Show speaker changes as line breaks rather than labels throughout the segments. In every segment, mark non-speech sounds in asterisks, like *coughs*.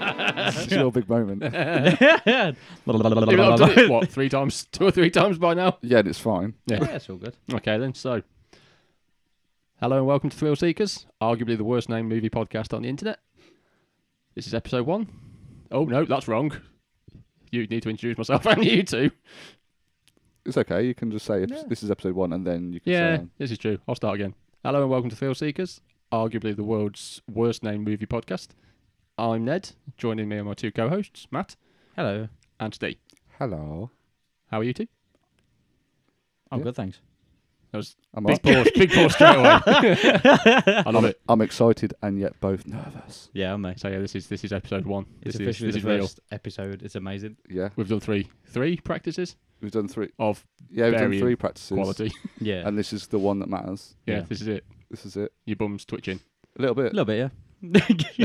It's your big
*laughs*
moment.
yeah,
Even though I've
*laughs*
done it,
it's
what, three times, two or three times by now?
yeah, and it's fine.
all good.
Okay, then. So, hello and welcome to Thrill Seekers, arguably the worst named movie podcast on the internet. This is episode one. Oh, no, that's wrong. You need to introduce myself *laughs* and you two.
It's okay. You can just say if this is episode one, and then you can
Yeah,
say um,
this is true. I'll start again. Hello and welcome to Thrill Seekers, arguably the world's worst named movie podcast. I'm Ned. Joining me are my two co hosts, Matt
Hello.
and Steve.
hello.
How are you two?
I'm
Yeah.
good, thanks.
That was
I'm,
big pause, big pause straight away. *laughs* I love it.
I'm excited and yet both nervous.
Yeah, I'm mate.
So yeah, this is this is episode one.
It's
this
officially
is,
the
this is real.
first episode. It's amazing.
Yeah,
We've done three three practices
we've done three.
of
Yeah, we've done
Varying
three practices,
*laughs*
quality.
Yeah,
and this is the one that matters.
Yeah,
Yeah.
this is it.
This is it.
Your bum's twitching.
A little
a
bit.
little bit, yeah.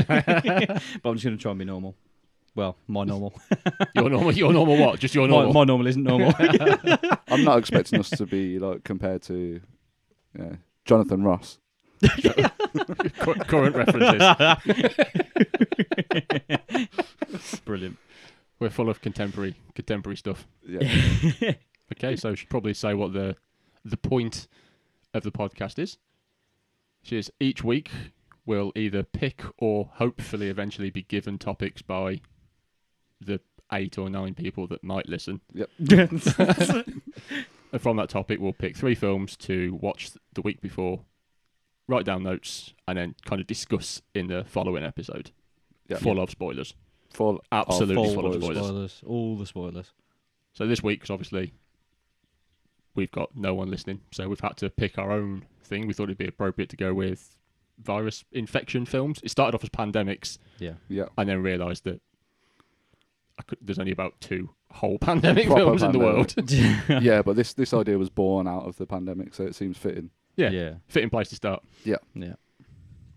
but I'm just gonna try and be normal. Well, my normal.
Your normal. Your normal what? Just your
*laughs* my,
normal.
my normal isn't normal.
I'm not expecting us to be like compared to yeah, Jonathan Ross.
Cur-
*laughs*
current references.
Brilliant.
We're full of contemporary contemporary stuff.
Yeah,
Okay, so I should probably say what the the point of the podcast is. Which is each week we'll either pick or hopefully eventually be given topics by the eight or nine people that might listen. And from that topic, we'll pick three films to watch th- the week before, write down notes, and then kind of discuss in the following episode.
Yeah.
Full of spoilers.
full.
Absolutely
full
full, of
spoilers.
spoilers.
spoilers. All the spoilers.
So this week, 'cause obviously we've got no one listening, so we've had to pick our own thing. We thought it'd be appropriate to go with virus infection films. It started off as pandemics,
*laughs* Yeah.
*laughs*
Yeah,
and then realised that I could, there's only about two whole *laughs* pandemic
Proper
films in the world. *laughs*
pandemic. yeah. But this this idea was born out of the pandemic, so it seems fitting.
Yeah.
Yeah.
Fitting place to start.
Yeah.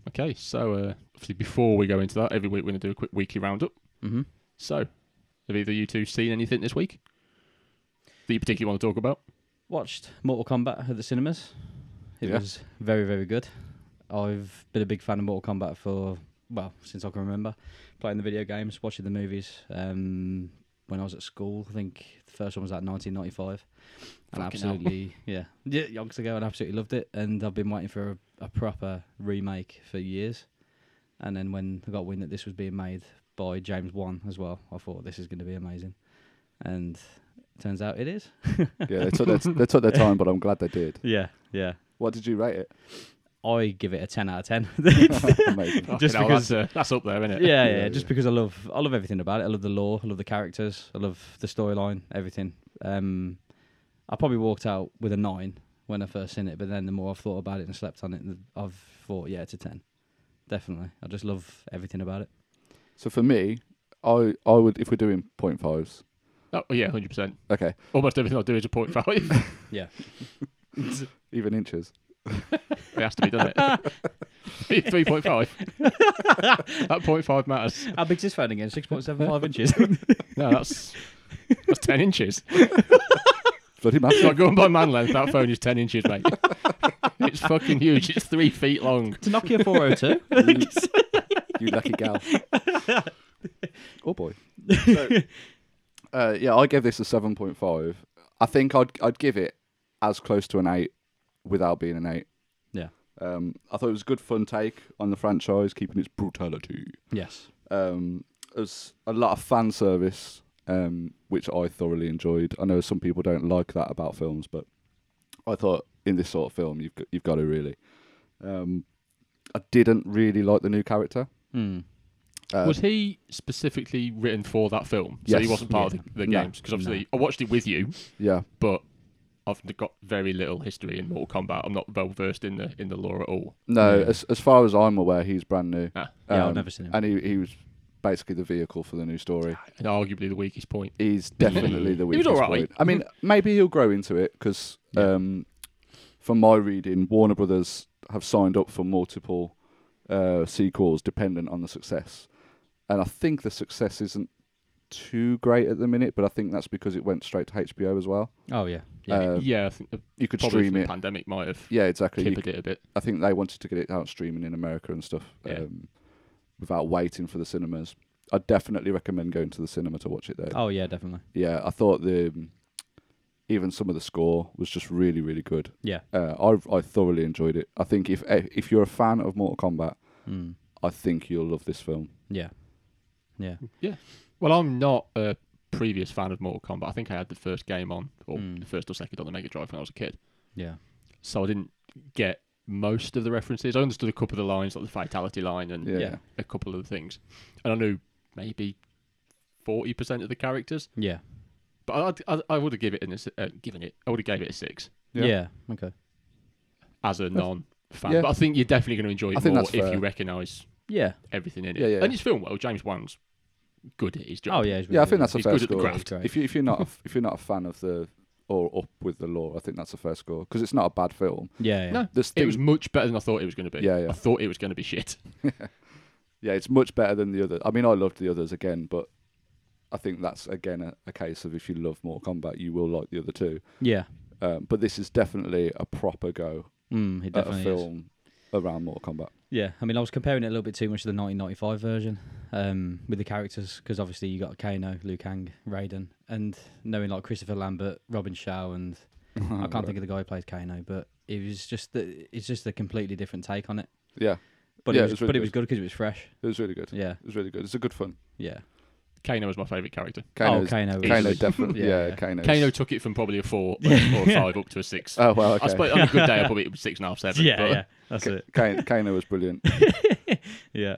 Okay, so uh, obviously before we go into that, every week we're going to do a quick weekly roundup.
Mm-hmm.
So, have either you two seen anything this week that you particularly want to talk about?
Watched Mortal Kombat at the cinemas. It
Yeah.
was very, very good. I've been a big fan of Mortal Kombat for well since I can remember. Playing the video games, watching the movies. Um, when I was at school, I think the first one was like 1995, and I
Fucking hell.
absolutely yeah, yeah, yonks ago, and I absolutely loved it. And I've been waiting for a, a proper remake for years. And then when I got wind that this was being made by James Wan as well, I thought this is going to be amazing. And turns out it is.
Yeah, they took
*laughs*
their, they took their time, but I'm glad they did.
Yeah, yeah.
What did you rate it? *laughs*
I give it a ten out of *laughs* ten.
Amazing.
Fucking
Just
hell,
because-
that's, uh, that's up there, isn't *laughs*
yeah,
it?
yeah,
Yeah,
Just
yeah.
because I love, I love everything about it. I love the lore. I love the characters. I love the storyline. Everything. Um, I probably walked out with a nine when I first seen it, but then the more I've thought about it and slept on it, the- I've thought, yeah, it's a ten. Definitely. I just love everything about it.
So for me, I I would if we're doing point fives.
Oh, yeah, hundred percent.
Okay,
Almost everything I do is a point five. it
Yeah.
even inches.
has to be, doesn't *laughs* it? Three point five. that point five matters.
How big's this phone again? Six point seven *laughs* five inches.
No, that's that's ten inches.
Bloody
It's
massive.
not going by man length. That phone is ten inches, mate. *laughs* it's fucking huge. It's three feet long.
it's a Nokia four hundred two.
you, you lucky gal. oh boy. So, uh, yeah, I gave this a seven point five. I think I'd I'd give it as close to an eight without being an eight.
Yeah.
Um, I thought it was a good fun take on the franchise, keeping its brutality.
Yes.
Um, there's a lot of fan service, um, which I thoroughly enjoyed. I know some people don't like that about films, but I thought in this sort of film, you've got, you've got to really. Um, I didn't really like the new character.
Mm.
Uh,
Was he specifically written for that film? So he
Yes.
wasn't part of the, the
No.
games because obviously I watched it with you.
yeah,
but I've got very little history in Mortal Kombat. I'm not well versed in the in the lore at all.
no.
Yeah.
As as far as I'm aware, he's brand new,
Ah,
Yeah,
Um,
I've never seen him.
and he he was basically the vehicle for the new story.
and arguably the weakest point.
He's definitely the
Mm. He was
weakest
all right.
point.
Mm-hmm.
I mean, maybe he'll grow into it because,
Yeah.
um, from my reading, Warner Brothers have signed up for multiple uh, sequels dependent on the success, and I think the success isn't too great at the minute. But I think that's because it went straight to HBO as well.
Oh yeah. Yeah.
Uh,
yeah, I think the,
You could
probably
stream
the
it.
pandemic might have
Yeah, exactly. You
kippered it a bit.
I think they wanted to get it out streaming in America and stuff
Yeah.
um, without waiting for the cinemas. I definitely recommend going to the cinema to watch it though.
Oh yeah, definitely.
Yeah, I thought the um, even some of the score was just really really good.
Yeah.
Uh, I I thoroughly enjoyed it. I think if eh, if you're a fan of Mortal Kombat,
Mm.
I think you'll love this film.
Yeah. Yeah.
Well, I'm not a previous fan of Mortal Kombat. I think I had the first game on, or
Hmm.
Mm.
the first or second on the Mega Drive when I was a kid.
Yeah.
So I didn't get most of the references. I understood a couple of the lines, like the fatality line and
Yeah.
Yeah.
a couple of the things. And I knew maybe 40% of the characters.
Yeah.
But I, I, I would have given it, an, ass- uh, given it, I would have gave it a six
Yeah.
Yeah. Okay.
as a non-fan.
yeah.
But I think you're definitely going to enjoy
I
it
think
more
that's
if
fair.
you recognise
Yeah.
everything in it.
Yeah, yeah.
And it's filmed well. James Wan's good at his
Oh
job.
yeah. he's
Yeah, I
really
think that's
good.
a
He's
fair
good at the
score.
craft.
He's great.
If you if you're
*laughs*
not a f- if you're not a fan of the or up with the law, I think that's a fair score because it's not a bad film.
yeah. Yeah.
No,
There's
it was
things-
much better than I thought it was going to be.
Yeah, yeah.
I thought it was going to be shit. *laughs*
Yeah, it's much better than the other. I mean, I loved the others again, but I think that's again a, a case of if you love Mortal Kombat, you will like the other two.
Yeah.
Um, but this is definitely a proper go
Mm, he
at a
definitely is.
film around Mortal Kombat.
Yeah, I mean, I was comparing it a little bit too much to the 1995 version um, with the characters because obviously you got Kano, Liu Kang, Raiden, and knowing like Christopher Lambert, Robin Shaw, and I can't think of the guy who played Kano, but it was just the, it's just a completely different take on it.
*laughs* Yeah,
But
Yeah, it
it was,
was really
but it
good.
was good because it was fresh.
it was really good.
Yeah,
It was really good. It's a good fun.
yeah.
Kano was my favourite character.
Kano,
oh,
is-
Kano, was-
Kano definitely.
*laughs* Yeah,
yeah,
yeah.
Kano.
Kano took it from probably
*laughs*
a four or
Yeah.
a five up to a
*laughs*
six.
Oh well, okay.
I suppose on a good day,
*laughs*
I'll probably six and a half,
*laughs*
seven.
yeah,
but
yeah. That's it.
Kano, Kano was brilliant.
Yeah.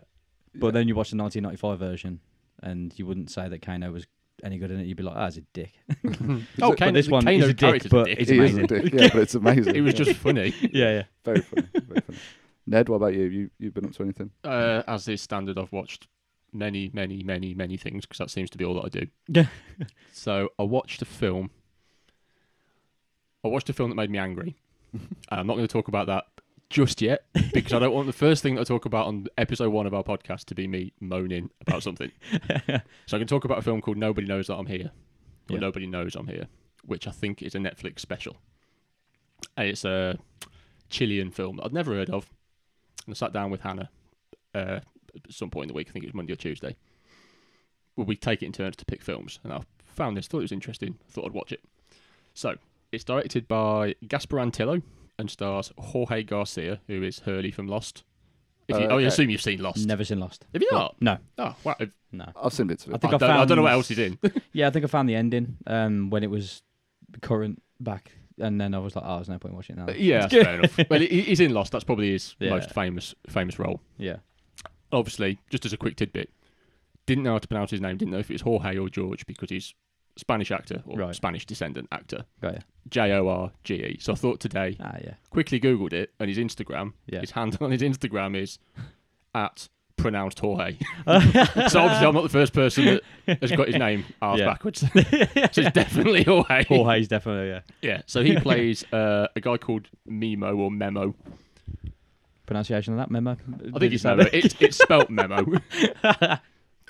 But then you watch the 1995 version, and you wouldn't say that Kano was any good in it. You'd be like, "Ah, he's a dick."
Oh,
But
Kano,
this
the
one
Kano
is a dick,
character's a
but
dick.
it's
He is a
amazing.
dick, Yeah, but it's amazing.
It was
Yeah.
*laughs*
just funny.
yeah, yeah.
*laughs* very funny. Very funny. Ned, what about you? You you've been up to anything?
Uh, as is standard, I've watched many, many, many, many things because that seems to be all that I do.
Yeah.
*laughs* so I watched a film. I watched a film that made me angry. and I'm not going to talk about that just yet because I don't want the first thing that I talk about on episode one of our podcast to be me moaning about something.
*laughs*
so I can talk about a film called Nobody Knows That I'm Here, or
Yeah.
Nobody Knows I'm Here, which I think is a Netflix special. And it's a Chilean film that I'd never heard of. And I sat down with Hannah uh, at some point in the week, I think it was Monday or Tuesday. Well, we take it in turns to pick films, and I found this, thought it was interesting, thought I'd watch it. So, it's directed by Gaspar Antillo and stars Jorge Garcia, who is Hurley from Lost. If you,
Uh,
oh, I
okay.
assume you've seen Lost.
Never seen Lost.
Have you not?
No,
Oh, wow. I,
no.
I've seen bits of
I
it.
think I,
don't, I don't know what
found-
else he's in.
Yeah, I think I found the ending um, when it was current back, and then I was like, oh, there's no point watching it now.
Uh, yeah, that's fair enough. Well, he, he's in Lost. That's probably his
Yeah.
most famous famous role.
*laughs* Yeah.
obviously, just as a quick tidbit, didn't know how to pronounce his name, didn't know if it was Jorge or George because he's Spanish actor or
Right.
Spanish descendant actor.
Got ya.
J O R G E. So I thought today,
Ah, yeah.
quickly Googled it, and his Instagram,
Yeah.
his handle on his Instagram is at pronounced Jorge. *laughs*
*laughs*
so obviously, I'm not the first person that has got his name asked
Yeah. *laughs*
backwards. so it's definitely Jorge.
Jorge's
*laughs*
definitely, yeah.
Yeah. So he plays uh, a guy called Mimo or Memo.
Pronunciation of that memo?
I think it's Memo. It's, it's spelt Memo.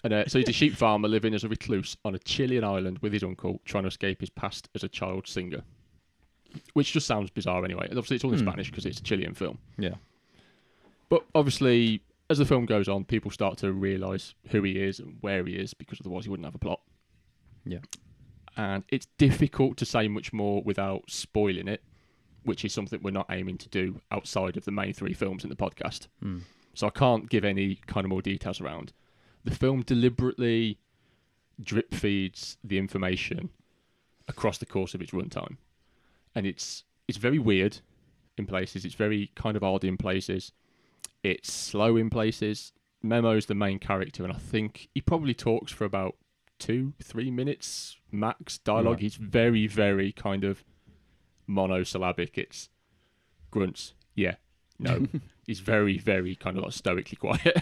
and, uh, so he's a sheep farmer living as a recluse on a Chilean island with his uncle, trying to escape his past as a child singer. Which just sounds bizarre anyway. And obviously, it's all in
Hmm.
Spanish because it's a Chilean film.
Yeah.
But obviously, as the film goes on, people start to realise who he is and where he is because otherwise he wouldn't have a plot.
Yeah.
And it's difficult to say much more without spoiling it, which is something we're not aiming to do outside of the main three films in the podcast
Mm.
so I can't give any kind of more details around. The film deliberately drip feeds the information across the course of its runtime, and it's it's very weird in places. It's very kind of odd in places. It's slow in places. Memo's the main character, and I think he probably talks for about two, three minutes max dialogue.
Right.
He's very, very kind of monosyllabic. It's grunts, yeah, no. He's very, very kind of like stoically quiet.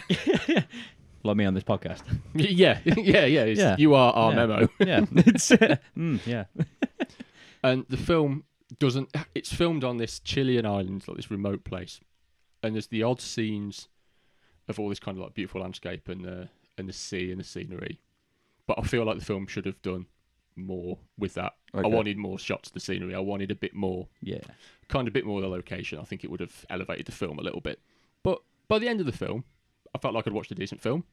Like me on this
*laughs*
podcast.
yeah, yeah, yeah, it's-
Yeah.
You are our
Yeah.
memo.
Yeah.
*laughs*
it's, mm, yeah.
And the film doesn't. It's filmed on this Chilean island, like this remote place, and there's the odd scenes of all this kind of like beautiful landscape and the and the sea and the scenery. But I feel like the film should have done more with that. I
Okay.
wanted more shots of the scenery. I wanted a bit more
Yeah.
kind of a bit more of the location. I think it would have elevated the film a little bit. But by the end of the film, I felt like I'd watched a decent film.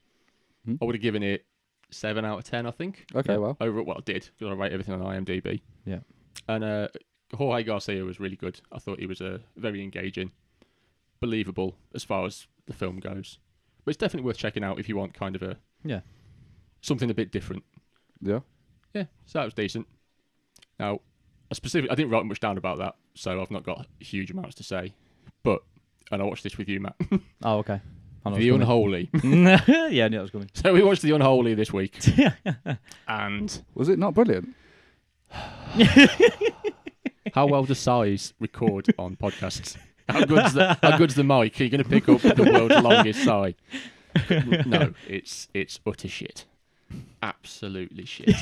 Hmm.
I would have given it seven out of ten, I think.
Okay, well,
Over well, did because I rate everything on IMDb.
Yeah.
and uh, Jorge Garcia was really good. I thought he was uh, very engaging, believable as far as the film goes. But it's definitely worth checking out if you want kind of a
Yeah.
something a bit different.
yeah.
Yeah, so that was decent. Now, I specific, I didn't write much down about that, so I've not got huge amounts to say. But and I watched this with you, Matt.
Oh, okay.
*laughs*
I know
the
it's
Unholy.
coming. *laughs* yeah, I knew that was coming.
so we watched The Unholy
*laughs*
this week, and
Was it not brilliant?
How well does size record on podcasts? How good's the how good's the mic? Are you going to pick up the world's longest sigh? No, it's it's utter shit.
*laughs*
Absolutely shit.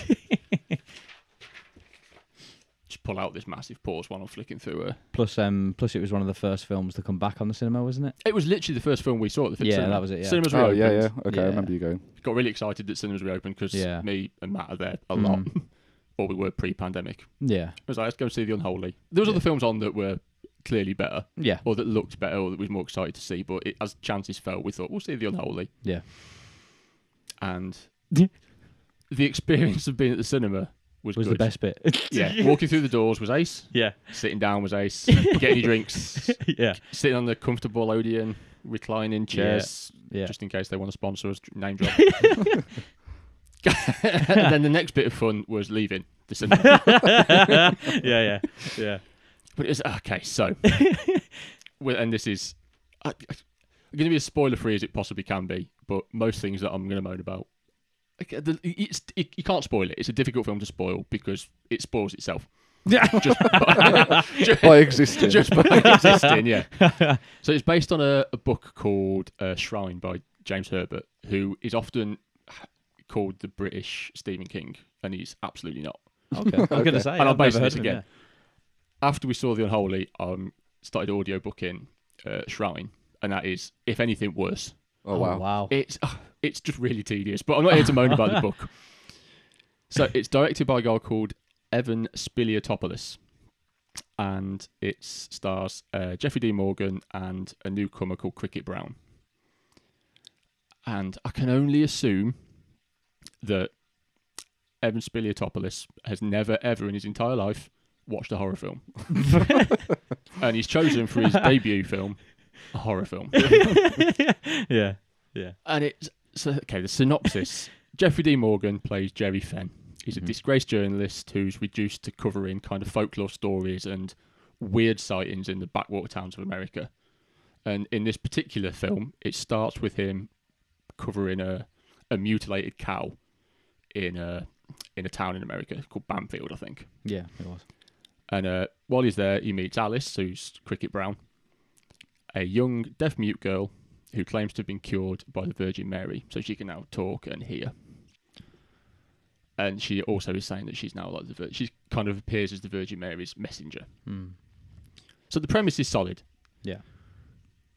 Just pull out this massive pause while I'm flicking through. Uh,
Plus, um, plus it was one of the first films to come back on the cinema, wasn't it?
it was literally the first film we saw at the fi-
Yeah,
cinema.
that was it, yeah.
Cinemas
Oh
reopened.
yeah, yeah. Okay,
Yeah.
I remember you going.
Got really excited that cinemas reopened because
Yeah. Mm.
me and Matt are there a lot, *laughs* or we were pre-pandemic.
Yeah,
I was like, let's go see the Unholy. There was
Yeah.
other films on that were clearly better.
yeah,
or that looked better or that was more excited to see. But it, as chances fell, we thought we'll see the unholy.
yeah. *laughs*
And the experience of being at the cinema was,
was
good.
the best
*laughs*
bit.
Yeah, walking through the doors was ace.
yeah,
Sitting down was ace. Getting your drinks,
*laughs* yeah,
sitting on the comfortable Odeon reclining chairs,
yeah.
just in case they want to sponsor us.
*laughs*
Name drop. *laughs* and then the next bit of fun was leaving the cinema.
yeah, yeah, yeah.
But it's okay. So, well, and this is I, I, I'm going to be as spoiler free as it possibly can be. But most things that I'm going to moan about, okay, the, it's, it, you can't spoil it. It's a difficult film to spoil because it spoils itself.
Yeah.
just by, just,
By existing.
*laughs* just by existing. Yeah. So it's based on a, a book called uh, Shrine by James Herbert, who is often called the British Stephen King, and he's absolutely not.
*laughs* Okay. I was gonna say.
And I'll
I've never
base
heard
this
of him,
again.
yeah.
after we saw the unholy, um, started audio booking uh, Shrine, and that is, if anything, worse.
Oh wow.
wow.
It's *laughs* it's just really tedious, but I'm not here to moan about the book. So it's directed by a guy called Evan Spiliotopoulos, and it stars uh, Jeffrey D. Morgan and a newcomer called Cricket Brown. And I can only assume that Evan Spiliotopoulos has never, ever in his entire life watched a horror film, *laughs* and he's chosen for his debut film a horror film.
yeah, yeah.
And it's so okay. The synopsis: Jeffrey D. Morgan plays Jerry Fenn. He's a
Mhm.
disgraced journalist who's reduced to covering kind of folklore stories and weird sightings in the backwater towns of America. And in this particular film, it starts with him covering a, a mutilated cow in a in a town in America called Banfield, I think.
Yeah, it was.
And uh, while he's there, he meets Alice, who's Cricket Brown, a young deaf mute girl who claims to have been cured by the Virgin Mary, so she can now talk and hear. And she also is saying that she's now like the Vir- she kind of appears as the Virgin Mary's messenger.
Mm.
So the premise is solid.
Yeah.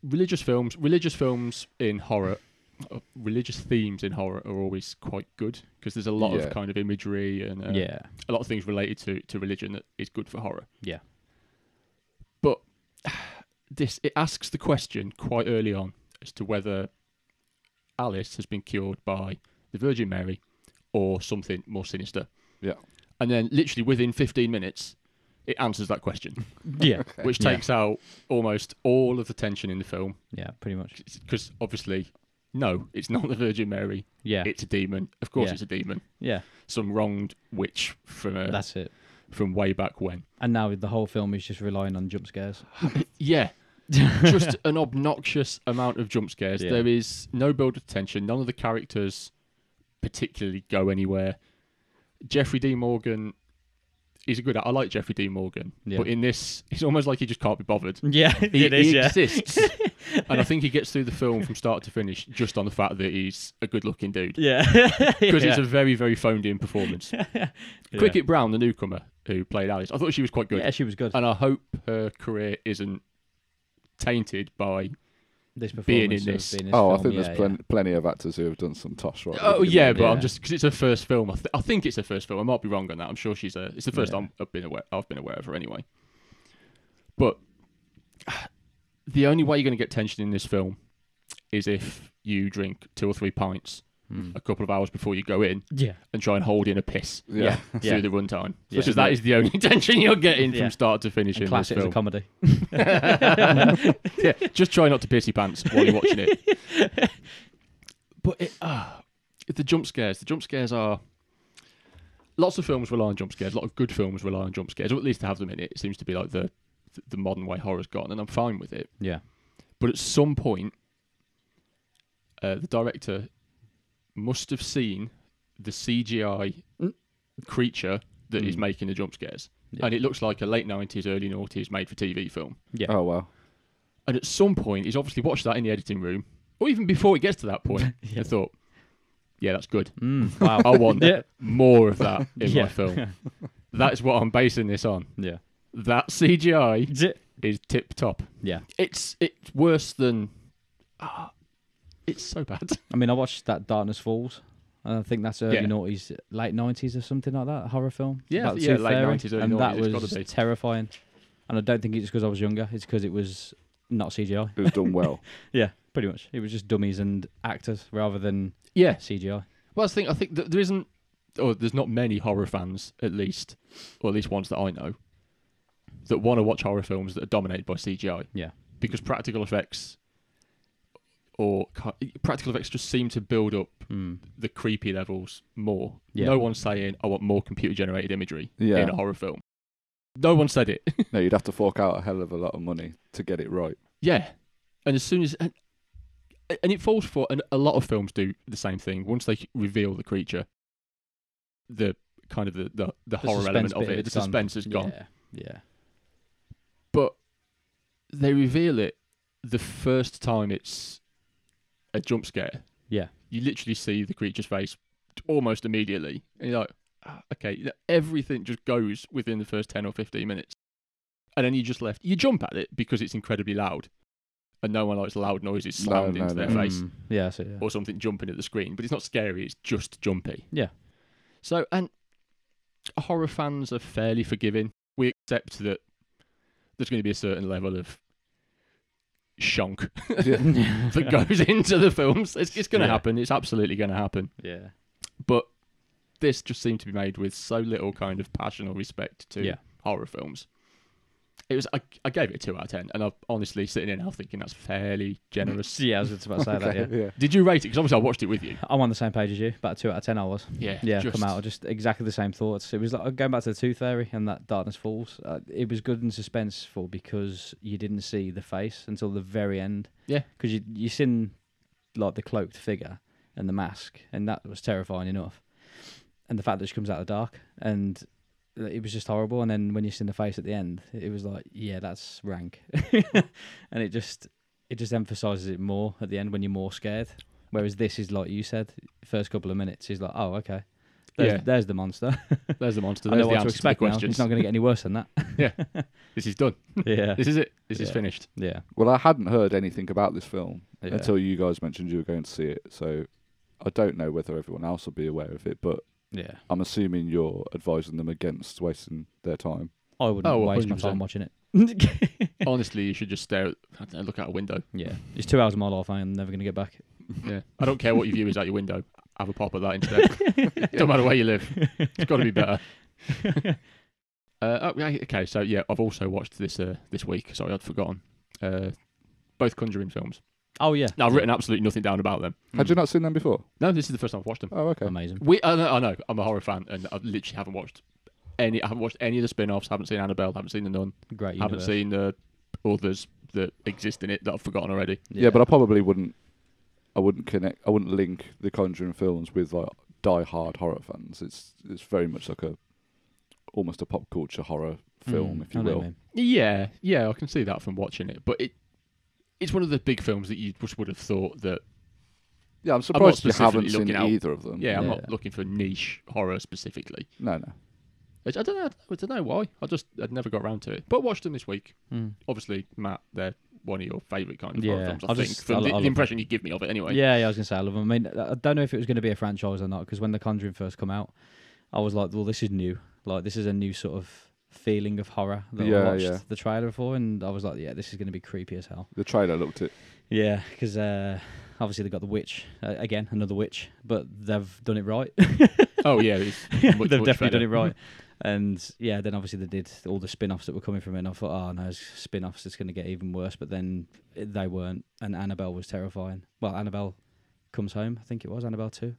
Religious films, religious films in horror, uh, religious themes in horror are always quite good because there's a lot
Yeah.
of kind of imagery and uh,
yeah,
a lot of things related to, to religion that is good for horror.
yeah.
but this it asks the question quite early on as to whether Alice has been cured by the Virgin Mary or something more sinister.
Yeah.
And then literally within 15 minutes it answers that question,
*laughs* Yeah,
which
Yeah.
takes out almost all of the tension in the film
yeah, pretty much.
because obviously no, it's not the Virgin Mary.
Yeah,
It's a demon. Of course,
Yeah.
it's a demon.
yeah,
Some wronged witch from uh,
that's it.
from way back when.
And now the whole film is just relying on jump scares.
Yeah. just an obnoxious amount of jump scares.
Yeah.
There is no build of tension. None of the characters particularly go anywhere. Jeffrey D. Morgan is a good. I like Jeffrey D. Morgan,
Yeah.
but in this, it's almost like he just can't be bothered.
*laughs* Yeah,
He, he exists, and I think he gets through the film from start to finish just on the fact that he's a good-looking
*laughs* *laughs*
dude
Yeah,
*laughs* because it's a very, very
*laughs*
phoned-in performance. Cricket Brown, the newcomer who played Alice, I thought she was quite good,
Yeah, she was good.
and I hope her career isn't tainted by
this
being in
performance
this-
Of being in
Oh, I
film,
think
yeah,
there's plen- plenty of actors who have done some tosh right.
Oh yeah, but I'm
Yeah.
just because it's her first film. I, th- I think it's her first film. I might be wrong on that. I'm sure she's a. It's the first
Yeah.
time I've been aware. I've been aware of her anyway. But the only way you're going to get tension in this film is if you drink two or three pints
Yeah. Hmm.
Mm.
a couple of hours before you go in
Yeah.
and try and hold in a piss
Yeah.
through
Yeah.
the runtime
Yeah.
because that is the only *laughs* tension you're getting
Yeah.
from start to finish in
class it
this
as a
film.
comedy.
*laughs* yeah, just try not to piss your pants while you're watching it. But it, ah, the jump scares, the jump scares are. Lots of films rely on jump scares. A lot of good films rely on jump scares, or at least to have them in it. It seems to be like the the modern way horror's gone, and I'm fine with it.
Yeah.
But at some point, uh, the director must have seen the CGI
Mm.
creature that is
Mm.
making the jump scares,
Yeah.
and it looks like a late '90s, early '90s made-for-TV film.
Yeah.
*laughs* Oh wow.
And at some point, he's obviously watched that in the editing room, or even before it gets to that
*laughs*
point,
Yeah.
and thought, yeah, that's good.
Mm, wow.
I
*laughs*
want
Yeah.
more of that in
yeah.
my film. That is what I'm basing this on.
*laughs* yeah.
That CGI
Is it?
is tip top.
Yeah.
It's it's worse than. ah, it's so bad. *laughs*
I mean, I watched that Darkness Falls. And I think that's early
Yeah.
90s, late 90s or something like that, horror film.
Yeah,
About
yeah,
Tooth
late
Fairy,
90s, early
And that
90s,
was
it's gotta be.
terrifying. And I don't think it's because I was younger. It's because it was not CGI.
It was done well.
Yeah, pretty much. It was just dummies and actors rather than
Yeah.
CGI.
Well, I think I think that there isn't, or there's not many horror fans, at least, or at least ones that I know, that want to watch horror films that are dominated by CGI.
Yeah.
because practical effects or ki- practical effects just seem to build up
Mm.
the creepy levels more.
Yeah.
No one's saying I want more computer generated imagery
Yeah.
in a horror film. No one said it.
no, you'd have to fork out a hell of a lot of money to get it
*laughs*
right.
yeah, and as soon as and, and it falls for and a lot of films do the same thing. Once they reveal the creature, the kind of the the, the,
The
horror
suspense
element of
bit
it, the
it's gone.
suspense is gone.
Yeah, yeah.
but they reveal it the first time it's a jump scare.
Yeah.
You literally see the creature's face almost immediately, and you're like, "Ah, okay, th- everything just goes within the first 10 or 15 minutes. And then you just left. You jump at it because it's incredibly loud, and no one likes loud noises
No,
slammed
no,
into
no.
their face
Mm, Yeah, so yeah.
or *laughs* something jumping at the screen, but it's not scary, it's just jumpy.
Yeah.
So, and horror fans are fairly forgiving. We accept that there's going to be a certain level of shonk
*laughs*
*laughs*
*laughs* that goes into the films. It's, it's going to
Yeah.
happen, it's absolutely going to happen.
yeah.
But this just seemed to be made with so little kind of passion or respect to
Yeah.
horror films. It was I, I gave it a two out of ten, and I'm honestly sitting in now thinking that's fairly generous.
Yeah, I was just about to say
*laughs*
that. Yeah.
yeah.
Did you rate it? Because obviously I watched it with you.
I'm on the same page as you. About two out of ten, I was.
Yeah,
Yeah,
just-
come out just exactly the same thoughts. It was like going back to the Tooth Fairy and that Darkness Falls. Uh, it was good and suspenseful because you didn't see the face until the very end.
Yeah.
because you you seen like the cloaked figure and the mask, and that was terrifying enough. And the fact that she comes out of the dark, and it was just horrible. And then when you seen the face at the end, it was like, yeah, that's
*laughs*
rank. and it just it just emphasizes it more at the end when you're more scared. Whereas this is like you said, first couple of minutes is like, oh, okay. There's,
Yeah.
there's the monster.
There's the monster.
I
There's
know
the
what to
answer to the
expect now.
question.
It's not going to get any worse
*laughs*
than that.
This is done.
*laughs* yeah.
This is it. This is
Yeah.
*laughs* finished.
Yeah.
Well, I hadn't heard anything about this film
Yeah.
until you guys mentioned you were going to see it. So I don't know whether everyone else will be aware of it, but
yeah.
I'm assuming you're advising them against wasting their time.
I wouldn't
Oh,
waste my
100%.
time watching it.
*laughs* Honestly, you should just stare. At, I don't know, look out a window.
yeah. It's two hours of my life I am never going to get back.
*laughs* Yeah. I don't care what your view is out your window. Have a pop at that *laughs* instead. don't matter where you live. It's got to be better. uh, oh, yeah, okay, so yeah, I've also watched this uh, this week. Sorry, I'd forgotten. Uh, both Conjuring films.
*laughs* Oh, yeah.
Now, I've written absolutely nothing down about them.
Had
Hmm.
you not seen them before?
No, this is the first time I've watched them.
Oh, okay.
Amazing.
We, I know, I know, I'm a horror fan, and I literally haven't watched any. I haven't watched any of the spin-offs. Haven't seen Annabelle. Haven't seen The Nun.
Great.
haven't
universe.
seen the others that exist in it that I've forgotten already.
Yeah. but I probably wouldn't. I wouldn't connect. I wouldn't link the Conjuring films with like die-hard horror fans. It's it's very much like a almost a pop culture horror film,
Mm,
if you
I know what
will.
mean.
Yeah, yeah, I can see that from watching it, but it it's one of the big films that you just would have thought that.
Yeah, I'm surprised you
specifically
haven't seen
looking out.
either of them.
Yeah,
Um,
I'm
Yeah.
not looking for niche horror specifically.
No, no.
It's- I don't know. I don't know why. I just I'd never got around to it, but I watched them this week.
Mm.
Obviously, Matt, they're one of your favourite kind of horror
Yeah,
films. I
I've
think
just- I
from
lo-
the,
I love
the impression you give me of it, anyway.
Yeah, yeah, I was gonna say I love them. I mean, I I don't know if it was gonna be a franchise or not because when The Conjuring first come out, I was like, well, this is new. Like, this is a new sort of feeling of horror that I
Yeah,
watched
yeah.
the trailer for, and I was like, yeah, this is gonna be creepy as hell.
The trailer looked it.
Yeah, because uh, obviously they got the witch uh, again, another witch, but they've done it right. *laughs*
Oh yeah, it's
they've
much, much
definitely
better.
done it right. And yeah, then obviously they did all the spin-offs that were coming from it. And I thought, oh no, it's spin-offs, it's going to get even worse. But then it- they weren't. And Annabelle was terrifying. Well, Annabelle comes home. I think it was Annabelle too.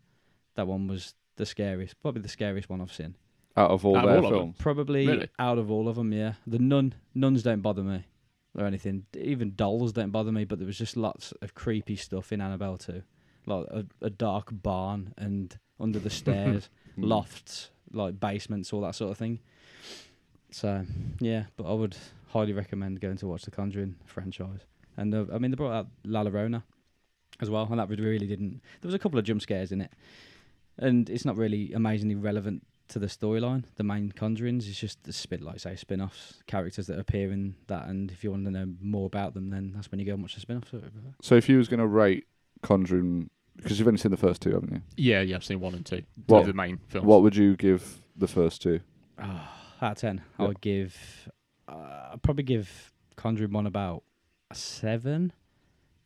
That one was the scariest, probably the scariest one I've seen.
Out of all
Out of
their
all of them.
films,
Probably
Really?
out of all of them, yeah. The nun, nuns don't bother me or anything. Even dolls don't bother me. But there was just lots of creepy stuff in Annabelle too, like a, a dark barn and under the stairs
Mm.
lofts, like basements, all that sort of thing. So, yeah, but I would highly recommend going to watch the Conjuring franchise. And uh, I mean, they brought out La Llorona as well, and that re- really didn't. There was a couple of jump scares in it, and it's not really amazingly relevant to the storyline. The main Conjurings is just the spin, like say, spin-offs, characters that appear in that. And if you want to know more about them, then that's when you go and watch the spin-offs. of it.
So if you was going to rate Conjuring, because you've only seen the first two, haven't you?
Yeah, yeah, I've seen one and two. They're
What-
the main films.
What would you give the first two?
*sighs* Out of ten, I
Yeah.
would give. Uh, I'd probably give Conjuring one about a seven,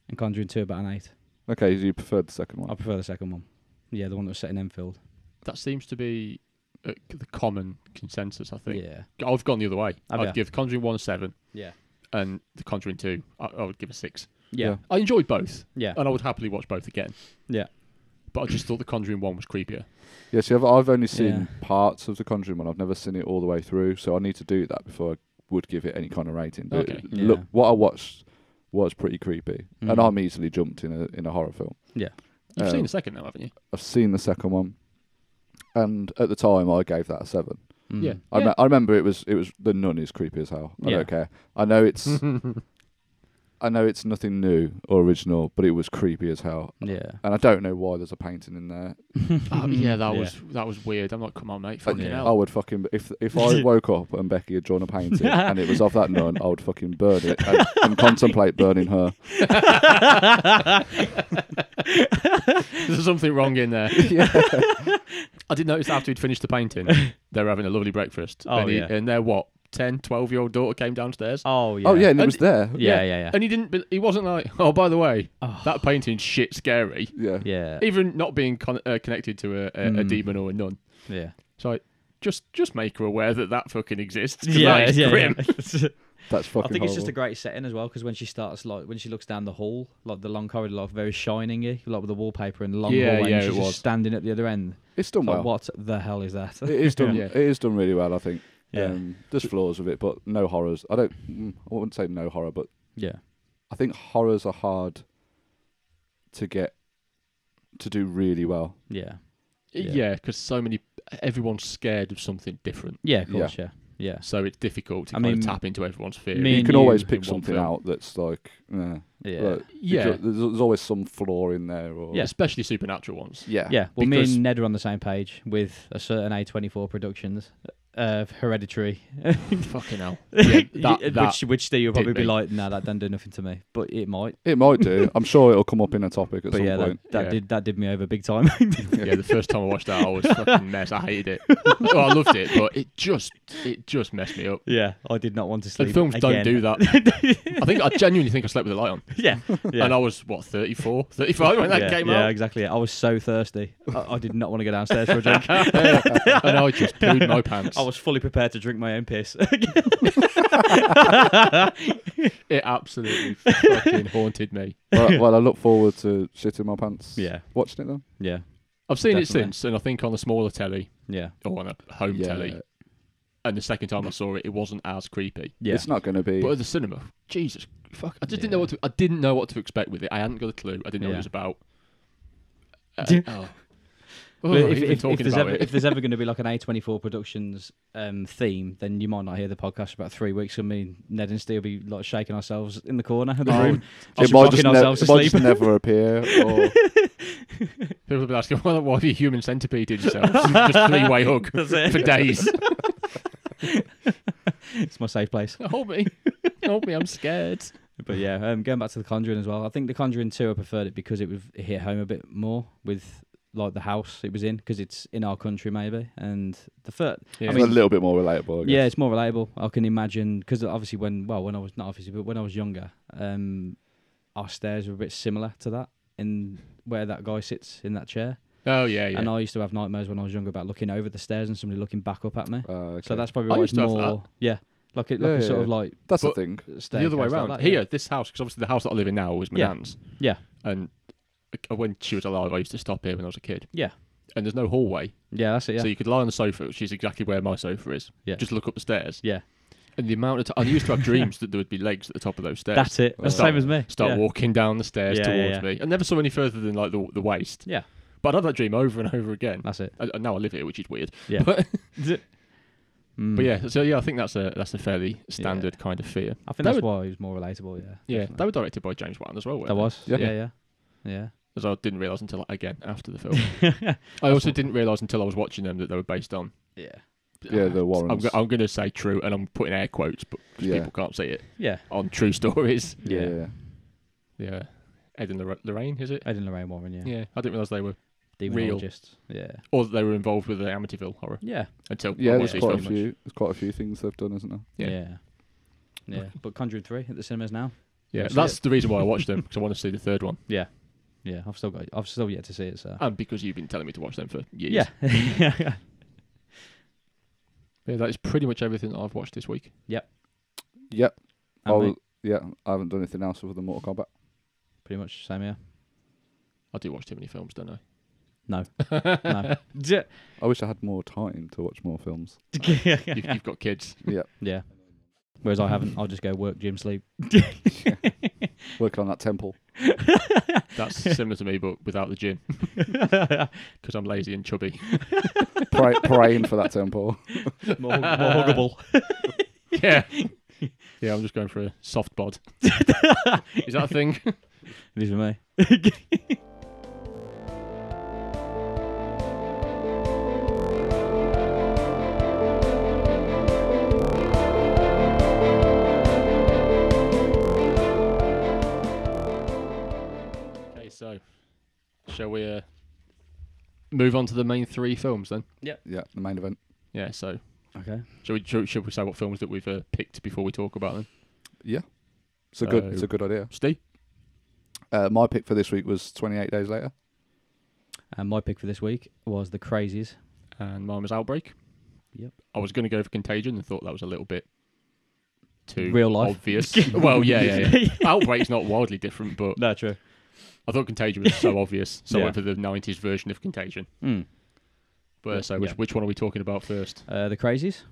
and Conjuring two about an eight.
Okay, so you preferred the second
I
one.
prefer the second one. Yeah, the one that was set in Enfield.
That seems to be uh, c- the common consensus. I think
Yeah,
I've gone the other way.
Have
I'd
ya?
give Conjuring one a seven
yeah,
and the Conjuring two. I, I would give a six.
yeah,
I enjoyed both,
yeah.
and I would happily watch both again.
Yeah.
but I just thought the Conjuring one was creepier.
Yeah, see, I've, I've only seen
Yeah.
parts of the Conjuring one. I've never seen it all the way through, so I need to do that before I would give it any kind of rating. But
Okay.
Yeah.
look, what I watched was pretty creepy, and
Mhm.
Mm.
I'm easily jumped in a in a horror film.
You've
Oh.
Um,
seen the second now, haven't you?
I've seen the second one, and at the time I gave that a seven.
Mm.
Yeah.
I, *laughs* me- I remember it was it was the nun is creepy as hell. I
Yeah.
don't care. I know
*laughs*
it's I know it's nothing new or original, but it was creepy as hell.
yeah.
And I don't know why there's a painting in there.
Oh, yeah, that was that was weird. I'm like, come on, mate,
Like,
fucking
yeah. Oh.
I
hell.
would fucking if if I woke up and Becky had drawn a painting and it was of that nun, I would fucking burn it and, and contemplate burning her.
There's something wrong
*laughs*
in there.
Yeah.
I did notice after he'd finished the painting, they were having a lovely breakfast.
Oh,
and, he,
yeah.
and their what 10, 12 year old daughter came downstairs,
*laughs* Oh
*laughs*
yeah.
Oh yeah, and it
And-
was there.
Yeah, yeah, yeah.
and he didn't. be- He wasn't like, oh, by the way,
Oh.
that painting's shit scary.
Yeah.
yeah.
Even not being con- uh, connected to a, a, a
Mm.
demon or a nun.
Yeah.
So I, just just make her aware that that fucking exists. 'cause
Yeah,
that is
yeah,
grim.
yeah.
*laughs*
That's
I
fucking.
think it's just a
horrible.
great setting as well because when she starts like when she looks down the hall, like the long corridor, like very shiningy, like with the wallpaper and the long
Yeah,
hallway,
yeah,
and she's
it
just
was.
standing at the other end.
It's done
Like,
well.
what the hell is that? *laughs*
It is done.
Yeah.
It is done really well. I think.
Yeah.
Um, there's flaws with it, but no horrors. I don't. mm, I wouldn't say no horror, but
yeah,
I think horrors are hard to get to do really well.
yeah, Yeah.
Yeah, because so many everyone's scared of something different,
yeah. Of course, yeah, yeah.
so it's difficult
I
to kind
mean,
of tap into everyone's fear.
me
you
and
can always
you in
pick
one
something
film.
out that's like, eh,
Yeah.
look,
Yeah.
because There's, there's always some flaw in there, or
*laughs* Yeah.
especially supernatural ones.
yeah,
yeah. Well, me
because-
and Ned are on the same page with a certain A24 Productions of
*laughs*
Hereditary, *laughs*
Fucking hell. Yeah, that, that,
which which they would
did
probably be
me.
like, no, that don't do nothing to me, but it might.
It might
*laughs*
do. I'm sure it'll come up in a topic at
But
some
yeah, that,
point.
that
Yeah.
did that did me over big time. *laughs*
yeah, the first time I watched that, I was fucking mess. I hated
*laughs*
it. well, I loved it, but it just it just messed me up.
yeah, I did not want to
And
sleep.
films
again.
don't do that. I think I genuinely think I slept with the light on,
*laughs* yeah, yeah.
and I was what 34, 35 when that
yeah,
came
yeah,
out,
exactly. I was so thirsty. I, I did not want to go downstairs for a drink. I
*laughs* and I just
*laughs*
pooed my pants.
was fully prepared to drink my own piss. *laughs*
It
*laughs*
absolutely fucking haunted me.
well, well, I look forward to shitting my pants.
Yeah.
watching it then.
yeah,
I've seen
Definitely.
it since, and I think on a smaller telly
yeah,
or on a home
Yeah.
telly. And the second time I saw it, it wasn't as creepy.
yeah.
It's not going to be.
But at the cinema, Jesus, fuck! I just didn't know
Yeah.
what to. I didn't know what to expect with it. I hadn't got a clue. I didn't know what
Yeah.
it
*laughs*
was about. Uh,
Do-
oh.
But
Oh,
if,
even
if- if
talking
there's
about
ever,
it.
if there's
*laughs*
ever going to be like an A24 Productions um, theme, then you might not hear the podcast for about three weeks. And me, Ned, and Steve will be like shaking ourselves in the corner of the
Oh,
room,
it
just
might just,
rocking
ne-
ourselves to
it might just
sleep.
never appear. Or
People will be asking, *laughs* "Why, why have you human centipeded yourself? just
*laughs*
three way hug
That's
for
it.
days.
*laughs* *laughs* It's my safe place.
Hold me, hold me. I'm scared.
But yeah, um, going back to the Conjuring as well. I think the Conjuring two, I preferred it because it would it hit home a bit more with like the house it was in because it's in our country maybe. And the first,
Yeah.
I
it's a
mean,
little bit more relatable. I guess.
yeah, it's more relatable. I can imagine because obviously when well when I was not obviously but when I was younger, um, our stairs were a bit similar to that in where that guy sits in that chair.
Oh yeah, yeah.
And I used to have nightmares when I was younger about looking over the stairs and somebody looking back up at me.
Uh,
So that's probably
I
why
used
it's
to have
more. Yeah, like it, like
Yeah,
a
yeah,
sort of
yeah.
like
that's the
but-
thing.
the other way
staircase like
around.
that,
Here,
yeah.
this house, because obviously the house that I live in now was my
Yeah.
nan's,
yeah,
and uh, when she was alive, I used to stop here when I was a kid.
Yeah.
And there's no hallway,
yeah, that's it. Yeah,
so you could lie on the sofa, which is exactly where my sofa is.
Yeah.
Just look up the stairs.
Yeah.
And the amount of time I used to have dreams that there would be legs at the top of those stairs.
that's it.
That's
That's
the
same as me.
Start
yeah.
walking down the stairs
Yeah, yeah,
towards me. I never saw any further than like the, the waist.
Yeah.
But I'd have that dream over and over again.
That's Hmm. it.
And and now I live here, which is weird.
Yeah.
But,
Mm.
but yeah, so yeah, I think that's a that's a fairly standard kind of fear.
Mm. I think
That
that's
would-
why he was more relatable. Yeah,
Yeah,
definitely.
they were directed by James Wan as well.
that
weren't
was.
Yeah.
Yeah, yeah, yeah.
they? as I didn't realize until again after
*laughs*
the film. I also didn't realize until I was watching them that they were based on.
*laughs* Yeah.
Yeah, the
I'm,
Warrens.
go- I'm going to say true, and I'm putting air quotes, but 'cause
Yeah.
people can't see it
Yeah.
on true *laughs* stories.
yeah. yeah.
Yeah, Ed and Lor- Lorraine, is it?
Ed and Lorraine Warren, yeah.
Yeah, I didn't realize they were, Real.
Demonologists. Yeah.
or that they were involved with the Amityville horror
Yeah.
until
Yeah,
I
there's
it's
watched these
quite a
films.
few. There's quite a few things they've done, isn't there?
Yeah.
Yeah. Yeah. But Conjuring 3 at the cinemas now.
Yeah,
That's
that's the reason why I watched them because I want to see the third one,
Yeah, I've still got I've still yet to see it, so.
and because you've been telling me to watch them for years.
yeah. yeah. *laughs*
yeah, that is pretty much everything that I've watched this week.
Yep.
And
I'll-
me,
Oh, yeah, I haven't done anything else other than Mortal Kombat.
pretty much same *laughs* here.
I do watch too many films, don't I?
*laughs*
No. no. D-
I wish I had more time to watch more films.
You've, you've got kids.
yeah. Whereas I haven't, I'll just go work, gym, sleep. *laughs*
Working on that temple. *laughs*
That's similar to me, but without the gym because I'm lazy and chubby.
Pray,
*laughs*
praying for that temple.
more, more huggable.
Yeah. *laughs* yeah, I'm just going for a soft bod. Is that a thing?
It is for me.
Okay, so shall we uh, move on to the main three films then?
Yeah, the main event.
Yeah, so
Okay.
shall we, shall, shall we say what films that we've uh, picked before we talk about them?
It's a good.
Oh.
it's a good idea.
Steve?
Uh, my pick for this week was 28 Days Later.
And my pick for this week was The Crazies.
And Mama's Outbreak?
Yep.
I was going to go for Contagion and thought that was a little bit too
Real life.
obvious.
*laughs*
well, yeah, yeah, yeah. Outbreak's not wildly different, but
No, true.
I thought Contagion
*laughs*
was so obvious, so I
Yeah.
went for the 90s version of Contagion.
Mm.
But uh, so, which,
Yeah.
which one are we talking about first?
Uh, the Crazies.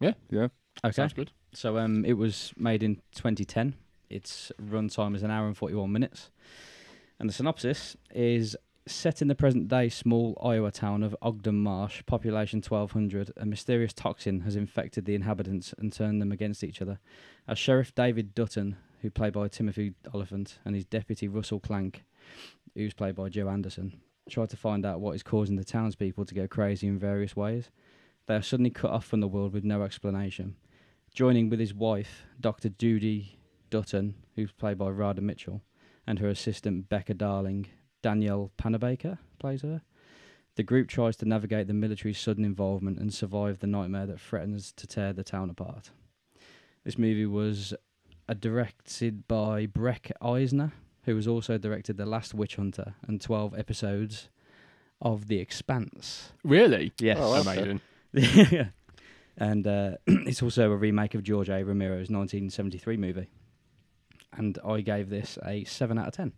Yeah.
Yeah.
Okay.
Sounds good.
So um, it was made in 2010. Its runtime is an hour and 41 minutes, and the synopsis is set in the present-day small Iowa town of Ogden Marsh, population 1200. A mysterious toxin has infected the inhabitants and turned them against each other. As Sheriff David Dutton, who played by Timothy Oliphant, and his deputy Russell Clank, who's played by Joe Anderson, try to find out what is causing the townspeople to go crazy in various ways. They are suddenly cut off from the world with no explanation joining with his wife, Dr. Judy Dutton, who's played by Rada Mitchell, and her assistant, Becca Darling. Danielle Panabaker plays her. The group tries to navigate the military's sudden involvement and survive the nightmare that threatens to tear the town apart. This movie was uh, directed by Breck Eisner, who has also directed The Last Witch Hunter and 12 episodes of The Expanse.
Really?
Yes.
Oh, okay.
Amazing.
*laughs* and uh, *clears throat* it's also a remake of George A. Romero's 1973 movie. And I gave this a 7 out of 10.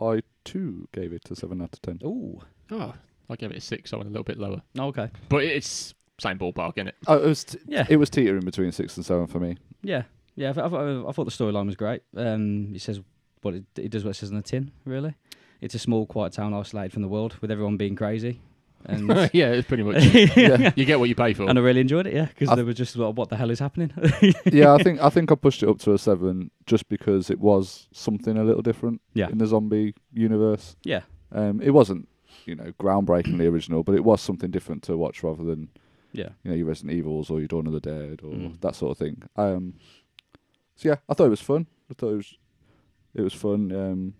I too gave it a seven out of ten.
Ooh.
Oh, I gave it a six. so I went a little bit lower,
*laughs*
Okay.
but it's same ballpark, is it?
Oh, it was. T-
Yeah.
It was teetering between six and seven for me.
Yeah. Yeah. I, th- I, th- I thought the storyline was great. Um, it says what it, it does what it says on the tin, really. It's a small, quiet town isolated from the world with everyone being crazy. And, *laughs*
*laughs* yeah, it's pretty much.
*laughs* Yeah.
*laughs* You get what you pay for.
and I really enjoyed it, yeah, because
I-
they were just like, what the hell is happening?
*laughs* yeah, I think I think I pushed it up to a seven just because it was something a little different.
*laughs* Yeah.
In the zombie universe.
yeah.
Um, it wasn't, you know, groundbreakingly original, but it was something different to watch rather than
Yeah.
you know your Resident Evils or your Dawn of the Dead or
Mm.
that sort of thing. Um, so yeah, I thought it was fun. I thought it was, it was fun. Um,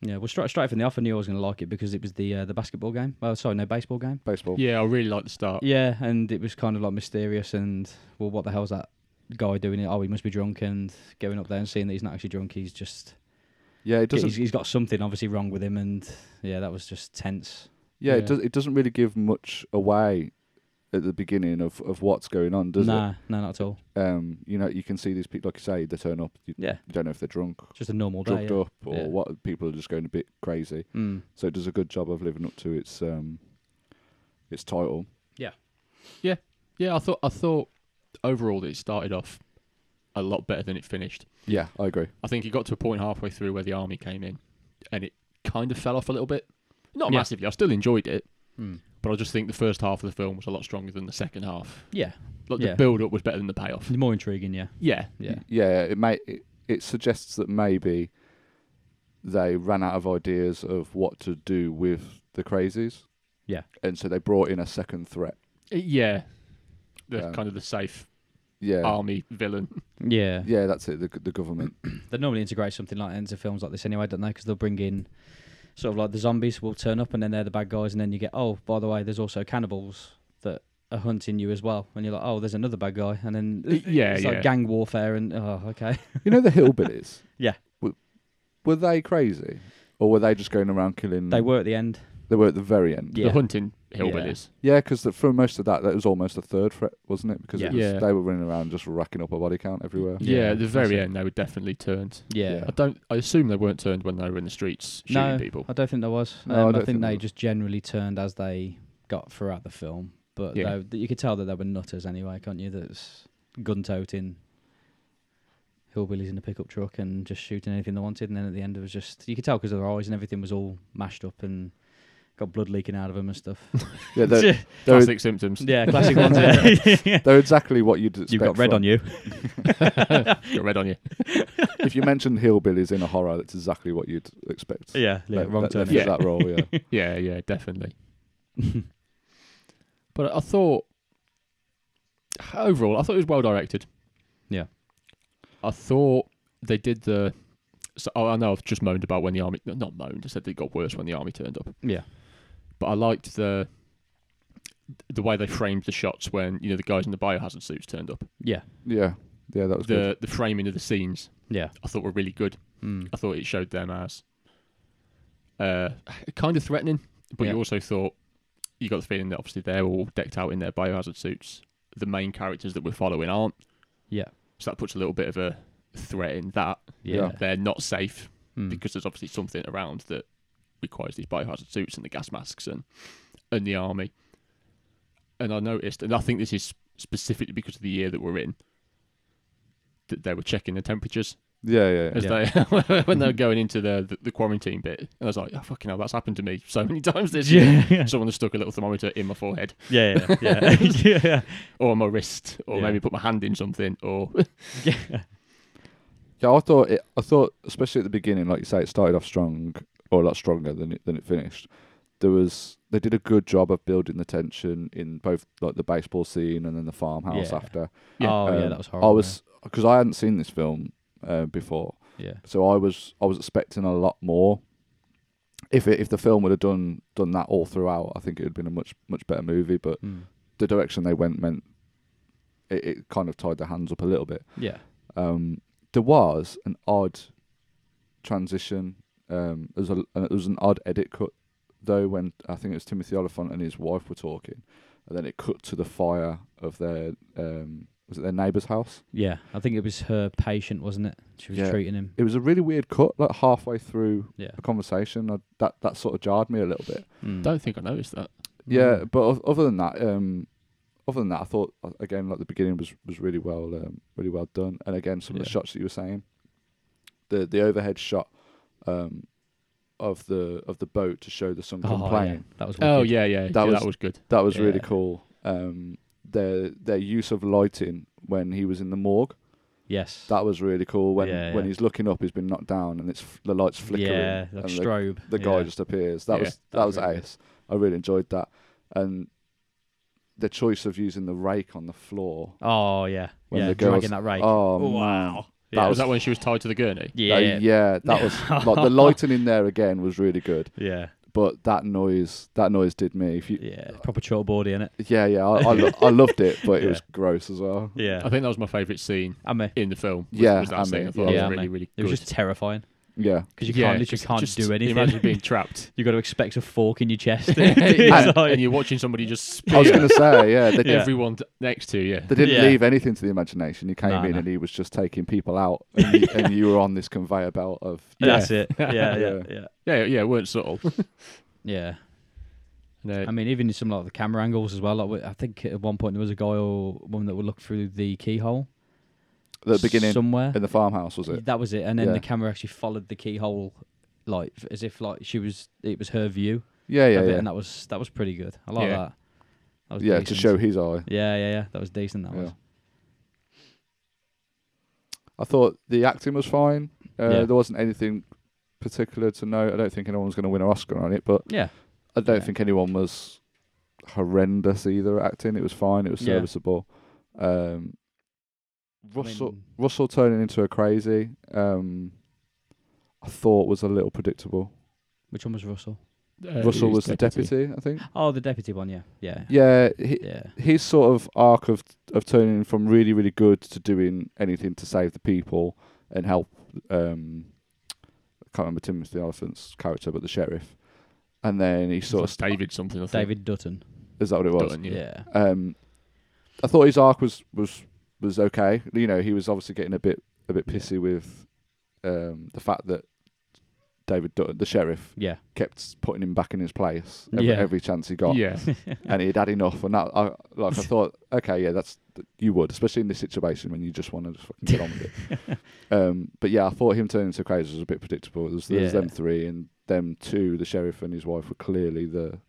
Yeah. Well, straight, straight from the off, I knew I was going to like it because it was the uh, the basketball game. Well, sorry, no, baseball game.
baseball.
yeah, I really like the start.
Uh, Yeah, and it was kind of like mysterious and well, what the hell's that guy doing? It? Oh, he must be drunk and going up there and seeing that he's not actually drunk. He's just
Yeah, it doesn't.
He's, he's got something obviously wrong with him, and yeah, that was just tense.
yeah,
Yeah.
it does. It doesn't really give much away at the beginning of, of what's going on, does
nah, no, not at all.
it? Um, you know, you can see these people, like you say, they turn up. You,
Yeah,
you don't know if they're drunk,
just a normal
drugged
day. yeah.
up, or
Yeah.
what. People are just going a bit crazy.
Mm.
So it does a good job of living up to its um, its title.
Yeah, I thought I thought overall that it started off a lot better than it finished.
Yeah, I agree.
I think it got to a point halfway through where the army came in, and it kind of fell off a little bit. Not
Yeah.
massively. I still enjoyed it,
Mm.
but I just think the first half of the film was a lot stronger than the second half.
Yeah,
Like
Yeah.
the build up was better than the payoff.
more intriguing. Yeah,
Yeah,
yeah,
Y- yeah. It may it, it suggests that maybe they ran out of ideas of what to do with the crazies.
Yeah.
and so they brought in a second threat.
yeah. The
Um,
kind of the safe
Yeah,
Oh.
army villain.
yeah.
yeah. That's it. The g- the government.
They normally integrate something like that into films like this anyway, don't they? Because they'll bring in sort of like the zombies will turn up, and then they're the bad guys, and then you get oh, by the way, there's also cannibals that are hunting you as well, and you're like oh, there's another bad guy, and then
yeah,
it's
yeah.
like gang warfare, and oh, okay,
You know the hillbillies.
*laughs* Yeah.
Were, were they crazy, or were they just going around killing?
Mm.
they were at the end.
They were at the very end.
Yeah.
The hunting hillbillies.
Yeah, because for most of that, that was almost a third threat, wasn't it? Because it
Yeah.
was,
Yeah.
they were running around just racking up a body count everywhere.
Yeah,
Yeah,
at the
that's
very
it.
end they were definitely turned.
Yeah.
Yeah.
I don't. I assume they weren't turned when they were in the streets shooting
no,
people.
I don't think there was.
No,
Um,
I
I,
don't
think,
think there
they
was.
just generally turned as they got throughout the film. But
Yeah.
they- you could tell that they were nutters anyway, can't you? That's gun toting hillbillies in a pickup truck and just shooting anything they wanted. And then at the end, it was just, you could tell because their eyes and everything was all mashed up and got blood leaking out of them and stuff.
*laughs* Yeah, they're,
*laughs*
they're,
Classic symptoms.
yeah, classic
*laughs*
ones.
*laughs*
Yeah.
they're exactly what you'd expect.
*laughs* You've got red
from- *laughs*
on you.
Got red on you.
if you mentioned hillbillies in a horror, that's exactly what you'd expect.
Yeah, *laughs* yeah
That-
wrong
that, that
turn.
fits that role,
*laughs*
yeah.
Yeah, yeah, definitely. But I thought overall, I thought it was well directed.
Yeah.
I thought they did the. So oh, I know I've just moaned about when the army. no, Not moaned. I said they got worse when the army turned up.
yeah.
But I liked the the way they framed the shots when you know the guys in the biohazard suits turned up.
Yeah.
yeah, yeah, that was good.
The the framing of the scenes
Yeah.
I thought were really good.
Mm.
I thought it showed them as uh, kind of threatening, but
Yeah.
you also thought you got the feeling that obviously they're all decked out in their biohazard suits. The main characters that we're following aren't,
Yeah.
so that puts a little bit of a threat in that
Yeah.
Yeah.
they're not safe
Mm.
*laughs*
because there's obviously something around that requires these biohazard suits and the gas masks and and the army. And I noticed, and I think this is specifically because of the year that we're in, that they were checking the temperatures
yeah, yeah, yeah.
as they *laughs* when they were going into the, the the quarantine bit, and I was like, oh, fucking hell, that's happened to me so many *laughs* times this year.
Yeah.
Someone has stuck a little thermometer in my forehead,
Yeah.
*laughs*
Yeah. Yeah. *laughs* yeah.
or my wrist, or
Yeah.
maybe put my hand in something, or *laughs*
Yeah, I thought it. I thought, especially at the beginning, like you say, it started off strong, or a lot stronger than it than it finished. There was they did a good job of building the tension in both like the baseball scene and then the farmhouse
Yeah.
after.
Yeah.
Oh yeah,
Um,
that was horrible.
I was because I hadn't seen this film uh, before,
yeah.
so I was I was expecting a lot more. If it, if the film would have done done that all throughout, I think it would have been a much much better movie. But
Mm.
the direction they went meant it, it kind of tied their hands up a little bit.
Yeah.
um, there was an odd transition. Um, there was a, uh, there was an odd edit cut though when I think it was Timothy Oliphant and his wife were talking, and then it cut to the fire of their um, was it their neighbour's house.
Yeah. I think it was her patient, wasn't it? She was
Yeah.
treating him.
It was a really weird cut, like halfway through
Yeah.
a conversation. I, that that sort of jarred me a little bit.
Mm. Oh,
don't think I noticed that.
Yeah, but o- other than that, um, other than that, I thought uh, again like the beginning was was really well, um, really well done. And again, some of the
Yeah.
shots that you were saying, the the overhead shot um, of the of the boat to show the sun
Oh,
come
yeah.
playing,
That was. Wicked.
Oh yeah, yeah,
That
yeah,
was-
that was good.
that was really
Yeah.
cool. Um, their their use of lighting when he was in the morgue,
Yes.
that was really cool. When
Yeah,
when
yeah.
he's looking up, he's been knocked down, and it's f- the lights flickering.
Yeah. Like
and the-
strobe.
the
yeah.
guy just appears. That
Yeah,
was
that
that
was
was
really good.
ace. I really enjoyed that, and the choice of using the rake on the floor.
Oh yeah.
When
yeah.
the
dragging
girls-
that rake.
Oh,
wow.
that
yeah.
was that when she was tied to the gurney?
yeah,
Yeah.
that, yeah, that was
*laughs*
like the lighting in there again was really good,
yeah.
but that noise, that noise did me. If you,
Yeah. Proper chortboardy in it.
yeah, yeah, I, I, lo- I loved it, but it
*laughs* Yeah.
was gross as well.
Yeah.
I think that was my favourite scene
I mean,
in the film. Was,
Yeah,
was that
I
scene.
mean,
I thought
yeah,
it was
I
really,
mean,
really
it
good.
was just terrifying. *laughs*
Yeah.
because you
Yeah,
can't literally
'cause
can't
just
do anything.
Imagine being trapped.
You've got to expect a fork in your
*laughs*
*laughs*
chest.
Yeah,
It's like-
and you're watching somebody just
I was
spear
going to say, yeah, they, did,
everyone d- next to you.
they didn't
Yeah.
leave anything to the imagination. He came
No,
in
no.
and he was just taking people
*laughs*
out, and you, and you were on this conveyor belt of
That's
*laughs*
it. Yeah, yeah,
Yeah.
yeah.
Yeah, yeah,
*laughs*
weren't subtle. uh,
Yeah.
No,
I mean, even in some like the camera angles as well. Like we- I think at one point there was a guy or woman that would look through the keyhole
the beginning
somewhere.
in the farmhouse, was it?
That was it, and then
Yeah.
the camera actually followed the keyhole, like f- as if like she was it was her view.
Yeah, yeah,
of it,
yeah.
And that was that was pretty good. I like
Yeah.
that. that was
Yeah, to
decent.
show his eye.
Yeah, yeah, yeah. That was decent. That
Yeah.
was.
I thought the acting was fine. Uh,
Yeah.
There wasn't anything particular to note. I don't think anyone's going to win an Oscar on it, but
Yeah.
I don't
Yeah.
think anyone was horrendous either at acting. It was fine. It was
Yeah.
serviceable. Um, Russell
mean-
Russell turning into a crazy. Um, I thought was a little predictable.
Which one was Russell?
uh,
Russell
he's
was the deputy, I think.
Oh, the deputy one. Yeah, yeah,
Yeah, he,
yeah.
his sort of arc of of turning from really really good to doing anything to save the people and help um I can't remember Timothy Elephant's character but the sheriff and then he
Sort
sort
of *laughs* David something. I think.
David Dutton.
of is that what it was
Dutton, yeah.
Yeah.
um I thought his arc was was was okay you know he was obviously getting a bit a bit pissy with um the fact that David Dutton the sheriff
yeah,
kept putting him back in his place every,
Yeah.
every chance he got
Yeah,
and he'd had enough. And that, I, like, I thought, okay, yeah, that's th- you would, especially in this situation when you just want to just fucking get on
*laughs*
with it. Um, but yeah, I thought him turning into crazy was a bit predictable. There's, there's
Yeah.
them three, and them two, the sheriff and his wife, were clearly the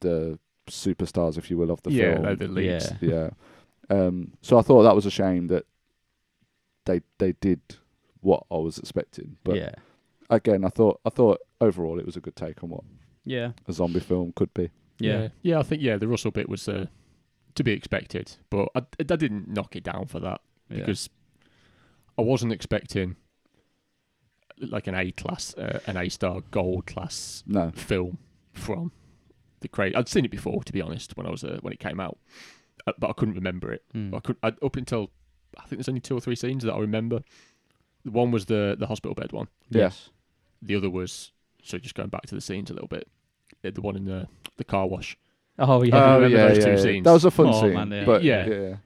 the superstars, if you will, of the
yeah,
film.
they're the leads.
yeah.
yeah.
Um, so I thought that was a shame that they they did what I was expecting. But
yeah,
again, I thought I thought overall it was a good take on what
yeah,
a zombie film could be.
yeah,
yeah, Yeah, I think yeah, the Russell bit was uh, to be expected, but I, I didn't knock it down for that because I wasn't expecting like an A class, uh, an A star gold class
No,
film from the crazy. I'd seen it before, to be honest, when I was uh, when it came out, uh, but I couldn't remember it.
Mm.
I could I, up until I think there's only two or three scenes that I remember. The One was the the hospital bed one.
Yeah.
yes,
The other was so just going back to the scenes a little bit. uh, The one in the the car wash.
oh yeah,
Oh,
remember those two scenes?
That was a fun
Oh,
scene.
man, yeah.
But yeah.
Yeah.
yeah.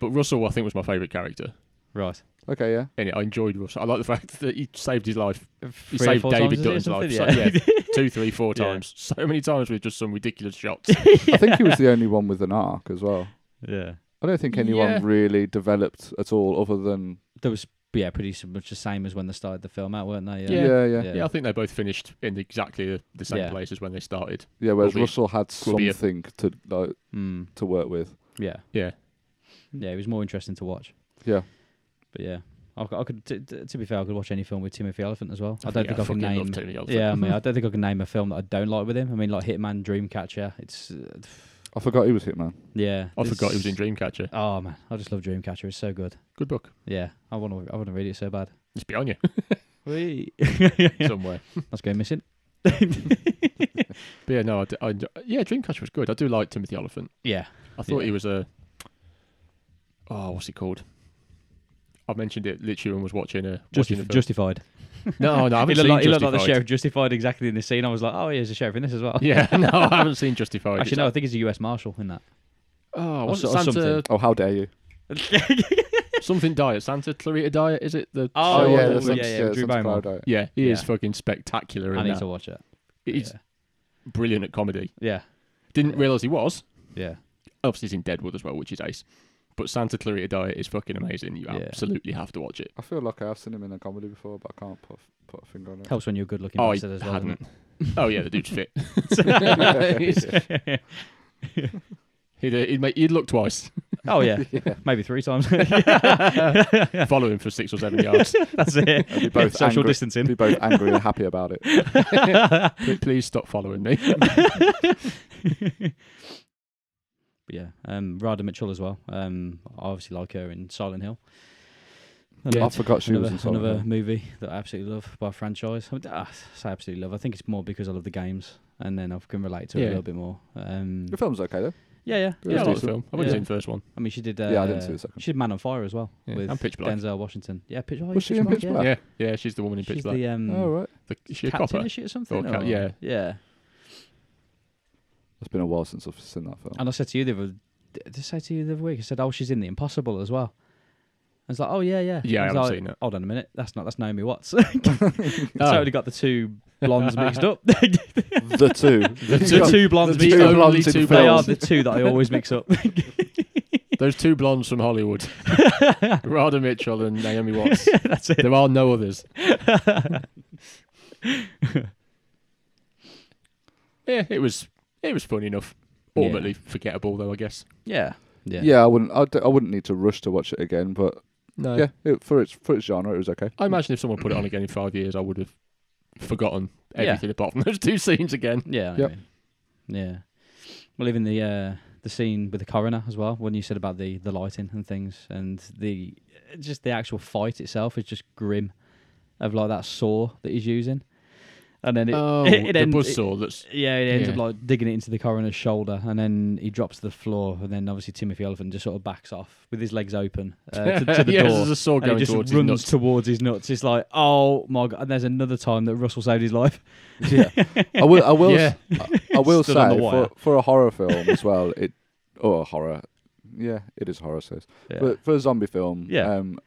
But Russell, I think, was my favourite character.
right.
Okay, yeah.
In it, I enjoyed Russell. I like the fact *laughs* that he saved his life
Three or
saved
four
David
times, is it,
Dutton's
something?
life,
Yeah.
so-
*laughs*
two, three, four
Yeah.
times. So many times with just some
*laughs*
ridiculous shots.
I think he was the only one with an arc as well.
yeah,
I don't think anyone
Yeah.
really developed at all other than
That was yeah, pretty so much the same as when they started the film out, weren't they?
yeah, yeah. Yeah,
Yeah.
Yeah, I think they both finished in exactly the- the same
Yeah.
place as when they started.
whereas
Will be-
Russell had
will be a-
something to like
Mm,
to work with.
yeah,
Yeah,
yeah. It was more interesting to watch.
Yeah.
But yeah, I, c- I could. T- t- to be fair, I could watch any film with Timothy Elephant as well. I, don't
think
think I can
fucking
name.
love Timmy
*laughs*
Elephant. *laughs*
Yeah, I mean, I don't think I can name a film that I don't like with him. I mean, like Hitman, Dreamcatcher. It's uh,
I forgot he was Hitman.
yeah.
I forgot he was in
it's-
Dreamcatcher.
Oh man, I just love Dreamcatcher. It's so good.
Good book.
Yeah, I want to. I want to read it so bad. *laughs*
It's behind you somewhere.
Let's go missing.
But yeah, no, I, d- I enjo- yeah, Dreamcatcher was good. I do like Timothy Oliphant.
Yeah,
I thought
Yeah.
he was a oh, what's he called? I mentioned it literally when I was watching a
Justif-
watching the film.
justified. *laughs*
no, no, I
He
haven't
looked,
seen
like, he looked
Justified.
like the sheriff justified exactly in this scene. I was like, oh, *laughs* yeah, he's a sheriff in this as well.
Yeah, no, I haven't seen Justified.
Actually, no, I think he's a U.S. marshal in that.
Oh, what's
so- or
Santa?
something.
Something.
Oh, how dare you?
diet. Santa Clarita diet. Is it the?
Oh,
show
yeah,
on
that's
yeah,
Netflix?
Santa-
yeah, Drew
Santa
Barrymore.
Cloud,
yeah. He is
Yeah.
fucking spectacular
I
in
need
that.
to watch it.
He's
yeah.
brilliant at comedy.
yeah,
Didn't
Yeah.
realize he was.
yeah,
Obviously, he's in Deadwood as well, which is ace. But Santa Clarita diet is fucking amazing. You
Yeah.
absolutely have to watch it.
I feel like I have seen him in a comedy before, but I can't put put a finger
*laughs*
on it.
Helps when you're a good-looking
Oh, I
bastard as well. doesn't
hadn't. oh yeah, the dude's fit. *laughs*
*laughs*
it? *laughs*
He'd, uh, he'd, make, he'd
*laughs*
look twice.
oh yeah, maybe three *laughs* times.
Follow him for six or seven
*laughs*
yards.
That's it.
And be both
Social
angry.
distancing.
Be both angry and happy about it.
Please, please stop following me.
*laughs*
*laughs*
But yeah, um, Rada Mitchell as well. Um, I obviously like her in Silent Hill. Another,
I forgot she was
another,
in Silent
another
Hill.
movie that I absolutely love by a franchise. I, mean, ah, I absolutely love. I think it's more because I love the games, and then I can relate to it
Yeah.
a little bit more. Um,
The film's okay though.
Yeah, yeah.
It
yeah, I like the
decent.
film. I've only
Yeah.
seen the first one.
I mean, she did. Uh,
Yeah, I didn't see the second.
She did Man on Fire as well
Yeah,
with
and Pitch Black.
Denzel Washington. Yeah, Pitch. Oh,
Was she in Pitch
yeah.
Black?
Yeah, yeah, she's the woman in Pitch
She's
Black.
the um,
oh, right.
The, is she a
captain,
copper?
is she or something?
Or ca-
or-
yeah.
yeah.
It's been a while since I've seen that film.
And I said to you the other, did I say to you the other week? I said, oh, she's in The Impossible as well. I was like, oh yeah, yeah.
Yeah, I
was
haven't
like,
seen it.
Hold on a minute, that's not that's Naomi Watts. *laughs* Totally got the two blondes mixed up.
the two.
the
The two-
two blondes
the
two
mixed up.
blondes
in
two
They are
films.
the two that I always mix *laughs* up.
Those two blondes from Hollywood,
*laughs*
Rada Mitchell and Naomi Watts.
that's it.
there are
*laughs*
no others. *laughs* Yeah, it was it was funny enough.
Yeah.
Ultimately forgettable though, I guess.
yeah. Yeah.
Yeah, I wouldn't. I'd, I wouldn't need to rush to watch it again, but
No.
yeah, it, for its for its genre, it was okay.
I imagine if someone put it on again in five years, I would have forgotten
Yeah.
everything apart from those two scenes again.
Yeah. I
Yep.
mean. Yeah. Well, even the uh, the scene with the coroner as well, when you said about the the lighting and things, and the just the actual fight itself is just grim, of like that saw that he's using, and then it
oh,
it, *laughs* it
the
ends. it-
buzzsaw that's
yeah, it ends up
Yeah.
like digging it into the coroner's shoulder, and then he drops to the floor, and then obviously Timothy Elephant just sort of backs off with his legs open
*laughs*
uh, to, to the
yeah,
door.
there's a saw
And
going
he just
towards
runs
his nuts.
towards his nuts. It's like, oh my god! And there's another time that Russell saved his life.
*laughs* Yeah, I
*laughs*
will. I
*laughs*
will.
Yeah.
I, I will
Stood on
say
the wire.
for, for a horror film as well. It or a horror. Yeah, it is horror. So it's-
Yeah,
but for a zombie film,
Yeah.
um,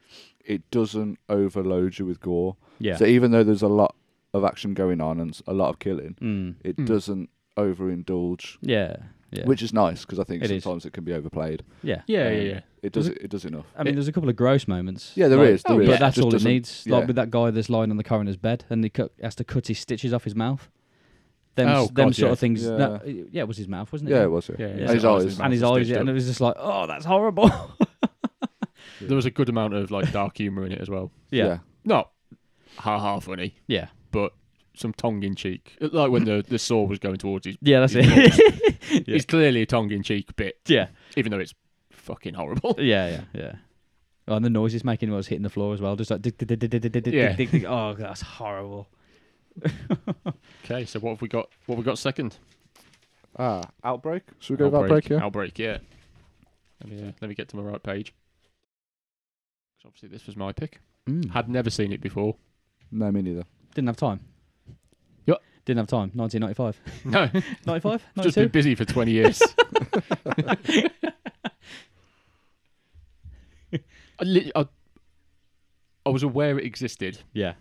it doesn't overload you with gore.
yeah.
So even though there's a lot of action going on and s- a lot of killing,
Mm.
it
Mm.
doesn't overindulge,
yeah, yeah.
which is nice because I think
It is.
sometimes it can be overplayed.
yeah,
Yeah,
Um,
yeah, yeah.
It does. It, it does enough.
I mean, there's a couple of gross moments.
Yeah, there
there is.
is, there
but
is.
that's
Just
all it
doesn't-
needs.
yeah.
Like with that guy that's lying on the coroner's bed and he cut, has to cut his stitches off his mouth. Them,
Oh,
them
God,
sort
yeah.
of things.
Yeah.
that- yeah, it was his mouth, wasn't it?
Yeah, it was. Yeah.
Yeah,
Yeah.
And his eyes.
and his
mouth was
eyes, yeah,
stitched
and it
up.
was just like, oh, that's horrible. *laughs*
There was a good amount of like dark humour in it as well.
yeah,
Not ha ha funny,
yeah,
but some tongue in cheek. Like when the, the saw was going towards his
yeah. That's
He's
it. *laughs* Yeah.
It's clearly a tongue in cheek bit,
yeah,
even though it's fucking
*laughs*
horrible.
yeah, yeah, yeah. Oh, and the noise he's making was hitting the floor as well, just like dick, dick, dick, dick, dick, dick, dick,
Yeah.
dick, dick, dick. oh, that's horrible.
Okay, so what have we got? What have we got second?
Ah, outbreak. Should we go with outbreak? Yeah.
Outbreak, yeah. Let me, uh, let me get to my right page. 'Cause obviously, this was my pick.
Mm.
Had never seen it before. *laughs*
No, me neither.
Didn't have time.
Yup.
Didn't have time.
*laughs*
1995. *laughs*
No,
95?
just
92?
been busy for
*laughs*
20 years. *laughs* I, li- I, I was aware it existed,
Yeah.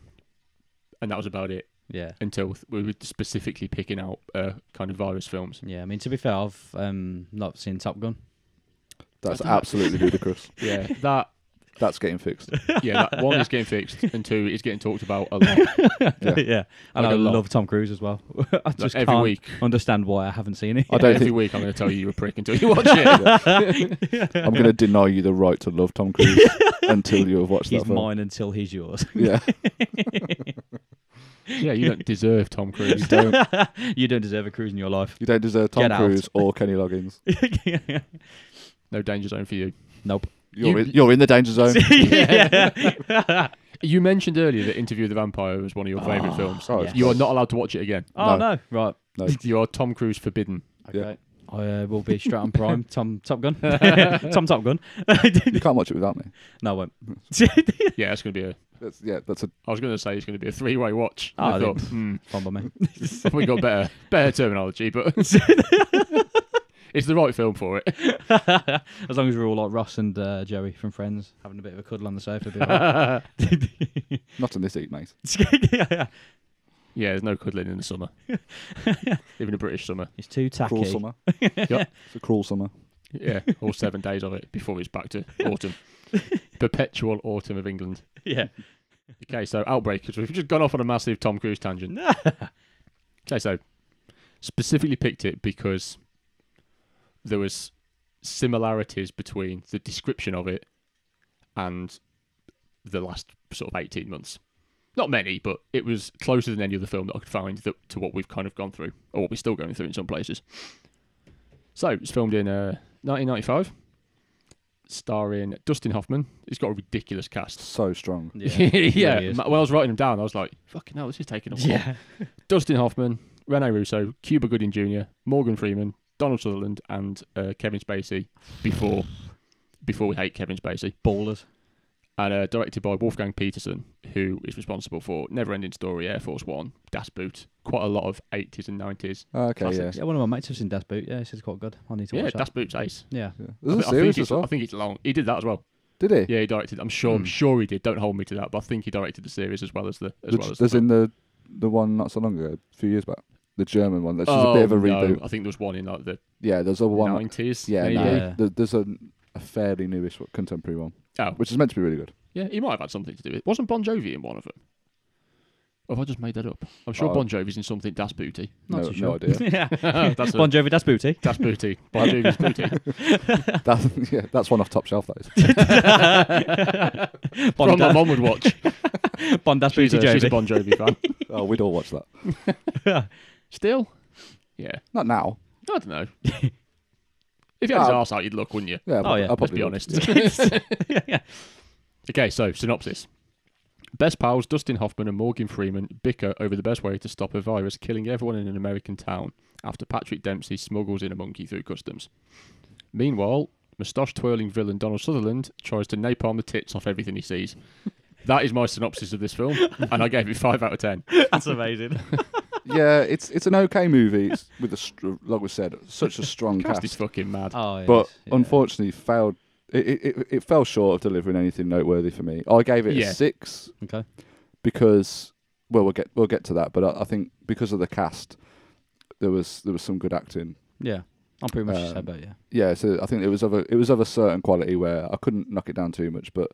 and that was about it
Yeah.
until th- we were specifically picking out uh, kind of virus films.
Yeah. I mean, to be fair, I've um, not seen Top
*laughs*
Gun.
That's
I don't
*laughs*
know.
absolutely ludicrous.
Yeah, that
That's getting fixed.
yeah, that one is getting fixed, and two is getting talked about a
*laughs*
lot.
Yeah.
And I,
Like a lot.
love Tom Cruise as well. *laughs* I
Like
just
every
can't
week.
understand why I haven't seen it.
I don't
every
think
week I'm going to tell you you're a prick until you watch it.
I'm going to deny you the right to love Tom Cruise until you have watched
*laughs* He's
that film.
mine until he's yours. *laughs*
Yeah,
yeah, you don't deserve Tom Cruise.
you don't.
you don't deserve a cruise in your
*laughs*
life. *laughs*
You don't deserve Tom
Get out.
Cruise or Kenny Loggins.
No danger zone for you.
nope.
You're
You-
in, you're in the danger zone.
You mentioned earlier that Interview with the Vampire was one of your favourite films.
Oh,
yeah.
You are not allowed to watch it again.
*laughs* Oh, no.
No.
Right.
No.
You are Tom Cruise forbidden.
Yeah.
Okay. I uh, will be straight
*laughs*
on prime. Tom Top Gun. Tom Top Gun.
You can't watch it without me.
no, I won't.
Yeah, that's going to be a.
That's yeah. That's a
I was going to say it's going to be a three-way watch.
Oh,
I
then-
thought hmm,
Fine by me. *laughs*
we got better, better terminology, but it's the right film for it.
as long as we're all like Ross and uh, Joey from Friends, having a bit of a cuddle on the sofa. Be all right.
not in this heat, mate.
*laughs* Yeah, there's no cuddling in the summer, even a British summer.
*laughs* It's too tacky.
Cruel summer. It's a cruel summer.
Yeah, all seven days of it before it's back to autumn. Perpetual autumn of England. *laughs*
Yeah.
Okay, so outbreak, 'cause we've just gone off on a massive Tom Cruise tangent. okay, so specifically picked it because there was similarities between the description of it and the last sort of 18 months. Not many, but it was closer than any other film that I could find that, to what we've kind of gone through, or what we're still going through in some places. So it's filmed in uh, 1995, starring Dustin Hoffman. It's got a ridiculous cast.
So strong.
Yeah.
*laughs* Yeah, yeah.
really is.
Ma- when I was writing them down, I was like, "Fucking hell, this is taking a while."
yeah.
Dustin Hoffman, Rene Russo, Cuba Gooding Jr., Morgan Freeman, Donald Sutherland and uh, Kevin Spacey before before we hate Kevin Spacey,
Ballers.
and uh, directed by Wolfgang Peterson, who is responsible for Never Ending Story, Air Force One, Das Boot, quite a lot of 80s and 90s.
Okay,
Classics.
yeah.
Yeah, one of my mates has seen Das Boot. Yeah, he says quite good. I need to
yeah,
watch
Das
that.
Boot's ace.
Yeah.
yeah.
I,
There's a
thi- I think
series
it's,
as well.
I think it's long. He did that as well.
Did he?
Yeah, he directed. I'm sure. I'm
Hmm.
sure he did. Don't hold me to that, but I think he directed the series as well as the as
the,
well as.
there's
the
in the the one not so long ago, a few years back, the German one. That's just
oh,
a bit of a
no,
reboot.
I think there was one in like the
Yeah, there's a one.
90s.
*laughs* yeah,
maybe.
no,
Yeah.
there- there's a, a fairly newish one, contemporary one,
Oh,
which is meant to be really
*laughs*
good.
yeah, he might have had something to do with it. Wasn't Bon Jovi in one of them? Or have I just made that up? I'm sure
Oh.
Bon Jovi's in something. Das Booty.
Not
no,
too
no
sure. *laughs*
idea.
yeah.
*laughs* that's a,
Bon Jovi, that's
*laughs*
booty.
Das Booty.
*laughs*
Bon Jovi's Booty.
That- yeah, that's *laughs* one off top shelf. That is.
From my
Bon,
mum
*laughs*
would watch.
bon that's
She's
booty
a, she's a
Jovi.
Bon Jovi fan.
oh, we'd all watch that.
Still, yeah.
Not now.
I
*laughs*
don't know. if you had his
Oh.
arse out, you'd look, wouldn't you?
yeah,
Yeah, I'll
Oh, Let's
probably
be
would. *laughs*
honest.
*laughs*
Okay, so synopsis. Best pals Dustin Hoffman and Morgan Freeman bicker over the best way to stop a virus killing everyone in an American town after Patrick Dempsey smuggles in a monkey through customs. Meanwhile, moustache twirling villain Donald Sutherland tries to napalm the tits off everything
*laughs*
he sees. That is my synopsis of this film, and I gave it 5 out of 10.
That's amazing.
yeah, it's it's an okay movie. It's with a str- like we said, such a strong
Cast
cast,
is fucking mad.
Oh,
but
yes, yeah.
unfortunately failed. It, it it- it fell short of delivering anything noteworthy for me. I gave it
Yeah.
a six
Okay.
because well we'll get we'll get to that, but I, I think because of the cast, there was there was some good acting.
Yeah. I'm pretty much the
Um,
same boat, yeah.
Yeah, so I think it was of a it was of a certain quality where I couldn't knock it down too much, but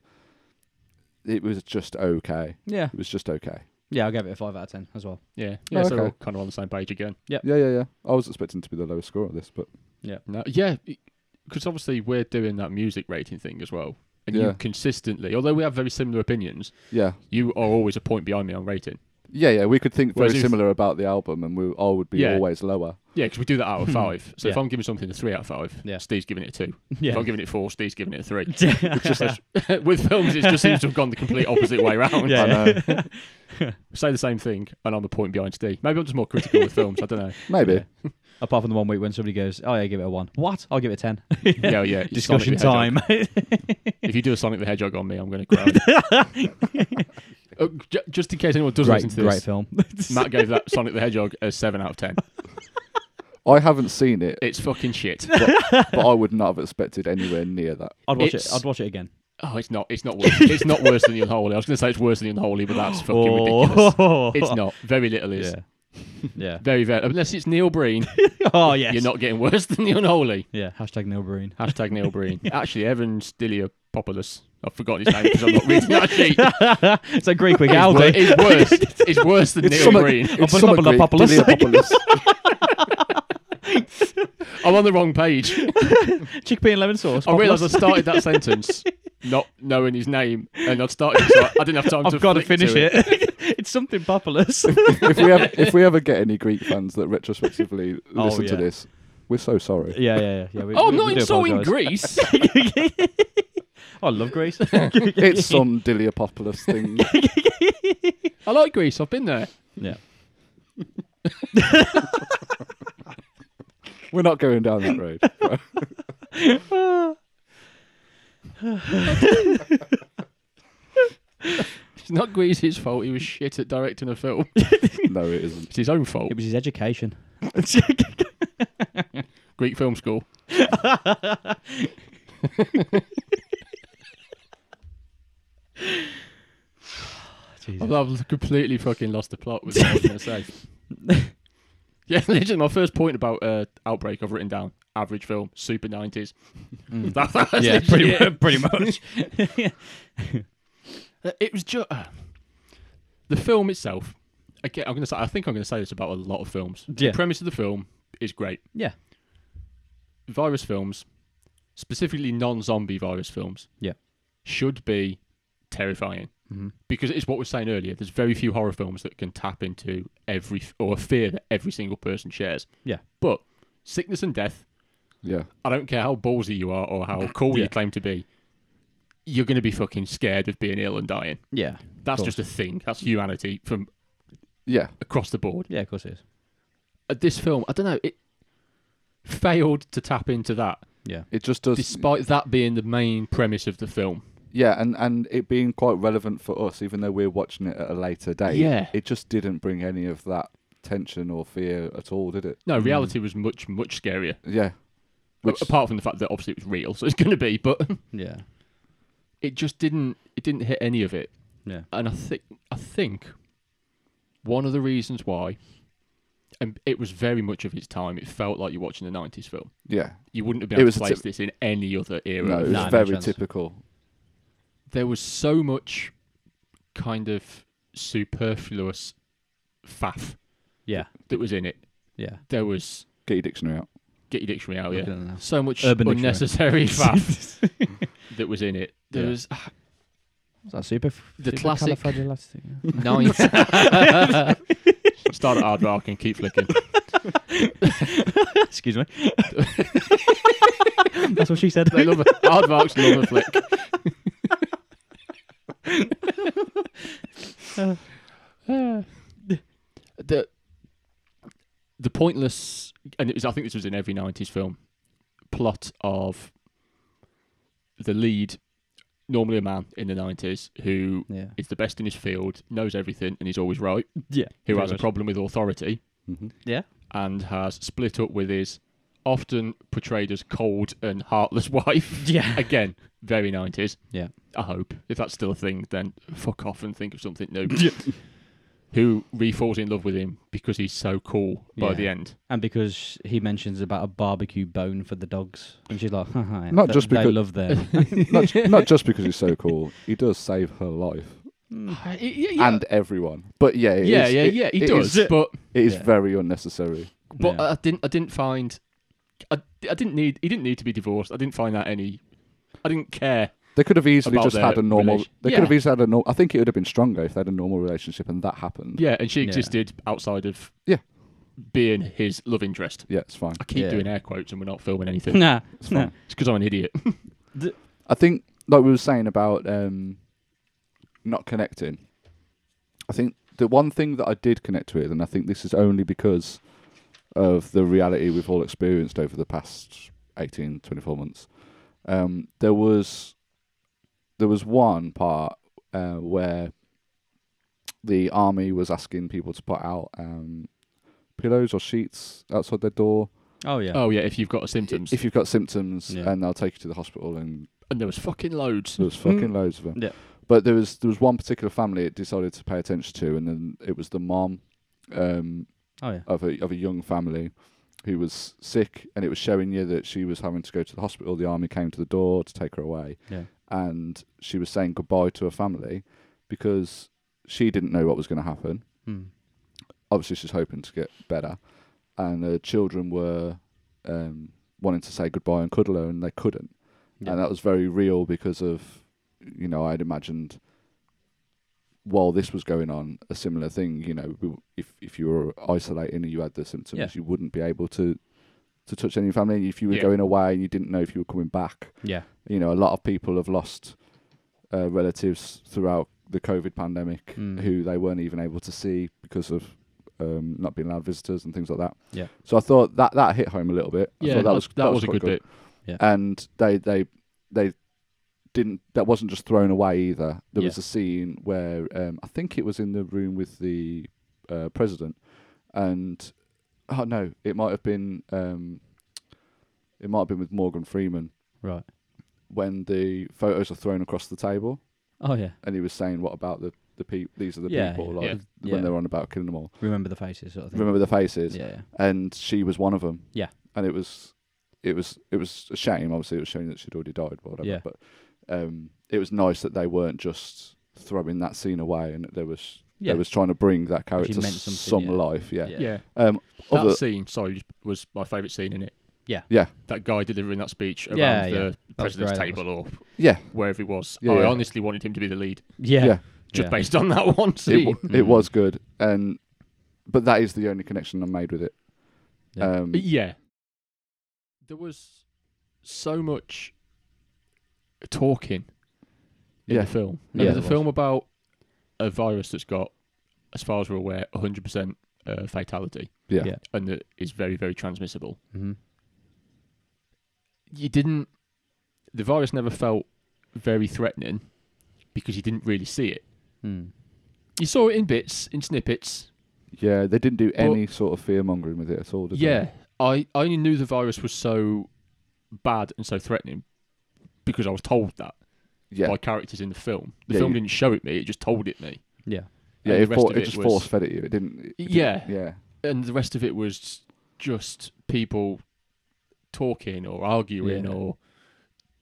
it was just okay.
Yeah.
It was just okay.
Yeah, I gave it a 5 out of 10 as well.
Yeah, yeah, so
okay.
we're all kind of on the same page again.
Yeah, yeah, yeah. I was expecting to be the lowest score on this, but
No, yeah, because obviously we're doing that music rating thing as well, and
Yeah.
you consistently, although we have very similar opinions,
yeah,
you are always a point behind me on rating.
yeah, yeah. We could think very
Whereas if-
similar about the album, and we I would be
Yeah.
always lower.
Yeah, because we do that out of five. So if
Hmm. Yeah.
I'm giving something a three out of five,
Yeah.
Steve's giving
*laughs*
it a two. If
Yeah.
I'm giving it four, Steve's giving it a three. *laughs* With films, it just seems to have gone the complete opposite
*laughs*
way round.
Yeah.
I know.
*laughs* Say the same thing, and I'm a point behind Steve. Maybe I'm just more critical with films. I don't
*laughs*
know.
Maybe.
Yeah. Apart
*laughs*
from the one week when somebody goes, oh, yeah, give it a 1. What? I'll give it a 10.
Yeah, yeah. it's Sonic
Discussion
the Hedgehog.
time.
If you do a Sonic the Hedgehog on me, I'm going
*laughs*
to cry. Uh, ju- just in case anyone does
great,
listen to
great
this,
film. *laughs*
Matt gave that Sonic the Hedgehog a seven out of ten.
I haven't seen it,
It's
*laughs*
fucking shit.
but I would not have expected anywhere near that.
I'd watch
It's-
it. I'd watch it again.
Oh, it's not. It's not worse. it's not worse than the unholy. I was going to say it's worse than the unholy, but that's fucking
*laughs*
ridiculous.
Oh.
It's not. Very little is.
Yeah. *laughs*
Very, very. Unless it's Neil Breen,
Oh, yes.
you're not getting worse than the unholy.
Yeah. Hashtag Neil Breen.
Hashtag Neil Breen. Actually, Evan Stiliopopoulos. I've forgotten his name because I'm not reading that sheet.
it's a Greek
*laughs*
wig
*laughs* It's, wor-
Aldi.
*laughs* it's worse. It's worse than Neil
something-
Breen.
it's
Open
something
up a
great.
populace.
Diliopopoulos.
I'm on the wrong page.
Chickpea and lemon sauce.
I realised I started *laughs* that sentence not knowing his name, and I started. So I didn't have
*laughs*
time to.
I've got to
flick
finish it. it's something populous.
*laughs*
if we ever if we ever get any Greek fans that retrospectively
Oh,
listen to
yeah.
this, we're so sorry.
Yeah, yeah, yeah. yeah we,
Oh, I'm
we- we
not
do
insulting
apologise. *laughs*
Greece.
Oh, I love *laughs* Greece.
It's some Diliopopoulos thing.
I like Greece. I've been there.
yeah.
We're not going down that road.
It's not Greasy's fault. He was shit at directing a film.
No, it isn't.
It's his own fault.
It was his education.
Greek film
*laughs*
school. I've, I've completely fucking lost the plot with what I was going to
*laughs*
say. Yeah, *laughs* literally, my first point about uh, Outbreak I've written down average film, super 90s. *laughs* That- that's
Mm. yeah,
literally
pretty,
it.
mu- pretty
*laughs*
much.
Uh, It was just the film itself. Again, I'm gonna say. I think I'm gonna say this about a lot of films.
Yeah.
The premise of the film is great.
Yeah.
Virus films, specifically non-zombie virus films.
Yeah.
Should be terrifying
Mhm.
because it's what we were saying earlier. There's very few horror films that can tap into every or a fear that every single person shares.
Yeah.
But sickness and death.
Yeah.
I don't care how ballsy you are or how cool you
Yeah.
claim to be. You're gonna be fucking scared of being ill and dying.
Yeah.
That's
course.
just a thing. That's humanity from
Yeah.
across the board.
Yeah, of course it is.
Uh, this film, I don't know. It failed to tap into that,
Yeah.
It just does.
despite that being the main premise of the film.
yeah, and, and it being quite relevant for us, even though we're watching it at a later date.
Yeah.
It just didn't bring any of that tension or fear at all, did it?
No, reality was much, much scarier.
Yeah. Hmm. Which,
Which... Apart from the fact that obviously it was real, so it's going to be, but *laughs*
Yeah.
it just didn't, it didn't hit any of it.
Yeah.
and I think I think one of the reasons why, and it was very much of its time. It felt like you're watching a '90s film.
yeah.
You wouldn't have been
It
able
was a
to place
tip-
this in any other era.
No, it was
Nah, no
very
chance.
typical.
There was so much kind of superfluous faff
Yeah.
that was in it.
Yeah.
There was
Get your dictionary out.
get your dictionary out,
Looking
Oh, yeah.
at it now.
So much
Urban Dictionary. *laughs*
unnecessary faff that was in it. There
Yeah.
was *laughs*
Was that super?
The classic-
supercalifragilistic- *laughs*
nine. Start at hard rock and keep flicking.
Excuse me. That's what she
*laughs*
said.
They love it. Hard rock's love a flick. the the pointless and it was I think this was in every nineties film plot of the lead, normally a man in the nineties who
Yeah.
is the best in his field, knows everything, and he's always right.
Yeah.
Who
pretty
has a
much.
problem with authority
Mm-hmm.
Yeah.
and has split up with his often portrayed as cold and heartless *laughs* wife.
Yeah.
Again, very nineties.
Yeah.
I hope if that's still a thing, then fuck off and think of something new. *laughs* Who re-falls in love with him because he's so cool by
Yeah.
the end.
And because he mentions about a barbecue bone for the dogs, and she's like, Haha,
Not
th-
just
they
because- *laughs*
love them. *laughs*
not,
*laughs*
not just because he's so cool, he does save her life
Uh,
yeah,
and everyone. But yeah, it
yeah,
is-
yeah,
it-
yeah, he
it
does,
is-
but
it is
Yeah.
very unnecessary.
but
Yeah.
I didn't, I didn't find, I, I didn't need, he didn't need to be divorced. I didn't find that any, I didn't care.
They could have easily
About
just
their
had a normal.
relation-
They
Yeah.
could have easily had a normal. I think it would have been stronger if they had a normal relationship and that happened.
Yeah, and she
Yeah.
existed outside of
Yeah.
being his love interest.
Yeah, it's fine.
I keep
Yeah.
doing air quotes and we're not
*laughs*
filming anything.
nah,
It's
nah.
fine.
It's because I'm an idiot.
I think, like we were saying about um, not connecting, I think the one thing that I did connect with, and I think this is only because of the reality we've all experienced over the past 18, 24 months, um, there was there was one part uh, where the army was asking people to put out um, pillows or sheets outside their door
Oh yeah.
Oh yeah, if you've got symptoms,
if you've got symptoms,
Yeah.
and they'll take you to the hospital and
and there was fucking loads.
There was fucking loads of them.
Yeah.
But there was there was one particular family it decided to pay attention to, and then it was the mom um,
Oh yeah.
of a of a young family who was sick, and it was showing you that she was having to go to the hospital. The army came to the door to take her away,
Yeah.
and she was saying goodbye to her family because she didn't know what was going to happen.
Mm.
Obviously, she's hoping to get better, and her children were um, wanting to say goodbye and cuddle her, and they couldn't
Yeah.
and that was very real because of you know I'd imagined while this was going on a similar thing you know we- if if you were isolating and you had the symptoms
Yeah.
you wouldn't be able to to touch any family and if you were
Yeah.
going away and you didn't know if you were coming back
Yeah.
you know a lot of people have lost uh, relatives throughout the covid pandemic
Mm.
who they weren't even able to see because of um, not being allowed visitors and things like that
Yeah.
so I thought that that hit home a little bit I
Yeah,
thought
that was, that was a
quite
good, bit.
and they they they didn't that wasn't just thrown away either there
Yeah.
was a scene where um, i think it was in the room with the uh, president and oh no it might have been um, it might have been with morgan freeman
Right.
when the photos are thrown across the table
Oh yeah.
and he was saying what about the the people these are the
Yeah,
people
yeah,
like
yeah.
when
Yeah.
they're on about killing them all
Remember the faces sort of thing.
remember the faces
Yeah. yeah.
and she was one of them.
Yeah.
and it was, it was, it was a shame. Obviously, it was showing that she'd already died, or whatever.
Yeah.
But um, it was nice that they weren't just throwing that scene away, and that there was,
Yeah.
they was trying to bring that character
meant
s- some
something, yeah.
life. Yeah.
Yeah.
Yeah,
Um,
that
other,
scene. Sorry, was my favourite scene in it.
Yeah.
Yeah.
that guy delivering that speech around
Yeah,
the
yeah. was
president's
great, that
table or
yeah,
wherever he was.
Yeah,
I
yeah.
honestly wanted him to be the lead
Yeah.
Yeah.
just
Yeah.
based on that *laughs* one
it,
scene.
w- it
Mm.
was good, and but that is the only connection I made with it.
Yeah.
Um,
yeah, there was so much talking in
Yeah.
the film.
Yeah,
Yeah, there's a
there was.
film about a virus that's got, as far as we're aware, 100% uh, fatality
yeah,
yeah.
and that is very very transmissible.
Mhm.
you didn't. The virus never felt very threatening because you didn't really see it.
Hmm.
You saw it in bits, in snippets.
Yeah, they didn't do
But-
any sort of fear mongering with it at all, did they?
Yeah, I, I only knew the virus was so bad and so threatening because I was told that
Yeah.
by characters in the film. The
Yeah,
film
you-
didn't show it me; it just told it me.
Yeah.
yeah,
and
it,
the rest
for-
of
it
it
just
was-
force fed it you. It didn't. it didn't-
Yeah,
Yeah.
and the rest of it was just people talking or arguing
Yeah.
or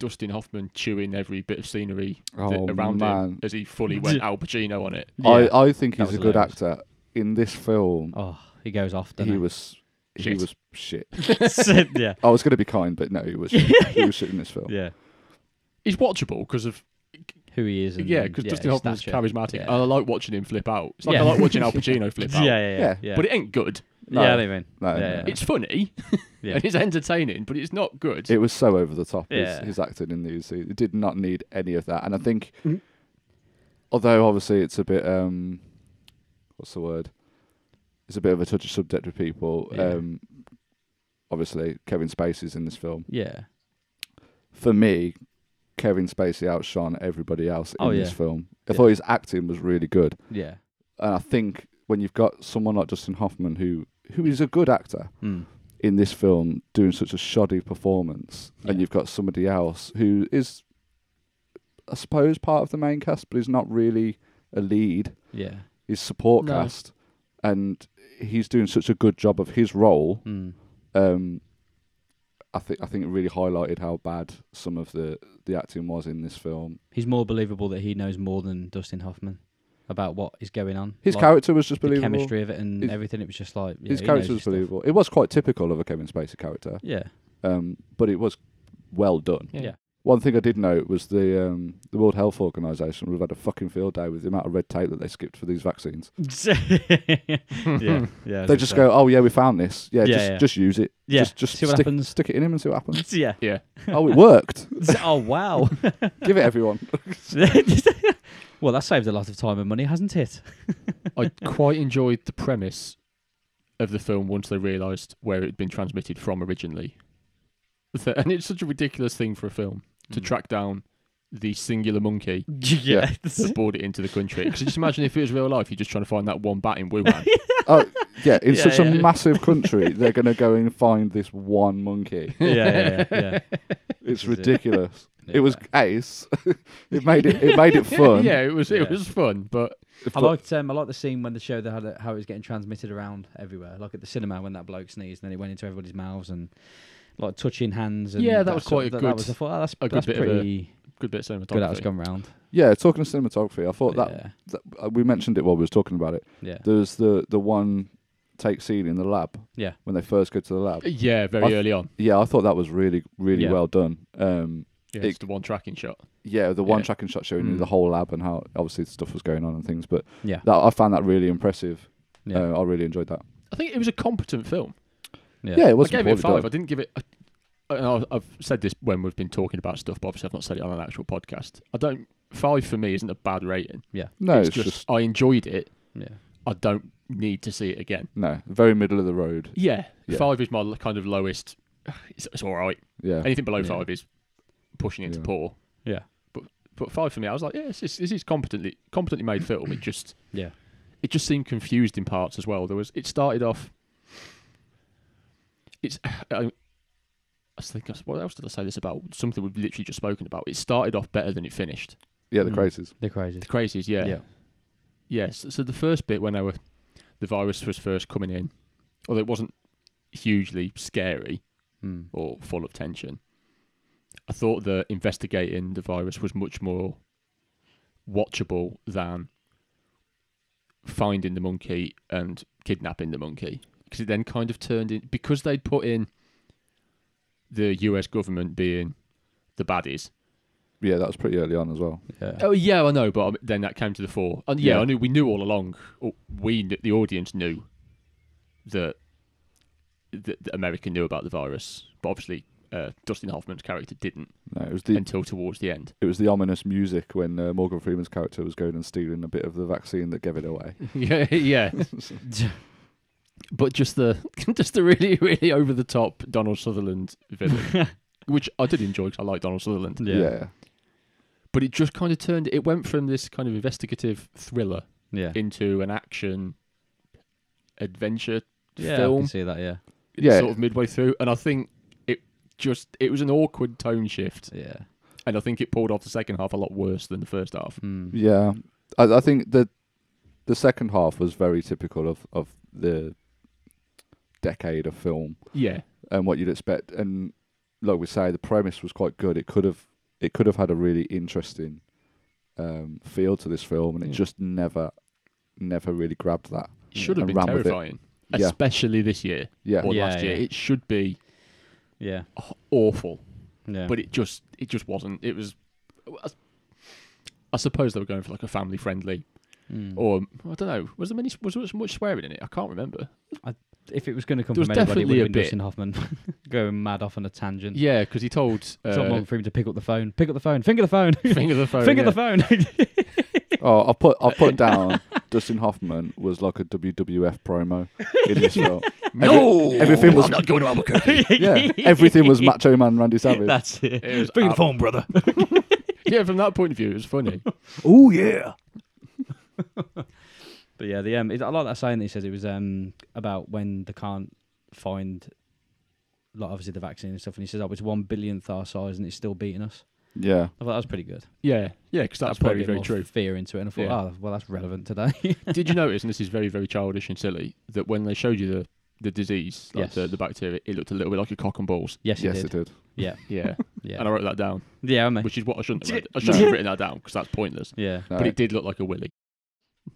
Dustin Hoffman chewing every bit of scenery that-
Oh,
around him
man.
as he fully went Al Pacino on it.
I, I think
That
he's a
was
good
hilarious.
actor. In this film,
Oh, he goes off. doesn't
he
*laughs*
was he
Shit.
was shit. *laughs*
he? yeah.
I was going to be kind, but no, he
*laughs*
was shit. he was shit in this film.
Yeah.
He's watchable because of
Who he is? And,
yeah, because Dustin
his
Hoffman's
stature.
charismatic.
Yeah.
And I like watching him flip out. It's like
Yeah.
I like watching Al
*laughs*
Pacino flip
yeah,
out.
yeah, yeah,
Yeah.
yeah.
But it ain't good.
No,
yeah, I know what you mean.
no,
yeah,
no.
yeah.
It's funny
*laughs* Yeah.
*laughs* and it's entertaining, but it's not good.
It was so over the top. His,
Yeah.
his acting in these, it did not need any of that. And I think, although obviously it's a bit, um, what's the word? It's a bit of a touchy subject with people.
Yeah.
Um, obviously, Kevin Spacey's in this film.
yeah.
For me, Kevin Spacey outshone everybody else in
Oh,
this
yeah.
film. I
Yeah.
thought his acting was really good,
Yeah.
and I think when you've got someone like Justin Hoffman, who who is a good actor,
Mm.
in this film doing such a shoddy performance, and
Yeah.
you've got somebody else who is, I suppose, part of the main cast, but is not really a lead.
Yeah.
He's support
No.
cast, and he's doing such a good job of his role.
Mm.
Um, I think I think it really highlighted how bad some of the the acting was in this film.
He's more believable that he knows more than Dustin Hoffman about what is going on.
His
like,
character was just
the
believable.
chemistry of it, and
His-
everything. It was just like yeah,
his
he knows
character was
stuff.
believable. It was quite typical of a Kevin Spacey character,
Yeah. *laughs*
um, but it was well done.
Yeah.
One thing I did note was the um, the World Health Organization would have had a fucking field day with the amount of red tape that they skipped for these vaccines.
*laughs*
*laughs*
yeah. Yeah.
They just go, "Oh yeah, we found this. Yeah,
Yeah,
just
yeah.
just use it.
Yeah,
just just
see what
stick, *laughs*
happens."
stick it in him and see what
*laughs*
happens.
Yeah.
yeah.
oh, it
*laughs*
worked.
oh
*laughs*
wow.
Give it everyone.
well, that saved a lot of time and money, hasn't it?
I quite enjoyed the premise of the film once they realised where it had been transmitted from originally. *laughs* Th- And it's such a ridiculous thing for a film to
Hmm.
track down the singular
*laughs*
monkey
*laughs* yeah.
that brought it into the country. Because just imagine if it was real life, you're just trying to find that one bat in Wuhan.
oh yeah, in
*laughs* Yeah,
such a
yeah.
massive
*laughs*
country, they're gonna go and find this one monkey.
*laughs* yeah, yeah,
*laughs*
yeah,
It's
is it. *laughs*
ridiculous.
yeah.
It was ace. *laughs* it made it it made it *laughs* fun.
*laughs* yeah, it
*laughs*
was
Yeah.
it was fun, but
I
but-
liked um, I liked the scene when the show they had it, how it was getting transmitted around everywhere, like at the cinema when that bloke sneezed and then it went into everybody's mouths and like touching hands. And
Yeah, that was
sort-
quite a
that,
good-
That was, I thought, oh, that's,
a good
that's
bit of a
pretty
good bit of cinematography.
good. That was gone round.
Yeah, talking of cinematography, I thought that,
yeah,
that uh, we mentioned it while we was talking about it.
yeah,
There's the the one take scene in the lab
yeah.
when they first go to the lab.
Yeah, very
I th-
early on.
Yeah, I thought that was really really
Yeah.
well done. Um,
Yeah,
It-
it's the one tracking shot.
yeah, the one
Yeah.
tracking shot showing you
Mm.
the whole lab and how obviously stuff was going on and things. But
Yeah.
that, I found that really impressive.
Yeah.
Uh, I really enjoyed that.
I think it was a competent film.
Yeah.
Yeah, it was
I gave it a five. I
Done.
didn't give it. I, I- I've said this when we've been talking about stuff, but obviously I've not said it on an actual podcast. I don't. Five for me isn't a bad rating.
No, it's, just,
I enjoyed it.
yeah.
I don't need to see it again.
no very middle of the road.
Yeah,
Yeah.
five is my l- kind of lowest. *sighs* It's, it's all right.
Yeah,
Anything below
Yeah.
five is pushing it to
Yeah.
poor.
Yeah.
But five for me, I was like, yeah, this is, this is competently competently made film. It just
Yeah.
it just seemed confused in parts as well. There was it started off. It's *sighs* I, I think I- what else did I say this about? Something we've literally just spoken about. It started off better than it finished.
yeah, the
Mm.
crazies.
They're crazy.
The crazies, yeah,
Yeah.
yes. so the first bit when they were, the virus was first coming in, although it wasn't hugely scary
Mm.
or full of tension. I thought that investigating the virus was much more watchable than finding the monkey and kidnapping the monkey because it then kind of turned in because they'd put in the US government being the baddies.
Yeah, that was pretty early on as well.
Yeah.
Oh yeah, I know, but um, then that came to the fore. And yeah,
Yeah.
I knew we knew all along. or We kn- the audience knew that that that America knew about the virus, but obviously uh, Dustin Hoffman's character didn't
No, it was the
until towards
*laughs*
the end. *laughs*
it was the ominous music when uh, Morgan Freeman's character was going and stealing a bit of the vaccine that gave it away.
yeah, yeah. *laughs* but just the just the really really over the top Donald Sutherland villain which I did enjoy because I like Donald Sutherland.
Yeah.
yeah.
But it just kind of turned. It went from this kind of investigative thriller
Yeah.
into an action adventure
Yeah, I
film
can see that. Yeah,
Yeah.
sort of midway through, and I think it just it was an awkward tone shift,
yeah.
and I think it pulled off the second half a lot worse than the first half.
Mm.
Yeah, I, I think the the second half was very typical of of the decade of film
Yeah,
and what you'd expect. And like we say, the premise was quite good. It could have it could have had a really interesting um, feel to this film, and it
Yeah.
just never never really grabbed that.
should
And
have been
ran with it.
terrifying,
Yeah.
especially this year
Yeah,
or
Yeah,
last year.
yeah.
It should be
Yeah,
h- awful,
yeah.
but it just it just wasn't. It was. I s- I suppose they were going for like a family friendly,
Mm.
or I don't know. Was there many? Was there much swearing in it? I can't remember.
if it was going to come
There was
from anybody, it
definitely
would
a
have been
bit.
Dustin Hoffman *laughs* going mad off on a tangent.
Yeah, because he told
It's not long
uh,
for him to pick up the phone. Pick up the phone. Finger the phone. *laughs*
*laughs* finger the phone.
Finger
yeah.
the phone.
oh, I put I put down Dustin Hoffman was like a WWF promo in this film.
No,
everything was-
I'm not going to Albuquerque.
*laughs*
Yeah, everything was Macho Man Randy Savage.
That's it.
It was
Finger the
ab-
phone,
*laughs*
brother.
*laughs* yeah, from that point of view, it was funny.
oh yeah,
But yeah, the um, it, I like that saying that he says it was um about when they can't find, like obviously the vaccine and stuff, and he says, "Oh, it's one billionth our size, and it's still beating us."
yeah.
I thought that was pretty good.
Yeah, yeah, because that's
That put a
very,
bit
very
more *laughs*
true.
Fear into it, and I thought,
Yeah.
"Oh, well, that's relevant today." *laughs*
Did you notice, and this is very, very childish and silly, that when they showed you the, the disease, like
Yes.
the, the bacteria, it looked a little bit like a cock and balls.
yes,
yes,
it did.
It did.
Yeah,
Yeah.
yeah,
And I wrote that down,
yeah, I mean,
which is what I shouldn't have read. I shouldn't have written that down because that's pointless.
yeah.
No.
But it did look like a willy. *laughs*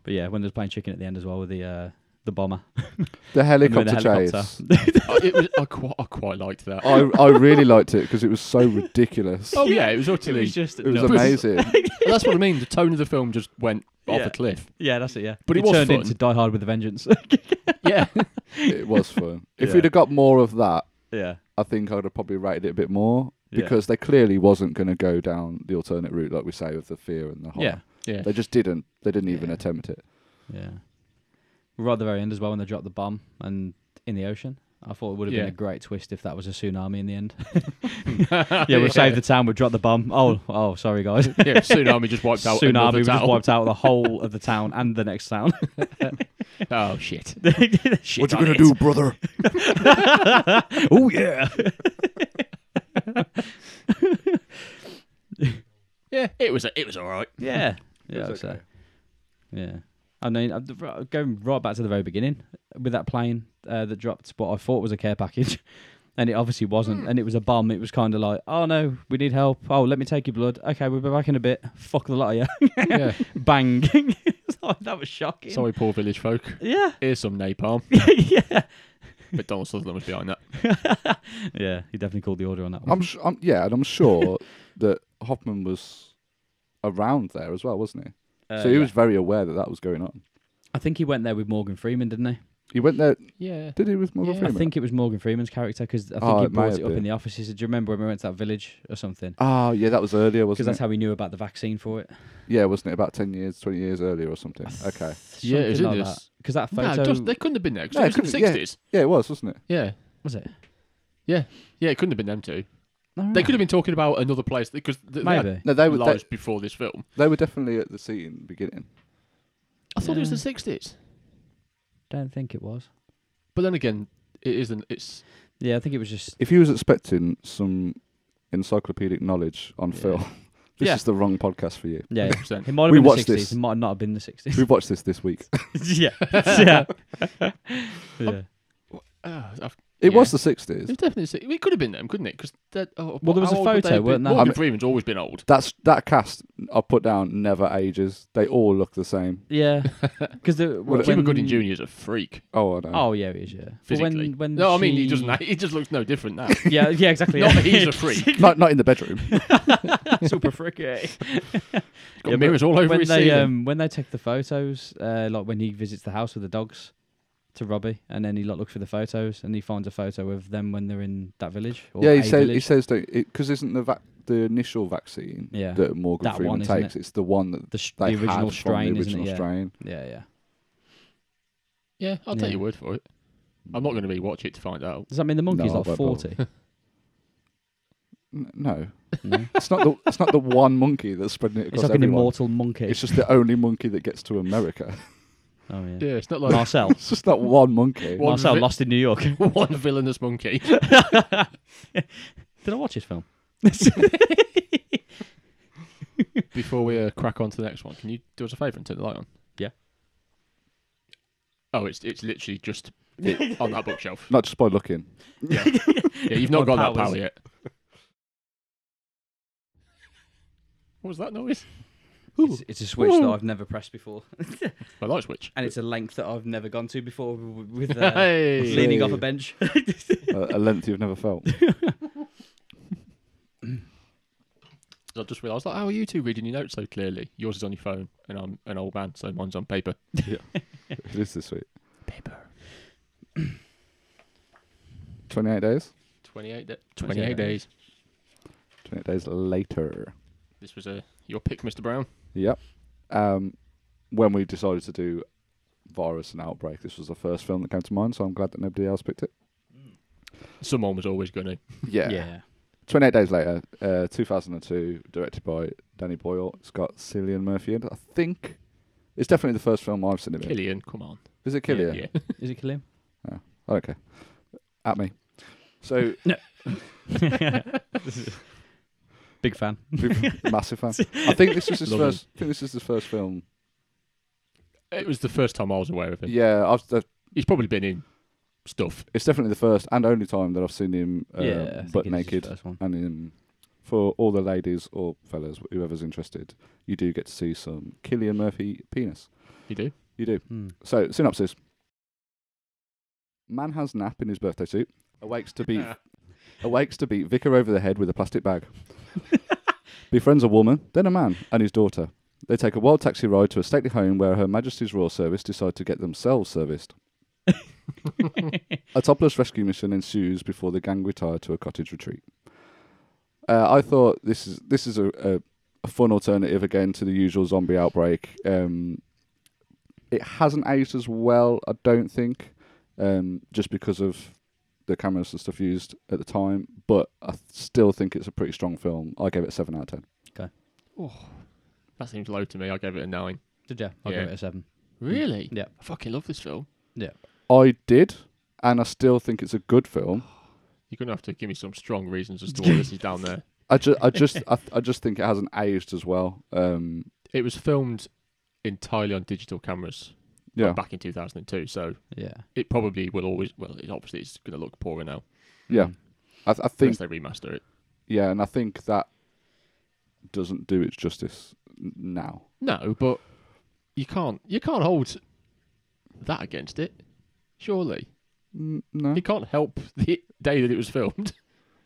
But yeah, when they was playing chicken at the end as well with the uh, the bomber,
The
When they were in
helicopter,
the
chase.
I, *laughs*
*laughs*
it was, oh, I, quite, I quite liked that.
I I really liked it because it was
*laughs*
so ridiculous.
oh, yeah, it was
it
utterly.
was just
it was
no.
*laughs*
amazing.
that's what I mean. The tone of the film just went off
Yeah.
a cliff.
*laughs* yeah, that's it. Yeah,
But it
it
was
turned
fun.
into Die Hard with a Vengeance. *laughs*
Yeah.
it was fun. If
Yeah.
we'd have got more of that,
yeah,
I think I'd have probably rated it a bit more
Yeah.
because they clearly wasn't going to go down the alternate route like we say with the fear and the horror.
yeah,
yeah.
They just didn't. They didn't even
Yeah.
attempt it.
yeah. Right at the very end as well, when they dropped the bomb and in the ocean. I thought it would have
Yeah.
been a great twist if that was a tsunami in the
*laughs*
end. *laughs* yeah, we'll save the town. We'll drop the bomb. Oh, oh, sorry guys.
Yeah, tsunami just *laughs* wiped out.
tsunami.
another
We just
town.
wiped out the whole of the town and the next town.
*laughs*
*laughs*
Oh shit!
Shit on it.
brother?
*laughs* oh yeah.
*laughs* Yeah, it was it was all right. *laughs*
Yeah. Yeah.
It's
I'd say.
okay.
Yeah. I mean, I'm r- going right back to the very beginning with that plane uh, that dropped what I thought was a care package, *laughs* and it obviously
Hmm.
wasn't, and it was a bomb. It was kind of like, oh no, we need help. Oh, let me take your blood. Okay, we'll be back in a bit. Fuck the lot of you.
Yeah.
*laughs* Bang. It's like, that was shocking.
Sorry, poor village folk.
Yeah. *laughs*
Here's some *laughs* napalm.
yeah.
But Donald Sutherland was behind that.
Yeah. He definitely called the order on that one.
I'm, sh- I'm yeah, and I'm
*laughs*
sure that Hoffman was around there as well, wasn't he?
Uh,
so he
yeah.
was very aware that that was going on.
I think he went there with Morgan Freeman, didn't he?
He went there.
Yeah.
Did he with Morgan
Yeah, I
Freeman?
I think it was Morgan Freeman's character because I think
Oh,
he
it may
brought
have
it up
been.
in the office. He said, "Do you remember when we went to that village or something?"
Oh yeah, that was earlier,
Because
wasn't it?
that's how we knew about the vaccine for it.
yeah, wasn't it about ten years, twenty years earlier or
*sighs*
something? Okay.
Yeah, it was in this-
Because that
No,
photo
just, they couldn't have been there 'cause
No, it
it was in
couldn't-
the
yeah.
60s.
Yeah, it was, wasn't it?
Yeah. yeah.
was it?
Yeah. it couldn't have been them two.
No,
They could have been talking about another place because they, they had
maybe.
No, they were
lives
they,
before this film.
they were definitely at the scene in the beginning.
I thought it was
Yeah.
the 60s.
Don't think it was.
But then again, it isn't. It's
Yeah, I think it was just.
If you was expecting some encyclopedic knowledge on
Yeah.
film, *laughs* this
Yeah.
is the wrong podcast for
*laughs*
you.
Yeah, yeah.
100%.
it might have
We
been the
watched
sixties.
this.
It might not have been
*laughs*
the sixties.
We watched this this
*laughs*
week.
yeah,
*laughs*
yeah, yeah.
Ah, I've-
It
Yeah.
was the
it
sixties.
was definitely. the 60s. It could have been them, couldn't it? Because oh,
Well, there was
how
a
old would
photo,
they have been?
weren't there?
Morgan
I mean-
Freeman's always been old.
That's that cast I put down never ages. They all look the same. *laughs*
Yeah, because the
Well,
well,
Cuba Gooding Jr. is a freak
Oh, I know.
Oh yeah, it is. Yeah, But
physically.
when when
no, I mean
she-
he doesn't. *laughs* He just looks no different now.
*laughs* Yeah, yeah, exactly.
*laughs* Not
yeah.
that he's a freak.
*laughs*
He's
Not not in the bedroom.
*laughs* super freaky.
got
Yeah, but
mirrors all over
when
his
they
ceiling.
um, when they take the photos, uh, like when he visits the house with the dogs to Robbie, and then he like, looks for the photos, and he finds a photo of them when they're in that village. Or
yeah, he
a
says he
village.
says that because isn't the vac- the initial vaccine
Yeah.
that Morgan
That
Freeman
one, isn't
takes? It's the one that
the, sh- the
they had from
original strain,
the original
isn't it?
strain.
Yeah, yeah, yeah.
yeah, I'll take
yeah.
your word for it. I'm not going to rewatch it to find out.
Does that mean the monkey's
No, I won't
like
bother.
forty?
N- no,
No?
it's not the it's not the one monkey that's spreading it
it's
across
like an
everyone.
immortal monkey.
It's just the only monkey that gets to America. *laughs*
oh yeah.
Yeah, it's not like
Marcel.
It's just that one monkey.
One
Marcel
vi-
lost in New York.
*laughs*
*laughs*
one villainous *laughs* monkey.
Did I watch his film?
Before we uh, crack on to the next one, can you do us a favour and turn the light on?
Yeah.
Oh, it's it's literally just on that *laughs* bookshelf.
Not just by looking.
*laughs*
Yeah, you've not
On
got that
powers.
power yet. What was that noise?
It's, it's a switch that
Ooh.
I've never pressed before,
My light switch.
and it's a length that I've never gone to before w- w- with uh,
*laughs* Hey.
leaning off
Hey.
a bench.
a, a length you've never felt.
I just realised, like, how are you two reading your notes so clearly? Yours is on your phone, and I'm an old man, so mine's on paper.
it is this week.
Paper.
28 days?
28, da- 28,
28
days.
28 days later.
This was uh, your pick, Mr. Brown.
Yep. Um, when we decided to do Virus and Outbreak, this was the first film that came to mind, so I'm glad that nobody else picked it.
Someone was always going to.
Yeah. 28 days later, uh, 2002, directed by Danny Boyle. It's got Cillian Murphy in it, I think. It's definitely the first film I've seen of it.
Killian, come on.
Is it
Yeah,
Killian?
Yeah. *laughs*
Is it Killian?
Okay. At me.
*laughs*
So,
*laughs* Big fan.
massive fan. I think this is his
Love him.
first. I think this is his first film.
It was the first time I was aware of him.
Yeah, I've, that-
He's probably been in stuff.
it's definitely the first and only time that I've seen him uh,
yeah,
butt naked. and in for all the ladies or fellas, whoever's interested, you do get to see some Killian Murphy penis.
You do?
You do.
Hmm.
So synopsis: Man has nap in his birthday suit, awakes to
*laughs*
beat awakes to beat Vicar over the head with a plastic bag. *laughs* Befriends a woman, then a man, and his daughter. They take a wild taxi ride to a stately home where Her Majesty's Royal Service decide to get themselves serviced. a topless rescue mission ensues before the gang retire to a cottage retreat. Uh, I thought this is this is a, a, a fun alternative again to the usual zombie outbreak. Um, it hasn't aged as well, I don't think, um, just because of the cameras and stuff used at the time. But I th- still think it's a pretty strong film. I gave it seven out of ten.
That seems low to me. I gave it a nine.
Did you? I'll
Yeah.
give it a seven.
Mm.
Really?
Yeah.
I fucking love this film.
I did, and I still think it's a good film.
You're going to have to give me some strong reasons as
*laughs*
to why this is down there.
I just, I just, I, th- I just think it hasn't aged as well. Um,
It was filmed entirely on digital cameras
yeah,
back in 2002, so
*laughs* Yeah.
it probably will always, well, it obviously it's going to look poorer now
yeah. I, th- I think
unless they remaster it.
Yeah, and I think that doesn't do its justice n- now.
No, but you can't, you can't hold that against it, surely.
N- No,
It can't help *laughs* the day that it was filmed.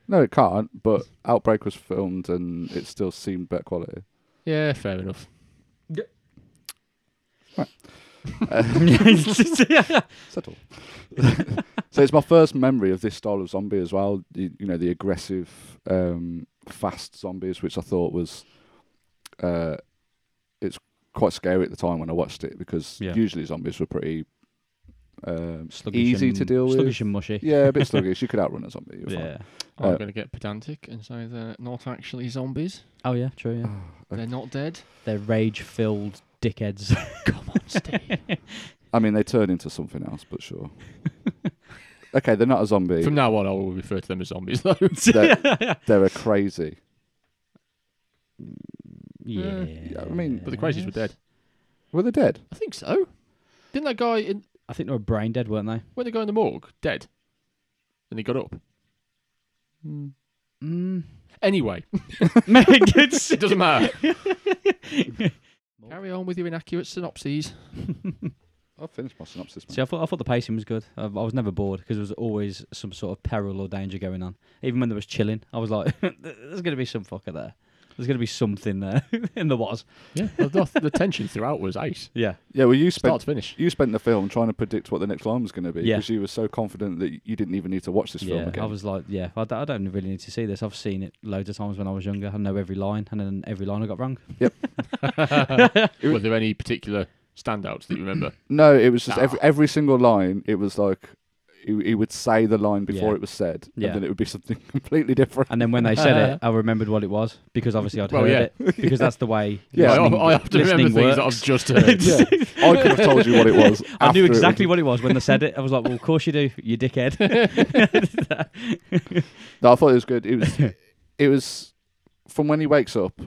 no, it can't. But Outbreak was filmed, and it still seemed better quality.
Yeah, fair enough.
Settle. *laughs* so it's my first memory of this style of zombie as well. You, you know, the aggressive, um, fast zombies, which I thought was, uh, it's quite scary at the time when I watched it because
Yeah.
usually zombies were pretty
*laughs*
um,
Sluggish
easy
and-
to deal with.
Sluggish and mushy.
Yeah, a bit sluggish. You could outrun a zombie. you were fine.
*laughs* Yeah.
I'm
Uh,
going to get pedantic and say they're not actually zombies.
Oh yeah, true. Yeah.
Ah,
They're not dead.
They're rage-filled *laughs* dickheads.
Come on, Steve.
I mean, they turn into something else, but sure. okay, they're not a zombie.
From now on, I will refer to them as zombies, *laughs*
*laughs*
though.
They're, they're a crazy.
*laughs* yeah.
yeah, I mean,
But the crazies were dead.
Were they dead?
I think so. Didn't that guy in
I think they were brain dead, weren't they?
when they go in the morgue dead, and he got up?
*laughs* Mm.
Anyway, *laughs* it doesn't matter. Carry on with your inaccurate synopses.
I've finished my synopsis.
See, I thought I thought the pacing was good. I, I was never bored because there was always some sort of peril or danger going on. Even when there was chilling, I was like, *laughs* "There's going to be some fucker there. There's going to be something there," *laughs* and there was.
Yeah, the, the tension throughout was ace,
Yeah,
Yeah, well, you spent
start
*laughs*
to finish.
you spent the film trying to predict what the next line was going to be
Yeah.
because you were so confident that you didn't even need to watch this film
yeah.
again.
I was like, "Yeah, I, d- I don't really need to see this. I've seen it loads of times when I was younger. I know every line, and then every line I got wrong.
Were there any particular standouts that you remember?
No, it was just every
Ah.
every single line. It was like he, he would say the line before
Yeah.
it was said,
Yeah.
and then it would be something *laughs* completely
*laughs*
different.
And then when they said
*laughs*
it, I remembered what it was because obviously I'd
Well,
heard
yeah.
it because that's the way.
*laughs* Yeah.
I,
listening-
I have to remember
listening
things that
works.
I've just heard.
yeah, *laughs* I could have told you what it was.
*laughs* I
after
knew
it was-
exactly what it was when they said it. I was like, "Well, of course you do, you dickhead."
*laughs* No, I thought it was good. It
*laughs*
was, it was from when he wakes up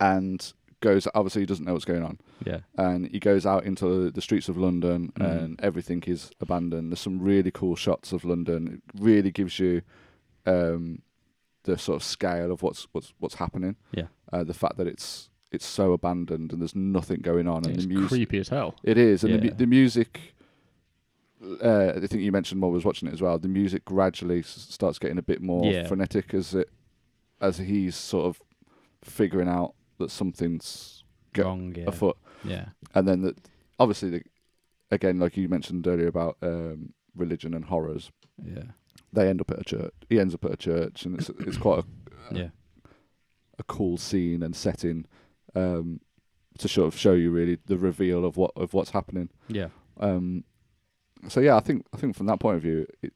and goes. Obviously, he doesn't know what's going on,
yeah,
and he goes out into the streets of London,
Mm.
and everything is abandoned. There's some really cool shots of London. It really gives you um, the sort of scale of what's what's what's happening.
Yeah.
uh, the fact that it's it's so abandoned and there's nothing going on, and
It's
the music.
creepy as hell.
It is, and the,
Yeah.
mu- the music. Uh, I think you mentioned while we was watching it as well. The music gradually s- starts getting a bit more
Yeah.
frenetic as it as he's sort of figuring out that something's Go-
wrong. Yeah,
afoot,
yeah,
and then the, obviously the, again, like you mentioned earlier about um, religion and horrors,
yeah,
they end up at a church. He ends up at a church, and it's it's quite a,
yeah.
a cool scene and setting um, to sort of show you really the reveal of what of what's happening.
yeah.
Um, so yeah, I think I think from that point of view, it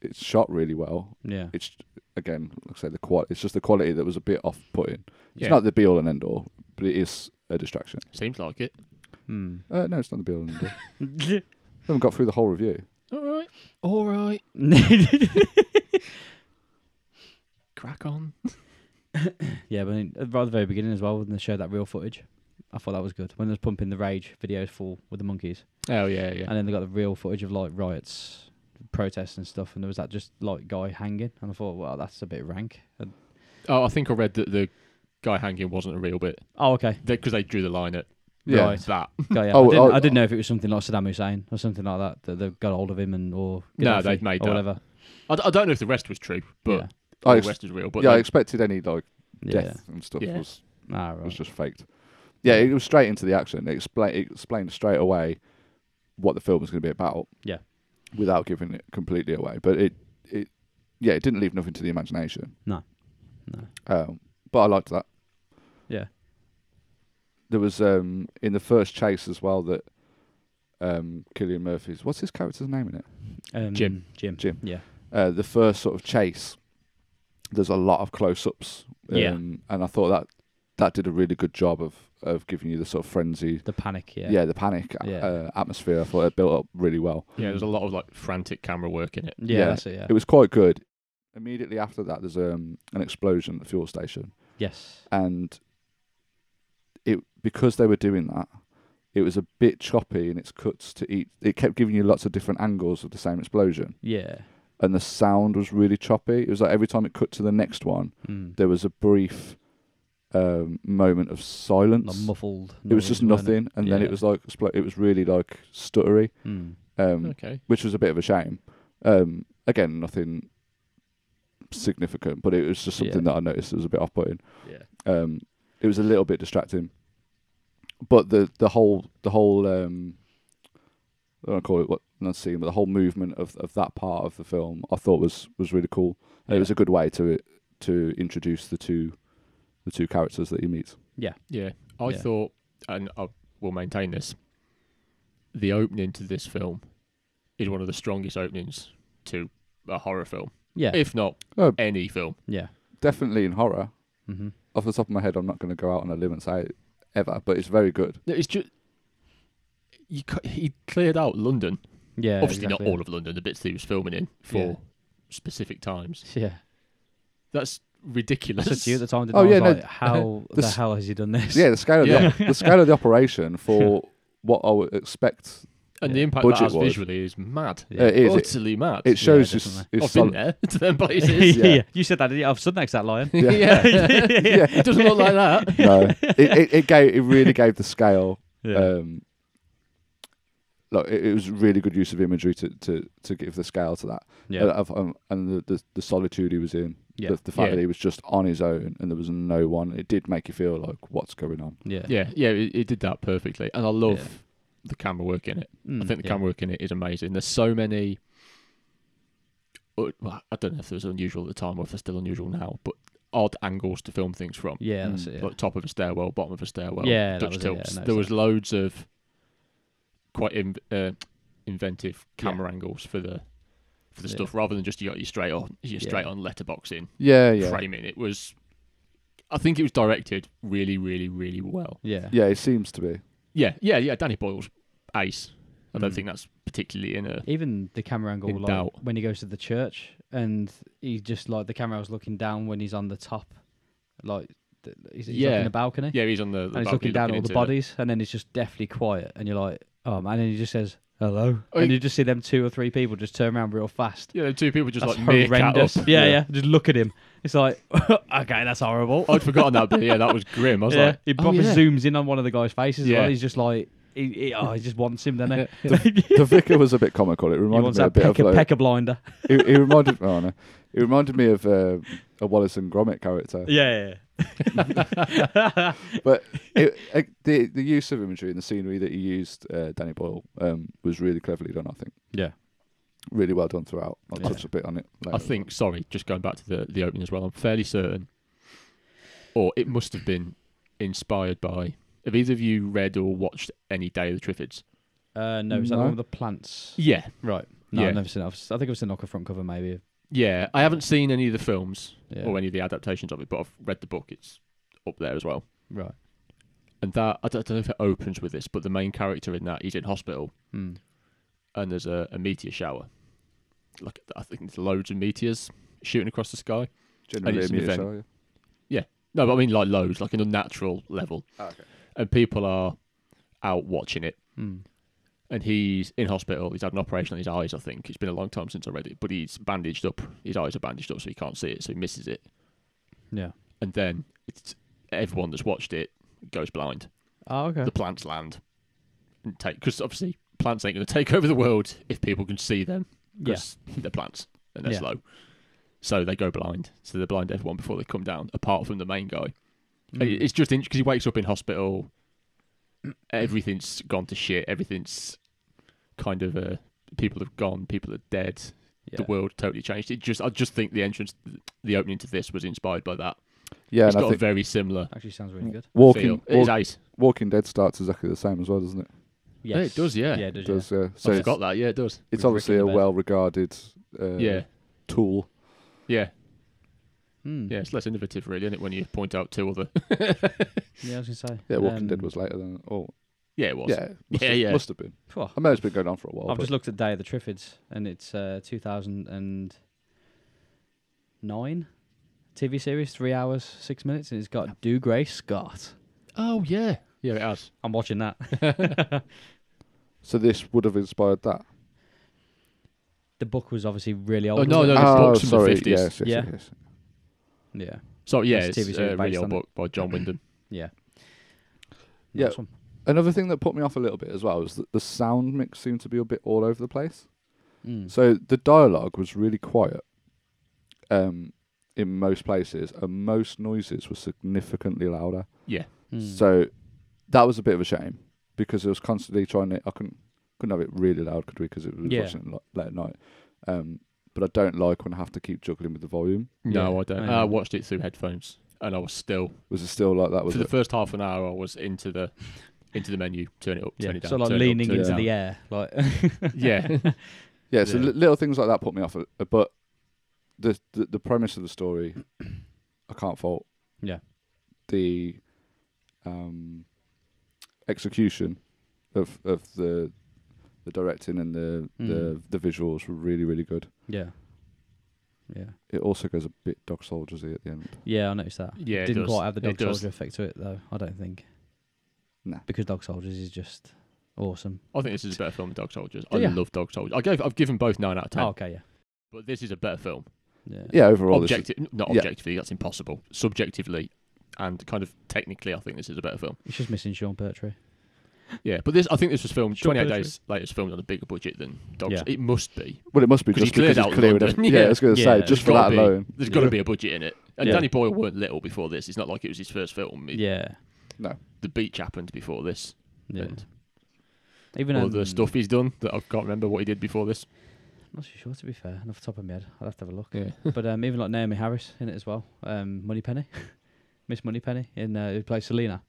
it's shot really well.
Yeah.
It's again, like I say, the quality. It's just the quality that was a bit off putting.
Yeah.
It's not the be all and end all, but it is a distraction.
Seems like it.
*laughs*
Hmm.
Uh, no, it's not the be all and *laughs* end all. I haven't got through the whole review.
All right. All right. Crack on.
yeah, but in- right at the very beginning as well, when they showed that real footage, I thought that was good. When they was pumping the rage videos full with the monkeys,
Oh yeah, yeah.
and then they got the real footage of like riots, protests and stuff, and there was that just like guy hanging, and I thought, well, that's a bit rank. And-
Oh, I think I read that the guy hanging wasn't a real bit
oh, okay.
because they, drew the line at
Yeah. *laughs*
Right.
that.
Got ya.
Oh,
I, didn't,
oh,
I didn't know if it was something like Saddam Hussein or something like that that they got hold of him and or
No,
Gaddafi
they'd made
or
that.
whatever.
I, d- I don't know if the rest was true, but
yeah.
I
all
ex-
the rest is real. But
yeah, I
they-
expected any like death and stuff
Yeah.
was
Yeah. Ah, right.
was just faked. Yeah, it was straight into the action. It, explain, it explained straight away what the film was going to be about.
Yeah.
without giving it completely away. But it, it, yeah, it didn't leave nothing to the imagination.
No. No.
Um, but I liked that.
Yeah.
There was um, in the first chase as well that um, Killian Murphy's. What's his character's name in it?
Um,
Jim.
Jim.
Jim.
Yeah.
uh, the first sort of chase, there's a lot of close-ups. Um,
Yeah.
And I thought that that did a really good job of of giving you the sort of frenzy,
The panic. Yeah.
yeah, the panic a-
Yeah.
Uh, atmosphere. I thought it built up really well.
yeah, there's a lot of like frantic camera work in it.
Yeah,
Yeah.
That's it. Yeah.
It was quite good. Immediately after that, there's um, an explosion at the fuel station,
yes.
and it because they were doing that, it was a bit choppy in its cuts to eat. It kept giving you lots of different angles of the same explosion,
Yeah.
and the sound was really choppy. It was like every time it cut to the next one.
Mm.
there was a brief um, moment of silence.
Like muffled.
it was just
noise, weren't it?
nothing, and then
Yeah.
it was like spl- it was really like stuttery,
Mm.
um,
Okay.
which was a bit of a shame. Um, again, nothing significant, but it was just something
Yeah.
that I noticed was a bit off-putting.
Yeah.
Um, it was a little bit distracting, but the the whole the whole um, I don't call it what not scene, but the whole movement of, of that part of the film I thought was was really cool. And It was a good way to to introduce the two the two characters that he meets.
Yeah, I
Yeah.
thought, and I will maintain this. The opening to this film is one of the strongest openings to a horror film,
Yeah.
if not
Oh.
any film.
yeah.
Definitely in horror.
Mm-hmm.
Off the top of my head, I'm not going to go out on a limb and say it ever, but it's very good.
No, It's just you. cu- He cleared out London,
Yeah.
obviously
exactly,
not all of London, the bits that he was filming in for
Yeah.
specific times.
*laughs*
*laughs*
Yeah.
That's
I
ridiculous.
said to you at the time, didn't
Oh,
I? I was
yeah, no,
like, how
*laughs*
the,
this-
hell has he done
*laughs*
this?
Yeah, the scale of
Yeah.
the, op- the scale of the operation *laughs* for what I would expect.
and the
Yeah.
impact that
Budget
has
was.
visually is mad,
Yeah.
*laughs*
Uh, it is. It,
utterly mad.
it shows you. s-
definitely.
it's
I've been
solid-
there *laughs* to them places.
Yeah.
yeah. *laughs* You said that. didn't you? I've stood next to that
*laughs*
lion. *laughs*
*laughs*
Yeah. *laughs*
it doesn't look like that.
no, it, it, it gave it really gave the *laughs* scale. Um, like it, it was really good use of imagery to, to, to give the scale to that.
yeah.
Uh, of- um, and the, the the solitude he was in,
Yeah.
the, the fact
Yeah.
that he was just on his own and there was no one, it did make you feel like what's going on.
yeah.
Yeah, yeah, it, it did that perfectly, and I love
Yeah.
the camera work in it. I
Mm,
think the
yeah.
camera work in it is amazing. There's so many. uh, well, I don't know if it was unusual at the time or if they're still unusual now, but odd angles to film things from,
Yeah. That's
Mm,
it. yeah.
like top of a stairwell, bottom of a stairwell,
Yeah, that
Dutch
was it, yeah,
tilts.
no,
there was
exactly.
loads of quite in, uh, inventive camera angles for the for the
Yeah.
stuff rather than just you got your straight on your
Yeah.
straight on letterboxing
Yeah, yeah,
framing. It was, I think it was directed really, really, really well.
Yeah.
yeah. It seems to
*laughs*
be.
Yeah, yeah, yeah. Danny Boyle's ace. I don't
Mm.
think that's particularly in a
Even the camera angle,
In
like
doubt.
when he goes to the church, and he just like the camera was looking down when he's on the top, like th- he's, he's
Yeah.
like in the balcony,
yeah. He's on the, the
and he's
balcony
looking down at all
into
the bodies, and then it's just deathly quiet, and you're like, oh man, and he just says hello,
Oh,
and
he-
you just see them two or three people just turn around real fast.
Yeah, the two people just
that's
like meerkat
horrendous.
up.
Yeah, yeah, Just look at him. It's like, *laughs* okay, that's horrible.
I'd forgotten that bit. Yeah, that was grim. I was
yeah,
like,
he
oh,
probably
yeah.
zooms in on one of the guys' faces. Yeah.
Yeah.
He's just like, he, he, oh, he just wants him, doesn't he?
*laughs*
*laughs*
The vicar was a bit comical. It
He
reminded
wants
me a
that
bit of
pecker,
like, *laughs*
pecker
*laughs*
blinder.
he, he reminded oh no, he reminded me of uh, a Wallace and Gromit character.
Yeah, yeah.
But
*laughs*
it, it, the the use of imagery and the scenery that he used, uh, Danny Boyle, um, was really cleverly done. I think
yeah.
really well done throughout. I'll
Yeah.
touch a bit on it. Later.
I think. Sorry, just going back to the the opening as well. I'm fairly certain, or it must have been inspired by. Have either of you read or watched any Day of the Triffids?
Uh, no, is that
No.
the one with the plants?
Yeah,
Right. No,
Yeah.
I've never seen it. I've, si think I've seen like a front cover, maybe.
yeah. I haven't seen any of the films
Yeah.
or any of the adaptations of it, but I've read the book. It's up there as well.
Right.
And that I don't, I don't know if it opens with this, but the main character in that he's in hospital
Mm.
and there's a, a meteor shower. Like I think there's loads of meteors shooting across the sky.
generally
it's
a
an
meteor
event.
shower, yeah.
No, but I mean like loads, like an unnatural level. And people are out watching it.
Mm.
And he's in hospital. He's had an operation on his eyes, I think. It's been a long time since I read it, but he's bandaged up. His eyes are bandaged up, so he can't see it, so he misses it.
Yeah.
And then it's everyone that's watched it goes blind.
Oh, okay.
The plants land and take because obviously plants ain't going to *laughs* take over the world if people can see them
Yeah.
because they're plants and they're
Yeah.
slow. So they go blind. So they're blind to everyone before they come down, apart from the main guy. And
Mm.
It's just because he wakes up in hospital. Everything's gone to shit. Everything's kind of uh, people have gone. People are dead.
yeah.
The world totally changed. It just I just think the entrance, the opening to this was inspired by that.
Yeah,
it's
and I
got a
think
very similar
Actually, sounds
Mm.
really good.
Walking
feel. It is
Walk-
ace.
Walking Dead starts exactly the same as well, doesn't it?
Yeah, it
Yes.
does, yeah.
Yeah, it
It
does.
does. Yeah. So
I
it's,
forgot that. Yeah, it does.
it's
With Rick
obviously
in
a
the bed.
well-regarded uh,
yeah,
tool.
yeah,
Yeah. Mm.
yeah. It's less innovative, really, isn't it? When you point out two other. *laughs*
Yeah, I was gonna say.
Yeah, Walking
Um,
Dead was later than. Oh,
yeah, it was.
yeah, must
Yeah,
have,
yeah.
Must have been.
Phew.
I know it's been going on for a while.
I've
but
just looked at Day of the Triffids, and it's uh, 2009 TV series, three hours six minutes, and it's got Do Gray Scott.
Oh yeah, yeah. It has.
I'm watching
*laughs*
that.
so this would have inspired that.
The book was obviously really old.
Oh, no,
wasn't
no,
it?
the
oh,
books from the
sorry.
50s.
yes, yes,
Yeah.
yes, yes.
yeah,
So yeah,
That's
it's,
a TV series
a really
based
old
on it.
book by
*clears throat*
John Wyndham.
yeah,
Yeah.
Nice one.
Another thing that put me off a little bit as well was that the sound mix seemed to be a bit all over the place.
Mm.
So the dialogue was really quiet um, in most places, and most noises were significantly louder.
Yeah,
Mm.
So that was a bit of a shame because it was constantly trying to. I couldn't couldn't have it really loud, could we? Because it was
Yeah.
watching it lo- late at night. Um, but I don't like when I have to keep juggling with the volume.
no,
Yeah,
I don't.
I
I,
know.
watched it through headphones, and I was still
Was it still like that? Was
for the
it?
first half an hour. I was into the into the menu, turn it up,
yeah,
turn it down,
so like
turn it up,
leaning
turn it
into
down. *laughs*
the air, like
yeah,
*laughs*
yeah, so
Yeah.
li- little things like that put me off. uh, But the, the the premise of the
*coughs*
story, I can't fault.
Yeah.
The um, execution of of the the directing and the,
Hmm.
the the visuals were really really good.
yeah, yeah,
It also goes a bit dog soldiersy at the end.
yeah. I noticed that.
yeah. it
Didn't
does.
quite have the
It
dog
does.
soldier effect to it though. I don't think.
Nah.
Because dog soldiers is just awesome.
I think this is a better film than Dog Soldiers. I
Do ya?
love Dog Soldiers. I gave I've given both nine out of ten,
Oh, okay, yeah.
but this is a better film.
Yeah.
Yeah, overall, this is-
Objective, not
yeah.
objectively, that's impossible. Subjectively, and kind of technically, I think this is a better film.
It's just missing Sean Pertwee.
Yeah, but this I think this was filmed
Sure,
28
Pedro.
days later. It's filmed on a bigger budget than Dogs.
Yeah.
It must be.
well, it must be
'Cause he
just because
cleared out
it's cleared
London.
it. Yeah, I
Yeah.
was going to
Yeah.
say just for
There's
that
gotta be-
alone.
There's got to
Yeah.
be a budget in it. And
Yeah.
Danny Boyle weren't little before this. It's not like it was his first film. It-
Yeah.
The beach happened before this.
Yeah.
And
Even
all
um,
the stuff he's done that I can't remember what he did before this.
I'm not too sure to be fair. Off the top of my head, I'll have to have a look.
Yeah.
but um, even like Naomi Harris in it as well. Um, *laughs* Money Penny, Miss Money Penny in uh, who plays Selena.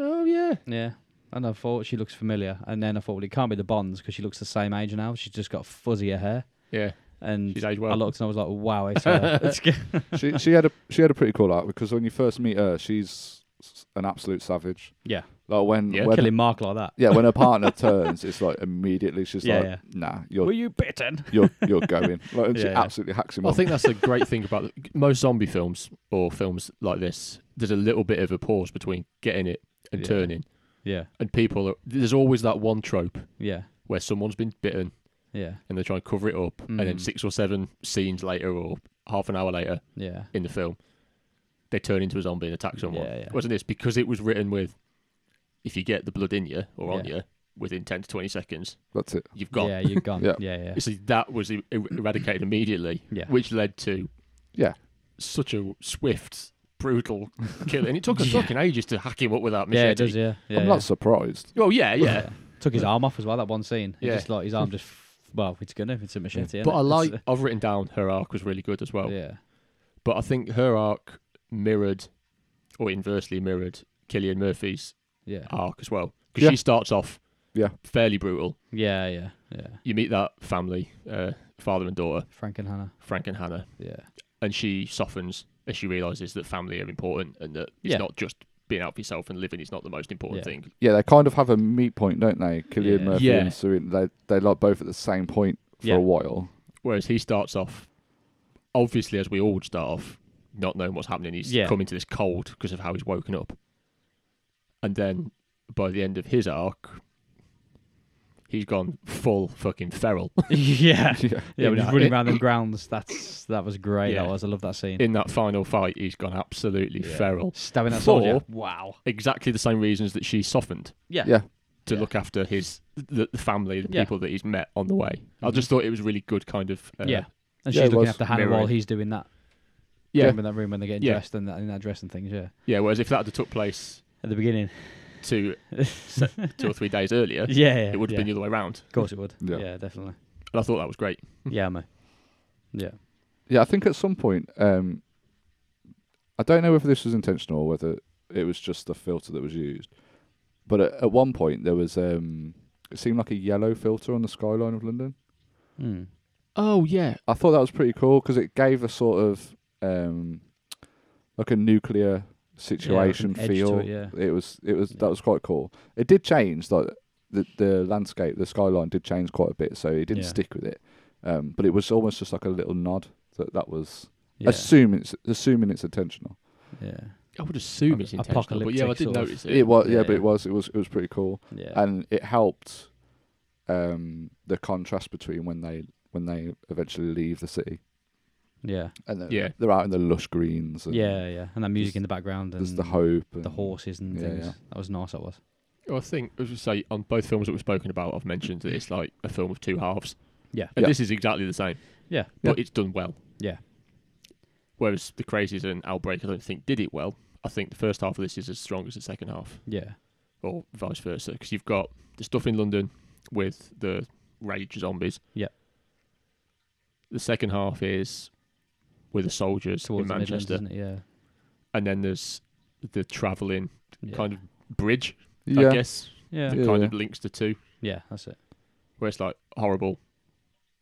Oh yeah.
Yeah. And I thought she looks familiar. And then I thought, well, it can't be the Bonds because she looks the same age now. She's just got fuzzier hair.
Yeah,
And
she's aged
I
well.
looked and I was like, wow,
*laughs*
it's her. It's good.
she she had a she had a pretty cool arc because when you first meet her, she's s- an absolute savage.
Yeah.
Like when
Yeah.
when
killing Mark like that.
yeah when her
*laughs*
partner turns, it's like immediately she's
Yeah,
like,
yeah.
nah, you're
Were you bitten?
you're you're
*laughs*
going. Like and she
Yeah, yeah.
absolutely hacks him.
I
up.
think that's the great thing about the- most zombie films or films like this. There's a little bit of a pause between getting it and
Yeah.
turning,
Yeah,
and people. Are, there's always that one trope
yeah,
where someone's been bitten
yeah,
and they try and cover it up, and then
Mm.
six or seven scenes later or half an hour later
yeah.
in the film, they turn into a zombie and attack someone.
Yeah, yeah.
Wasn't this because it was written with, if you get the blood in you or on
Yeah.
you within ten to twenty seconds,
That's it.
you've gone.
Yeah, you're
*laughs*
gone.
Yeah.
yeah, yeah.
You see, that was er- er- eradicated immediately,
Yeah.
which led to
Yeah.
such a swift, brutal kill. And
*laughs*
it took us
Yeah.
fucking ages to hack him up with that machete.
Yeah, it does, yeah. yeah
I'm
yeah.
not surprised.
Well, yeah, yeah.
Took his arm off as well, that one scene. He
Yeah.
just like his arm just well, it's gonna it's a machete.
But
innit?
I like,
It's,
I've written down her arc was really good as
uh,
well.
Yeah.
But I think her arc mirrored, or inversely mirrored, Killian Murphy's
Yeah.
arc as well. Because
Yeah.
she starts off
Yeah.
fairly brutal.
Yeah, yeah, yeah.
You meet that family, uh, father and daughter,
Frank and Hannah.
Frank and Hannah,
Yeah.
*laughs*
*laughs*
and she softens as she realizes that family are important and that it's
Yeah.
not just being out for yourself and living is not the most important
Yeah.
thing.
Yeah, they kind of have a meet point, don't they? Killian
Yeah.
Murphy
Yeah.
and Serena, they they like both at the same point for
Yeah.
a while. *laughs*
Whereas he starts off, obviously, as we all would start off, not knowing what's happening. He's
Yeah.
come into this cold because of how he's woken up. And then by the end of his arc, he's gone full fucking feral
yeah.
Yeah,
Yeah,
In
we're just
that-
running around the grounds. That's that was great.
Yeah.
That was I love that scene.
in that final fight. He's gone absolutely
Yeah.
feral.
Stabbing that
Four.
soldier. Wow.
Exactly the same reasons that she softened
Yeah.
Yeah.
to
Yeah.
look after his the, the family, the
Yeah. Mm-hmm.
people that he's met on the way. I just thought it was really good, kind of. Uh,
Yeah. And
Yeah,
she's
it
looking
was
after Hannah
mirroring.
while he's doing that.
Yeah.
in that room when they're getting
Yeah.
dressed and that, in that dress and things. Yeah,
Yeah, whereas if that had took place
at the beginning. *laughs*
two, se- two or three days earlier,
Yeah, yeah
it would have
yeah.
been the other way around.
Of course it would.
Yeah.
Yeah, definitely.
And I thought that was great.
Yeah, mate. Yeah.
Yeah, I think at some point, um, I don't know whether this was intentional or whether it was just the filter that was used. But at, at one point, there was um, it seemed like a yellow filter on the skyline of London.
Mm.
Oh yeah,
I thought that was pretty cool because it gave a sort of um, like a nuclear situation
edge to
feel.
it, yeah.
was it was
Yeah.
that was quite cool. It did change like the the landscape, the skyline did change quite a bit, so it didn't
Yeah.
stick with it. Um, but it was almost just like a little nod that that was
Yeah.
assuming it's assuming it's intentional.
yeah.
I would assume it's
Ap-
intentional, but yeah, I
apocalyptic
did
sort of-
notice it.
It was yeah,
Yeah,
but
yeah.
it was it was it was pretty cool,
Yeah.
and it helped um, the contrast between when they when they eventually leave the city
yeah.
and they're,
Yeah.
they're out in the lush greens. And
Yeah, yeah. And that music
there's-
in the background and
There's the hope. And
the horses and
Yeah,
things.
yeah.
That was nice. That was.
Well, I think, as you say, on both films that we've spoken about, I've mentioned that it's like a film of two halves,
Yeah.
and
Yeah.
this is exactly the same,
Yeah.
but it's done well.
Yeah.
Whereas the Crazies and Outbreak, I don't think did it well. I think the first half of this is as strong as the second half,
Yeah.
or vice versa, because you've got the stuff in London with the rage zombies.
Yeah.
The second half is with the soldiers
Towards
in
the Midlands,
Manchester,
isn't it? Yeah.
and then there's the travelling
yeah.
kind of bridge, I
Yeah,
guess,
Yeah.
that
Yeah,
kind
yeah.
of links the two,
Yeah. That's it.
where it's like horrible,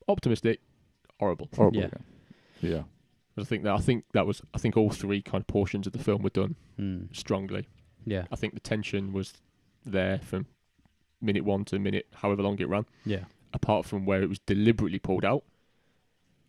optimistic, horrible.
horrible.
Yeah.
Yeah. yeah,
I think that I think that was I think all three kind of portions of the film were done
Mm.
strongly.
Yeah.
I think the tension was there from minute one to minute however long it ran.
Yeah. *laughs*
Apart from where it was deliberately pulled out,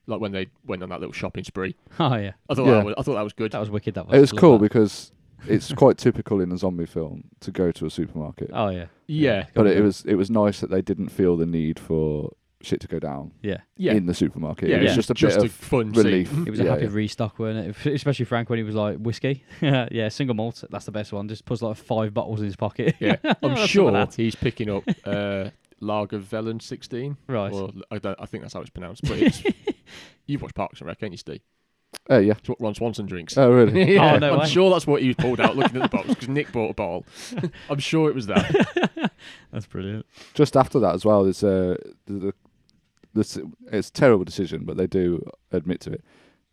like when they went on that little shopping spree.
Oh yeah.
I thought
Yeah.
that was, I thought that was good.
That was wicked. That was.
It was
Love
cool
that.
because it's quite typical in a zombie film to go to a supermarket,
Oh yeah.
yeah,
but it, was it was nice that they didn't feel the need for shit to go down
Yeah.
yeah,
in the supermarket.
yeah.
it was
yeah.
just a
just
bit
a
of
fun scene. *laughs*
relief.
It was a
Yeah,
happy
yeah.
restock, wasn't it? *laughs* Especially Frank when he was like whiskey. *laughs* yeah, single malt. That's the best one. Just puts like five bottles in his pocket.
Yeah, I'm
That's
sure
not
he's picking up uh, Lagervelen 16.
*laughs* Right.
Or I, don't, I think that's how it's pronounced.
*laughs*
But it's, you've watched Parks and Rec, ain't you, Steve?
Oh yeah.
It's what Ron Swanson drinks.
Oh really?
*laughs* Yeah,
Oh, no
I'm
way.
sure that's what he was pulled out looking at the box because Nick bought a bottle.
*laughs*
I'm sure it was that.
That's brilliant.
just after that as well there's uh the, the this it's a terrible decision but they do admit to it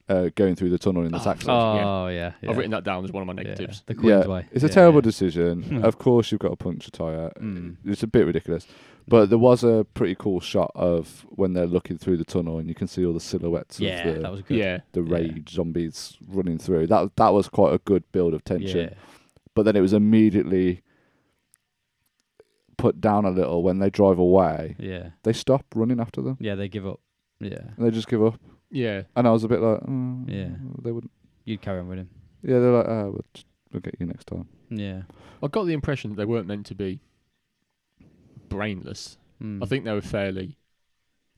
uh, going through the tunnel in the
Oh,
taxi.
fuck.
Oh yeah, yeah.
I've written that down as one of my
Yeah,
negatives.
The
Yeah,
Queen's Way.
It's a
Yeah,
terrible
yeah. Hmm.
decision. of course, you've got to punch a tyre.
Mm.
It's a bit ridiculous. But there was a pretty cool shot of when they're looking through the tunnel and you can see all the silhouettes
Yeah,
of uh, the,
that was good.
Yeah,
the
yeah.
rage zombies running through. That that was quite a good build of tension.
yeah.
But then it was immediately put down a little when they drive away.
Yeah.
They stop running after them
Yeah, they give up. Yeah.
and they just give up.
yeah.
And I was a bit like, mm,
Yeah.
they wouldn't.
You'd carry on with him.
Yeah, they're like, ah, we'll, just- we'll get you next time.
Yeah.
I got the impression that they weren't meant to be brainless.
Mm.
I think they were fairly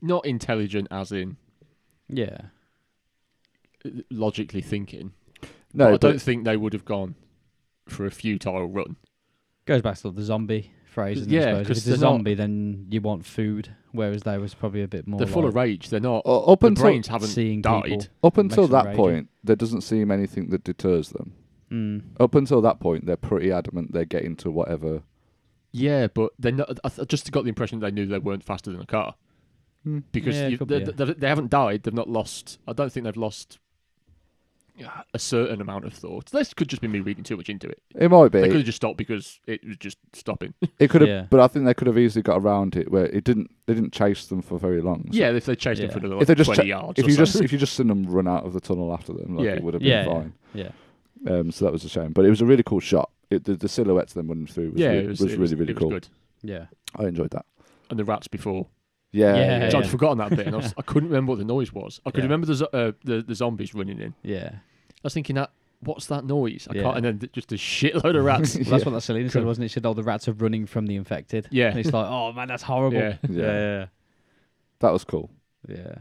not intelligent, as in
Yeah.
uh, logically thinking.
No,
but I
but-
don't think they would have gone for a futile run.
Goes back to the zombie phrase. Isn't it, I
Yeah,
suppose? if
'cause
it's a
they're not-
zombie, then you want food, whereas they was probably a bit more.
They're full
like
of rage. They're not.
Uh, up
The
until
brains haven't
seeing
died.
people.
up
makes
until
them
that
raging.
point, there doesn't seem anything that deters them.
Mm.
Up until that point, they're pretty adamant they're getting to whatever.
Yeah, but they're not. I, th- I just got the impression they knew they weren't faster than a car because
Yeah, it
you,
could
they,
be, yeah.
they, they haven't died. They've not lost. I don't think they've lost uh, a certain amount of thought. This could just be me reading too much into it.
It might
They could
be.
have just stopped because it was just stopping.
It could have,
Yeah.
but I think they could have easily got around it where it didn't. They didn't chase them for very long. So
*laughs* yeah, if they chased him
Yeah.
for another
If
like,
they just
twenty
cha-
yards.
If
or
you just
so.
if you just seen them run out of the tunnel after them, like
Yeah.
it would have been
Yeah.
fine.
Yeah.
Um, so that was a shame, but it was a really cool shot. It, the, the silhouettes them running through was,
yeah,
re-
it was,
was
it
really really
it was
cool.
Good.
Yeah.
I enjoyed that.
And the rats before.
Yeah,
Yeah,
So I'd forgotten that bit, and I, was, I couldn't remember what the noise was. I could
Yeah.
remember the, zo- uh, the the zombies running in. I
Yeah.
was thinking that what's that noise? I
Yeah.
can't. And then th- just a shitload
*laughs*
of rats.
Well, that's what that Selena said, wasn't it? She said, "Oh, the rats are running from the infected."
Yeah.
And it's like, "Oh man, that's horrible."
yeah.
yeah.
yeah.
That was
*laughs*
cool.
Yeah.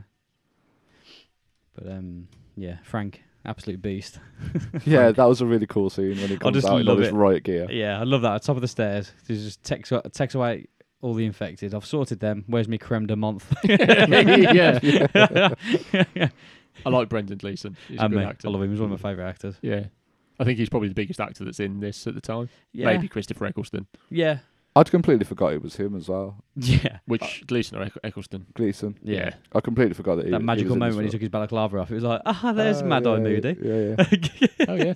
But um, yeah, Frank, absolute beast.
Yeah, that was a really cool scene when he comes
just
out in all
love
his
it.
riot gear.
Yeah, I love that. At top of the stairs, he just takes takes away all the infected. I've sorted them. Where's me creme de
*laughs*
month? *laughs*
yeah. I like Brendan Gleeson. He's a
And
good
me.
actor.
I love him. He's one of my favourite actors.
Yeah. I think he's probably the biggest actor that's in this at the time.
Yeah.
Maybe Christopher Eccleston,
Yeah.
I'd completely forgot it was him as well,
Yeah.
which Gleeson or Ec-
*laughs*
Eccleston.
Gleason.
Yeah.
I completely forgot that he,
That magical moment when he took his balaclava off. It was like, ah, there's Mad Eye Moody. *laughs*
Yeah, yeah.
oh yeah.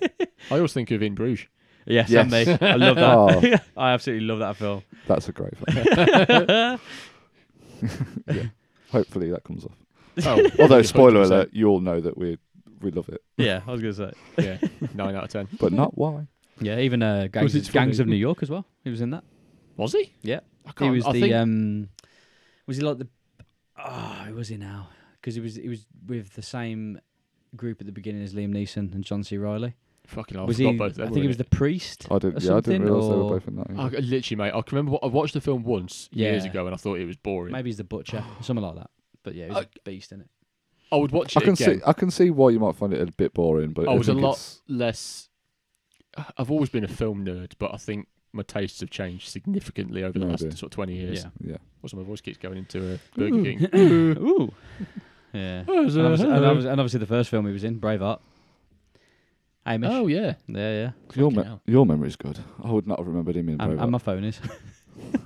I always think of In Bruges.
Yes,
Yes.
and me. I love that.
oh,
*laughs* I absolutely love that film. *laughs*
that's a great film. yeah. Hopefully that
*laughs*
comes off.
Oh,
Although
100%.
spoiler alert, you all know that we we love it,
Yeah, I was gonna say.
Yeah, nine out of ten.
*laughs* but not why.
Yeah, even uh, gangs,
it's
gangs of
funny.
New York as well. He was in that.
Was he?
Yeah.
I can't.
He was
I
the
think,
um, was he like the? Oh, who was he now? Because he was he was with the same group at the beginning as Liam Neeson and John C. Riley.
fucking. I
was
forgot
he?
both. Of
I
them.
think he was the priest.
I didn't.
or
Yeah, I didn't
something,
realize they were
or-
both in that.
I,
either.
literally, mate. I can remember. What, I watched the film once years
Yeah.
ago, and I thought it was boring.
Maybe he's
*sighs*
the butcher, or something like that. But yeah, he was
Uh,
I-
a beast in it.
I would watch
I
it
can
again.
see. I can see why you might find it a bit boring, but
I was a
think
lot
it's-
less. *sighs* I've always been a film nerd, but I think my tastes have changed significantly over the
Maybe.
last sort of twenty years.
*laughs*
Yeah.
Yeah.
Also, my voice keeps going into a Burger
*coughs*
King.
*laughs* Ooh.
*laughs*
Yeah. And, obviously, and, obvi- and obviously the first film he was in, Braveheart. Hamish.
oh yeah,
Yeah, yeah.
Your
Fucking
me-
hell.
your memory's good. I would not have remembered him in.
And,
Braveheart.
and my phone is.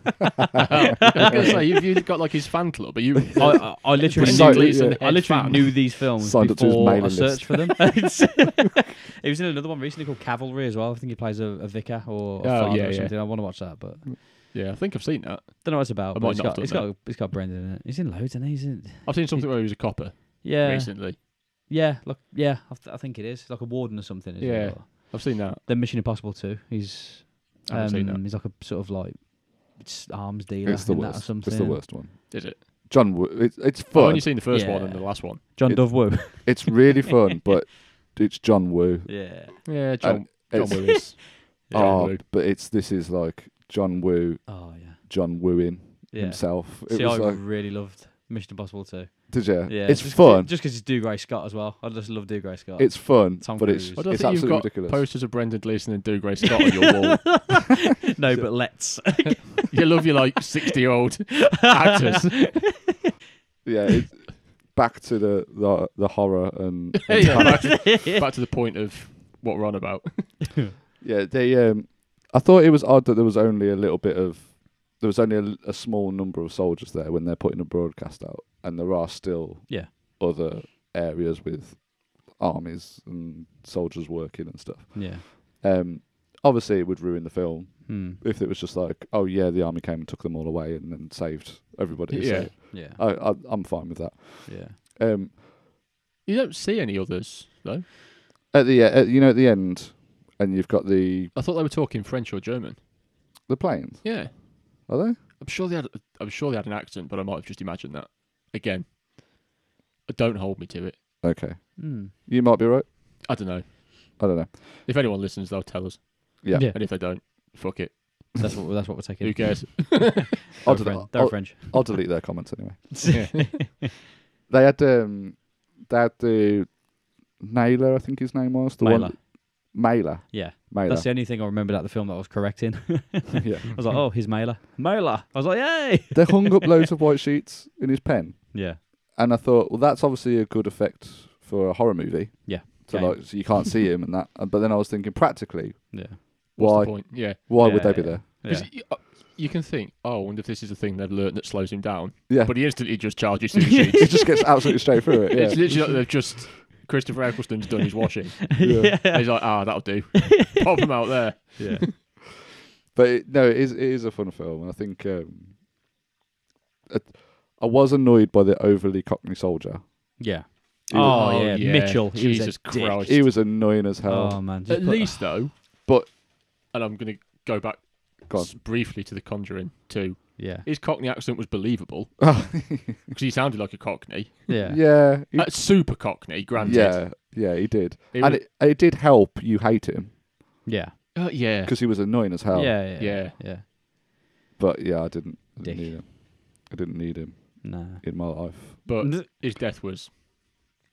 I was gonna say you've, you've got like his fan club, but you
*laughs*
I, I, I literally
Signed-
knew,
Precisely,
Gleeson,
yeah.
I literally knew these films
Signed up to his
before I
mailing
searched
list.
for them. *laughs* he was in another one recently called Cavalry as well. I think he plays a, a vicar or a
Oh,
father
yeah,
or
yeah.
something. I want to watch that, but
Yeah, I think I've seen that.
don't know what it's about.
I
But
might
it's
not
got,
have
it's
done
got it's got Brendan in it. He's in loads, and he's in
I've seen something where he was a copper
yeah,
recently.
yeah, like yeah. I, th- I think it is It's like a warden or something. Isn't
Yeah.
It? Or-
I've seen that.
Then Mission Impossible Two. He's
I haven't seen that.
um, he's like a sort of like s- arms dealer
It's the
in that or
worst.
something.
It's the worst one.
Is it?
John, Woo- it's it's
I've
fun.
only seen the first one and
Yeah.
the last one.
John
It- *laughs*
Dove Woo.
It's really
*laughs*
fun, but it's John Woo.
yeah.
Yeah, John. John
It's-
Woo *laughs* is. John
Oh,
Woo.
but it's this is like John Woo,
Oh yeah.
John Wooing
Yeah.
himself. It
See, I
was like,
really loved Mission Impossible Too.
did you?
Yeah,
it's
just 'cause-
fun.
Just because it's Do Grey Scott as well. I just love Do Grey Scott.
It's fun,
Tom
but it's
Cruise.
I
it's
don't think you've
absolutely
got
ridiculous.
posters of Brendan Gleeson and Do Grey Scott on your *laughs* wall.
*laughs* no, but let's. *laughs*
You love your like sixty-year-old actors.
yeah, it's back to the the, the horror and, and
*laughs* *laughs* yeah,
panic.
back, to, back to the point of what we're on about.
yeah. They um, I thought it was odd that there was only a little bit of there was only a, a small number of soldiers there when they're putting a broadcast out, and there are still
Yeah.
other areas with armies and soldiers working and stuff.
Yeah.
Um, obviously, it would ruin the film
Hmm.
if it was just like, oh yeah, the army came and took them all away and then saved everybody.
Yeah.
So
Yeah.
I, I, I'm fine with that.
yeah.
Um,
You don't see any others though.
at the uh, you know at the end, and you've got the
I thought they were talking French or German.
the planes.
Yeah,
Are they?
I'm sure they had. I'm sure they had an accent, but I might have just imagined that. Again, don't hold me to it.
Okay,
Mm.
you might be right.
I don't know.
I don't know.
If anyone listens, they'll tell us.
Yeah.
Yeah.
And if they don't, fuck it.
That's what that's what we're taking.
Who
*laughs*
cares?
I'll, del-
They're, French. They're
I'll,
French.
I'll delete their comments anyway.
Yeah.
They had um, they had the Naylor, I think his name was the
Mailer.
one. Mailer.
Yeah.
Mailer.
That's the only thing I remembered about the film that I was correcting. *laughs*
*laughs* yeah.
I was like, oh, he's Mailer. Mailer. I was like, yay.
They hung up loads
*laughs*
of white sheets in his pen,
Yeah.
and I thought, well, that's obviously a good effect for a horror movie.
Yeah.
So
Okay.
like, so you can't see him and that. uh, But then I was thinking, practically,
Yeah.
What's the
why?
point? Yeah.
Why would
Yeah,
they be
yeah.
there?
Yeah.
Because uh, you can think, oh, I wonder if this is the thing they've learned that slows him down.
Yeah. *laughs*
But he instantly just charges through the
He
sheets.
just gets absolutely straight through
*laughs*
it.
It's
Yeah.
literally like they've just Christopher Eccleston's done his washing.
*laughs* Yeah.
And he's like, ah,
*laughs*
that'll do. Pop him out there.
Yeah.
But it, no, it is it is a fun film, and I think um, I, I was annoyed by the overly cockney soldier.
Yeah.
He was,
Oh, yeah, Mitchell, he was a
Jesus
dick.
Christ.
he was annoying as hell.
Oh man. Just
At
put-
least though,
But-
and I'm gonna go back
Go on.
s- briefly to The Conjuring too.
Yeah.
*laughs* His Cockney accent was believable
*laughs*
because he sounded like a Cockney,
Yeah.
yeah, he-
uh, super Cockney. Granted,
yeah, yeah, he did,
He
and
was-
it, it did help you hate him
Yeah.
Uh, yeah,
because he was annoying as
Yeah.
hell.
Yeah.
Yeah.
Yeah.
But yeah, I didn't, I didn't
Dick.
need him. I didn't need him
Nah.
in my life.
but his death was.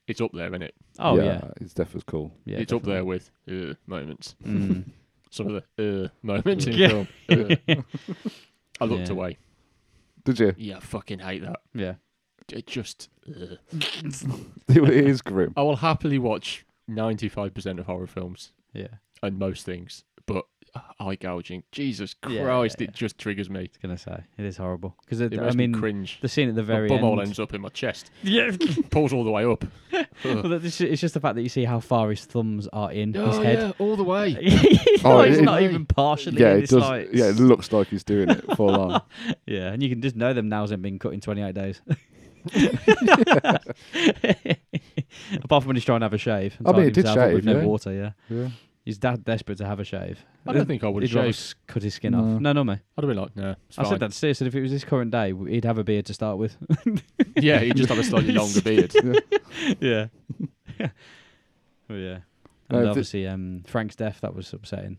It's up there, isn't it?
Oh yeah. Yeah.
his death was cool.
it's up there with uh, moments.
there. Mm.
Some of
*laughs*
the uh, moments in
Yeah.
film. Uh, I looked
Yeah.
away.
Did you? *laughs*
Yeah, I fucking hate that.
Yeah.
It just. Uh,
it is
*laughs*
grim.
I will happily watch 95% of horror films.
Yeah.
and most things, but eye gouging, Jesus
Yeah,
Christ,
yeah, yeah.
it just triggers me.
It's gonna say it is horrible because
It
I
makes
mean
me cringe.
the scene at the
My
very end.
bumhole ends up in my chest,
Yeah.
pulls all the way up.
*laughs* well, that- it's ju- it's just the fact that you see how far his thumbs are in his
oh,
head.
yeah, all the way.
*laughs* He's
Oh,
not- he's
it-
not even partially.
Yeah,
in,
it
Oh, it's
does.
Like,
Yeah, it looks like he's doing it full on.
*laughs* yeah, and you can just know them nails haven't been cut in
*laughs*
28 days. *laughs* Apart from when he's trying to have a shave. and
I mean,
tidy
he did
himself up
shave,
with no
yeah.
water. Yeah,
Yeah.
his dad desperate to have a shave.
I don't think I would have
He'd rather
shaved.
s- cut his skin
No.
off. No, no, mate.
I'd have been like, nah, it's
I
fine.
said that to Steve. I said if it was his current day, w- he'd have a beard to start with.
Yeah, you just have
*laughs*
a slightly longer beard.
yeah. *laughs* oh yeah.
Uh,
And
thi-
obviously, um, Frank's death that was upsetting.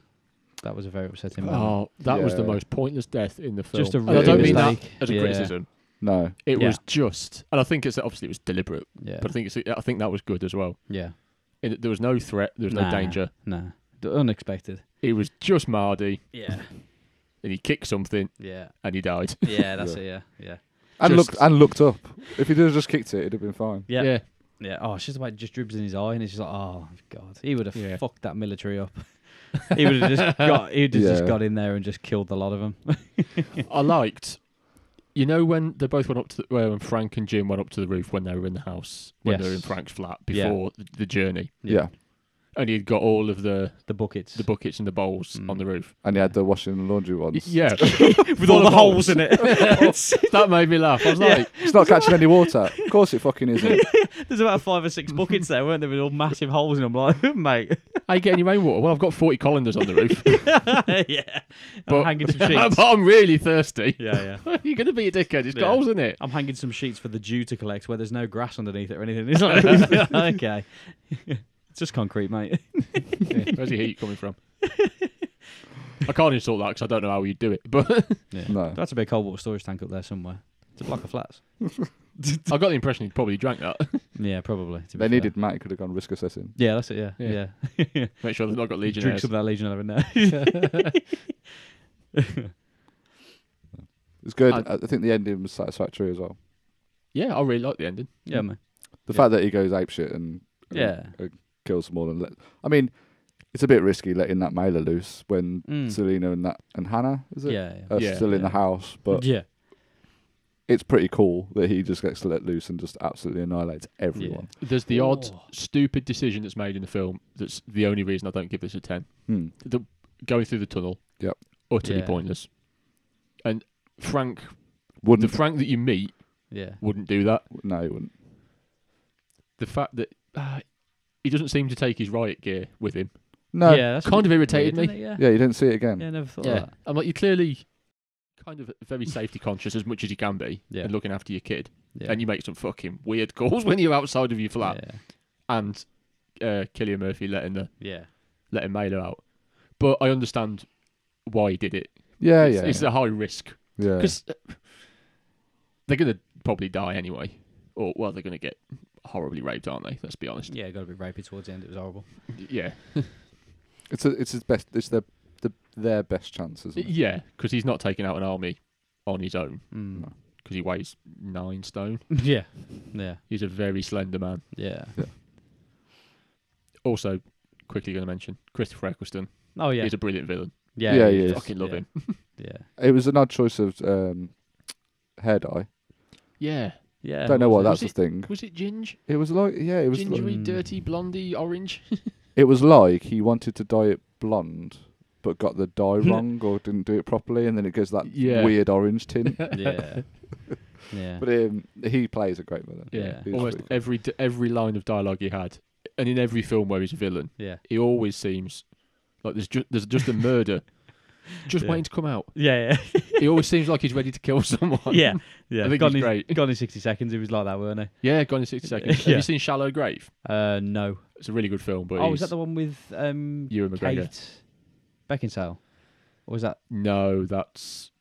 That was a very upsetting moment.
Oh, that was the
Yeah.
most pointless death in the film.
Just a
And I
real
don't mean that
mistake.
as a
Yeah.
criticism.
No.
It
Yeah.
was just, and I think it's obviously it was deliberate,
yeah.
but I think it's I think that was good as well.
yeah.
In that there was no threat, there was
Nah.
no danger.
Nah. D- Unexpected.
It was just Mardy,
Yeah. *laughs*
and he kicked something,
Yeah.
and he died.
Yeah.
that's Yeah.
That's it. Yeah. Yeah.
And
Just-
looked and looked up. If he did have just kicked it, it'd have been fine.
Yeah.
yeah.
Yeah. Oh, it's just about just dribs in his eye, and it's just like, oh god, he would have
Yeah.
fucked that military up. he would have *laughs* just got. He would have just
Yeah.
got in there and just killed a lot of them.
I liked. You know when they both went up to the, well, when Frank and Jim went up to the roof when they were in the house when they were in
Yes.
Frank's flat
Yeah.
before the, the journey,
Yeah.
and he'd got all of the
The buckets.
the buckets and the bowls
Mm.
on the roof.
And he had the washing and laundry
Y-
ones.
*laughs*
Yeah,
with all
full
the
of
holes in it. *laughs*
*laughs*
It's-
that made me laugh. I was
Yeah.
like,
It's not catching any water. Of course it fucking isn't.
There's about five or six buckets there, weren't there? With all massive holes in them. Like, *laughs* mate.
"Are you getting your own water?" Well, I've got forty colanders on the roof,
yeah.
But-
*laughs* I'm hanging some
*laughs* but
sheets.
I'm really thirsty.
yeah, yeah.
*laughs* You're gonna be a dickhead. It's got
Yeah.
holes in *laughs* it.
I'm hanging some sheets for the dew to collect where there's no grass underneath it or anything. It's like, *laughs* okay. it's just concrete, mate.
Yeah, Where's the heat coming from? I can't insult that because I don't know how you do it, but *laughs*
Yeah.
No.
That's a big cold water storage tank up there somewhere. It's a block of flats.
I got the impression he probably drank that. *laughs*
Yeah, probably. to
They
be fair.
needed Matt, he could have gone risk assessing.
Yeah, that's it. Yeah.
Yeah.
Yeah. *laughs*
Make sure they've not got
Drink
legionnaires.
some of that Legionella in there. *laughs*
It's good. I,
I-
I think the ending was satisfactory as well.
Yeah, I really like the ending.
yeah, mate.
The
Yeah.
fact that he goes apeshit and, and uh,
Yeah.
kills them all and let I mean, it's a bit risky letting that Mailer loose when
Mm.
Selena and that and Hannah, is it? Uh,
Yeah. yeah.
Are
Yeah.
still in the
Yeah.
house. But
yeah.
it's pretty cool that he just gets to let loose and just absolutely annihilates everyone.
There's the odd
Oh.
stupid decision that's made in the film. That's the only reason I don't give this a ten.
Hmm.
The going through the tunnel.
Yep.
Utterly
Yeah.
pointless. And Frank, the
Wouldn't
Frank that you meet,
Yeah.
wouldn't do that.
no, he wouldn't.
The fact that uh, he doesn't seem to take his riot gear with him
No, yeah.
yeah, that's
kind of irritated
weird,
me.
isn't it?
you didn't see it again.
Yeah. yeah, never thought of
uh,
Yeah,
that.
I'm like you're clearly kind of very safety conscious as much as you can be,
Yeah.
and looking after your kid,
Yeah.
and you make some fucking weird calls *laughs* when you're outside of your flat,
Yeah.
and uh, Killian Murphy letting the
yeah.
letting Mailer out. But I understand why he did it.
Yeah,
it's,
yeah,
it's a high risk
yeah.
because they're gonna probably die anyway, or well, they're gonna get horribly raped, aren't they? Let's be honest.
Yeah, got to be rapey towards the end. It was horrible.
Yeah,
It's a, it's his best. It's their the, their best chance, isn't it?
yeah, because he's not taking out an army on his own
Mm.
No.
because he weighs nine stone.
yeah. Yeah.
He's a very slender man.
Yeah.
also quickly going to mention Christopher Eccleston.
Oh yeah.
He's a brilliant villain.
yeah.
Yeah,
he
he
is.
Yes. is.
Fucking love
yeah.
him.
Yeah.
It was an odd choice of um, hair dye.
Yeah.
Yeah.
Don't know why
what
that's
was
the
it?
thing.
*laughs* Was it Ginge?
It was like yeah, it was like,
Gingery,
like-
dirty, blondie, orange.
*laughs* it was like he wanted to dye it blonde, but got the dye
*laughs*
wrong or didn't do it properly, and then it goes that
Yeah.
weird orange
*laughs*
tint.
*laughs* Yeah. yeah.
but um, he plays a great villain.
Yeah.
He's
Almost
pretty cool.
every d- every line of dialogue he had, and in every film where he's a villain,
yeah.
he always seems like there's just there's just a murder.
*laughs*
Just
Yeah.
waiting to come out.
Yeah.
He always seems like he's ready to kill *laughs* someone.
Yeah. *laughs* Yeah. yeah.
*laughs* I think
gone
he's
in,
great.
Gone in sixty seconds. He was like that, weren't he?
Yeah, gone in sixty seconds. Have
Yeah.
you seen Shallow Grave?
Uh, no.
It's a really good film, but
Oh, is that
he's-
the one with um
Ewan McGregor?
Kate Beckinsale? Or is that
No, that's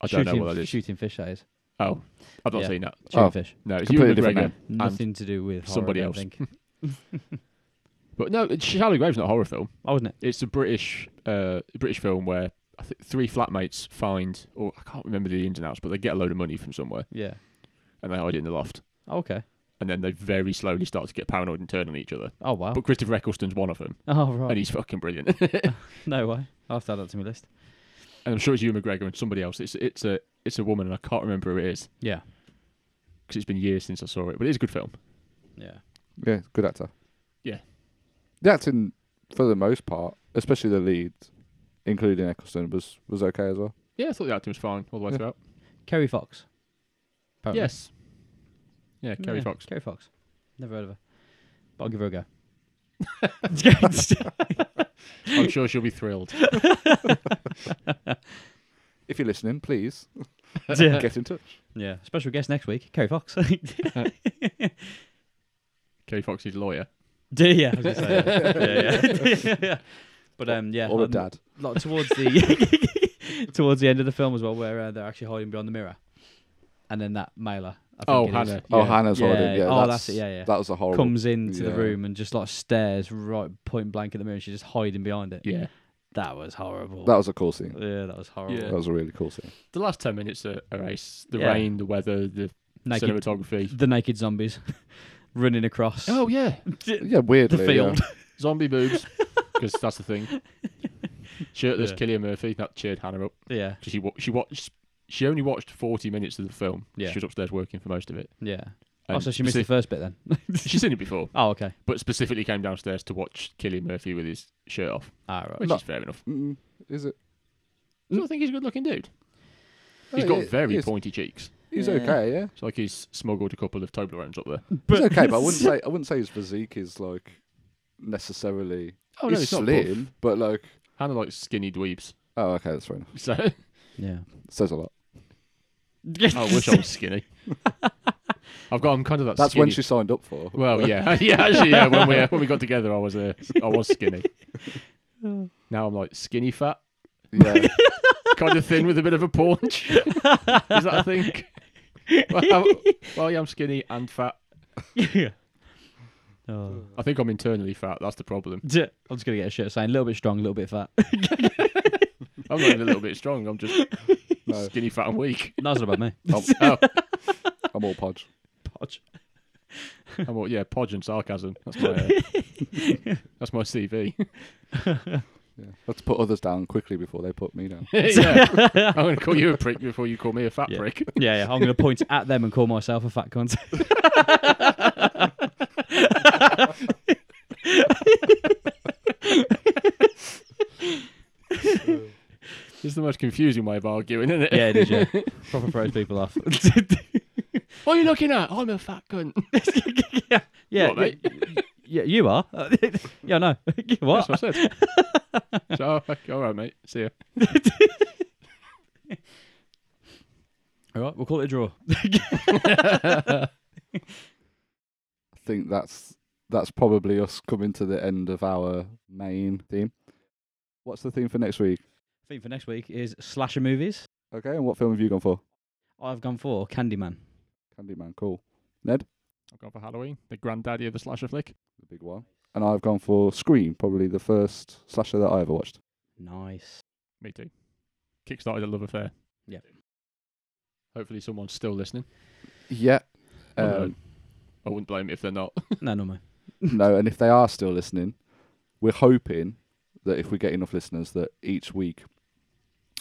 I don't
shooting,
know what that is.
shooting fish? That is
Oh, I've not
Yeah.
seen that.
shooting
Oh.
fish.
No, it's
Completely
Ewan
different
McGregor.
man.
Nothing to do with horror,
somebody
I don't
else.
think.
*laughs* But no, it's Shallow Grave's not a horror film.
Oh, wasn't it?
It's a British uh, British film where I think three flatmates find, or I can't remember the ins and outs, but they get a load of money from somewhere
Yeah.
and they hide it in the loft.
Oh, okay.
And then they very slowly start to get paranoid and turn on each other.
Oh wow. *laughs*
But Christopher Eccleston's one of them,
Oh
and
right.
he's fucking brilliant. *laughs* and
No way. I'll have to add that to my list.
I'm sure it's Ewan McGregor and somebody else. It's it's a it's a woman, and I can't remember who it is
Yeah.
because it's been years since I saw it. But it's a good film.
Yeah.
yeah, good actor.
Yeah.
the acting for the most part, especially the lead, including Eccleston, was was okay as well.
Yeah, I thought the acting was fine all the way
Yeah.
throughout.
Kerry Fox. apparently.
Yes. Yeah, Kerry
Yeah, *laughs*
Fox.
Kerry Fox. Never heard of her. But I'll give her a go.
*laughs* I'm sure she'll be thrilled.
If you're listening, please
*laughs* yeah.
get in touch.
yeah. Special guest next week, Kerry Fox. *laughs*
Kerry Fox's lawyer.
Do yeah. I was gonna say, yeah. yeah, yeah. *laughs* But um, yeah.
or a
um,
dad.
Like towards the towards the *laughs* end of the film as well, where uh, they're actually hiding behind the mirror, and then that mailer. I think
Oh,
it is,
Hannah.
Oh,
yeah.
Hannah's
Yeah.
hiding. Yeah,
Oh,
that's,
that's it, yeah, yeah.
That was a horrible.
Comes into
Oh. Yeah.
the room and just like stares right point blank at the mirror, and she's just hiding behind it.
Yeah.
That was horrible.
That was a cool scene.
yeah, that was horrible.
Yeah.
That was a really cool scene.
The last ten minutes are a race. The
Yeah.
rain, the weather, the
Naked,
cinematography.
*laughs* the naked zombies running across
Oh
*laughs*
yeah,
Yeah, weirdly.
the
yeah.
field.
zombie
*laughs*
boobs, because that's the thing. Shirtless
Yeah.
Killian Murphy that cheered Hannah up
Yeah,
'Cause she wa- she watched she only watched forty minutes of the film.
Yeah.
She was upstairs working for most of it.
yeah.
And
oh, so she missed the
speci-
first bit then. *laughs*
She's seen it before,
Oh, okay.
but specifically came downstairs to watch Killian Murphy with his shirt off,
All Ah, right.
which
No.
is fair enough.
Mm, is it?
I don't think he's a good looking dude. He's
Oh,
got
yeah,
very
he's,
pointy cheeks.
He's
Yeah.
okay, yeah.
It's like he's smuggled a couple of Toblerones up there.
he's okay, but I
*laughs*
wouldn't say I wouldn't say his physique is like necessarily.
Oh
he's
no, it's not. buff.
slim, but like.
Hannah likes skinny dweebs. *laughs*
Oh, okay, that's fair enough.
So
Yeah. *laughs*
Says a lot.
Oh,
Oh, I wish I was
*laughs*
skinny. I've got. I'm kind of that.
That's when
skinny-
she signed up for.
Well, yeah, *laughs* yeah. Actually, yeah. When we when we got together, I was uh, I was
*laughs*
skinny. Now I'm like skinny fat, *laughs*
Yeah.
kind of thin with a bit of a
*laughs*
paunch. Is that a thing? Well, I'm- well, yeah, I'm skinny and fat.
yeah. Oh.
I think I'm internally fat. That's the problem.
D- I'm just gonna get a shirt saying a little bit strong, a little bit *laughs* fat.
I'm not even a little bit strong. I'm just
*laughs* No.
skinny, fat,
*laughs*
and weak.
No, it's not about me.
I'm,
Oh,
I'm all podge.
Podge. *laughs*
*laughs*
I'm all, yeah, podge and sarcasm. That's my uh, that's my CV.
Yeah. Let's put others down quickly before they put me down.
*laughs* yeah. I'm going to call you a prick before you call me a fat
Yeah.
prick.
Yeah, yeah. I'm going to point at them and call myself a fat *laughs* cunt.
It's the most confusing way of arguing, isn't it?
yeah, did you? *laughs* Proper throws people off.
*laughs* What are you looking at? I'm a fat cunt.
*laughs* Yeah,
What, mate?
y- y- yeah, you are. *laughs* yeah, *laughs* no. *laughs* what?
That's what I said.
*laughs*
so, okay, all right, mate. See ya.
All right, we'll call it a *laughs* draw.
I think that's that's probably us coming to the end of our main theme. What's the theme for next week?
Theme for next week is slasher movies.
Okay, and what film have you gone for?
I've gone for Candyman.
Candyman, cool.
I've gone for Halloween, the granddaddy of the slasher flick.
The big one. And I've gone for Scream, probably the first slasher that I ever watched.
Nice.
Me too. Kickstarted a love affair.
Yep.
Hopefully, someone's still listening.
Yeah.
Oh,
Um,
I wouldn't blame it if they're not.
*laughs*
*laughs*
No, no, mate.
*laughs* no, and if they are still listening, we're hoping that if we get enough listeners, that each week,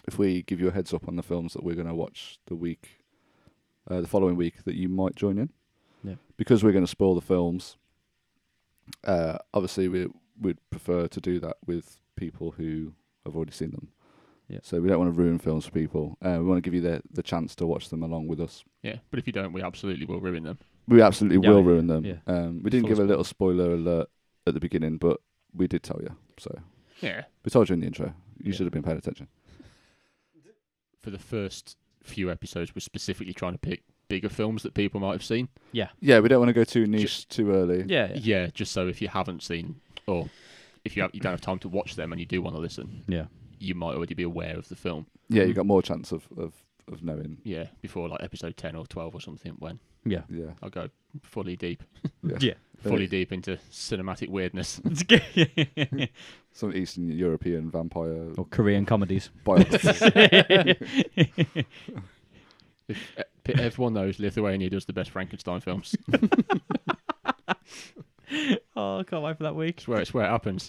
if we give you a heads up on the films that we're going to watch the week, uh, the following week, that you might join in.
Yeah.
Because we're going to spoil the films. Uh, obviously, we would prefer to do that with people who have already seen them.
Yeah.
So we don't want to ruin films for people. Uh, we want to give you the the chance to watch them along with us.
yeah, but if you don't, we absolutely will ruin them.
We absolutely
Yeah,
will
yeah,
ruin them.
yeah.
Um, we didn't
Full
give a
spoil.
little spoiler alert at the beginning, but we did tell you. So
Yeah.
we told you in the intro. You
Yeah.
should have been paying attention.
For the first few episodes, we're specifically trying to pick bigger films that people might have seen.
Yeah, we don't want to go too niche too early.
Yeah, yeah.
Yeah, just so if you haven't seen, or if you, have, you don't have time to watch them and you do want to listen,
yeah.
you might already be aware of the film.
Yeah, you
Mhm.
got more chance of of, of knowing.
Yeah, before like episode 10 or 12 or something, when
Yeah.
Yeah,
I'll go fully deep,
Yeah.
fully deep into cinematic weirdness. *laughs*
*laughs*
some Eastern European vampire
Or Korean comedies.
biography.
If, eh, p- everyone knows Lithuania does the best Frankenstein films.
*laughs* oh, I can't wait for that week.
It's where it's where it happens.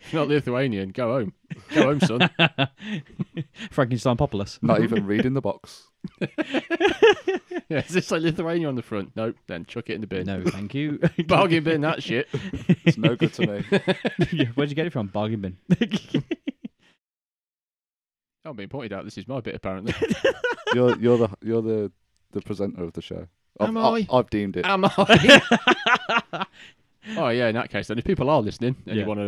If you're not Lithuanian, go home. Go home, son.
Frankenstein Populous. *laughs*
Not even reading the box.
Yeah, is this like Lithuania on the front? Nope. Then chuck it in the bin.
No, thank you.
*laughs* Bargain bin that shit.
It's no good to me.
*laughs* Yeah, Where'd you get it from? Bargain
*laughs*
bin.
I'm being pointed out. This is my
*laughs*
bit apparently.
You're you're the you're the the presenter of the show. I've,
Am
I've-
I?
I've deemed it.
Am I? oh yeah. In that case, then if people are listening and
Yeah.
you want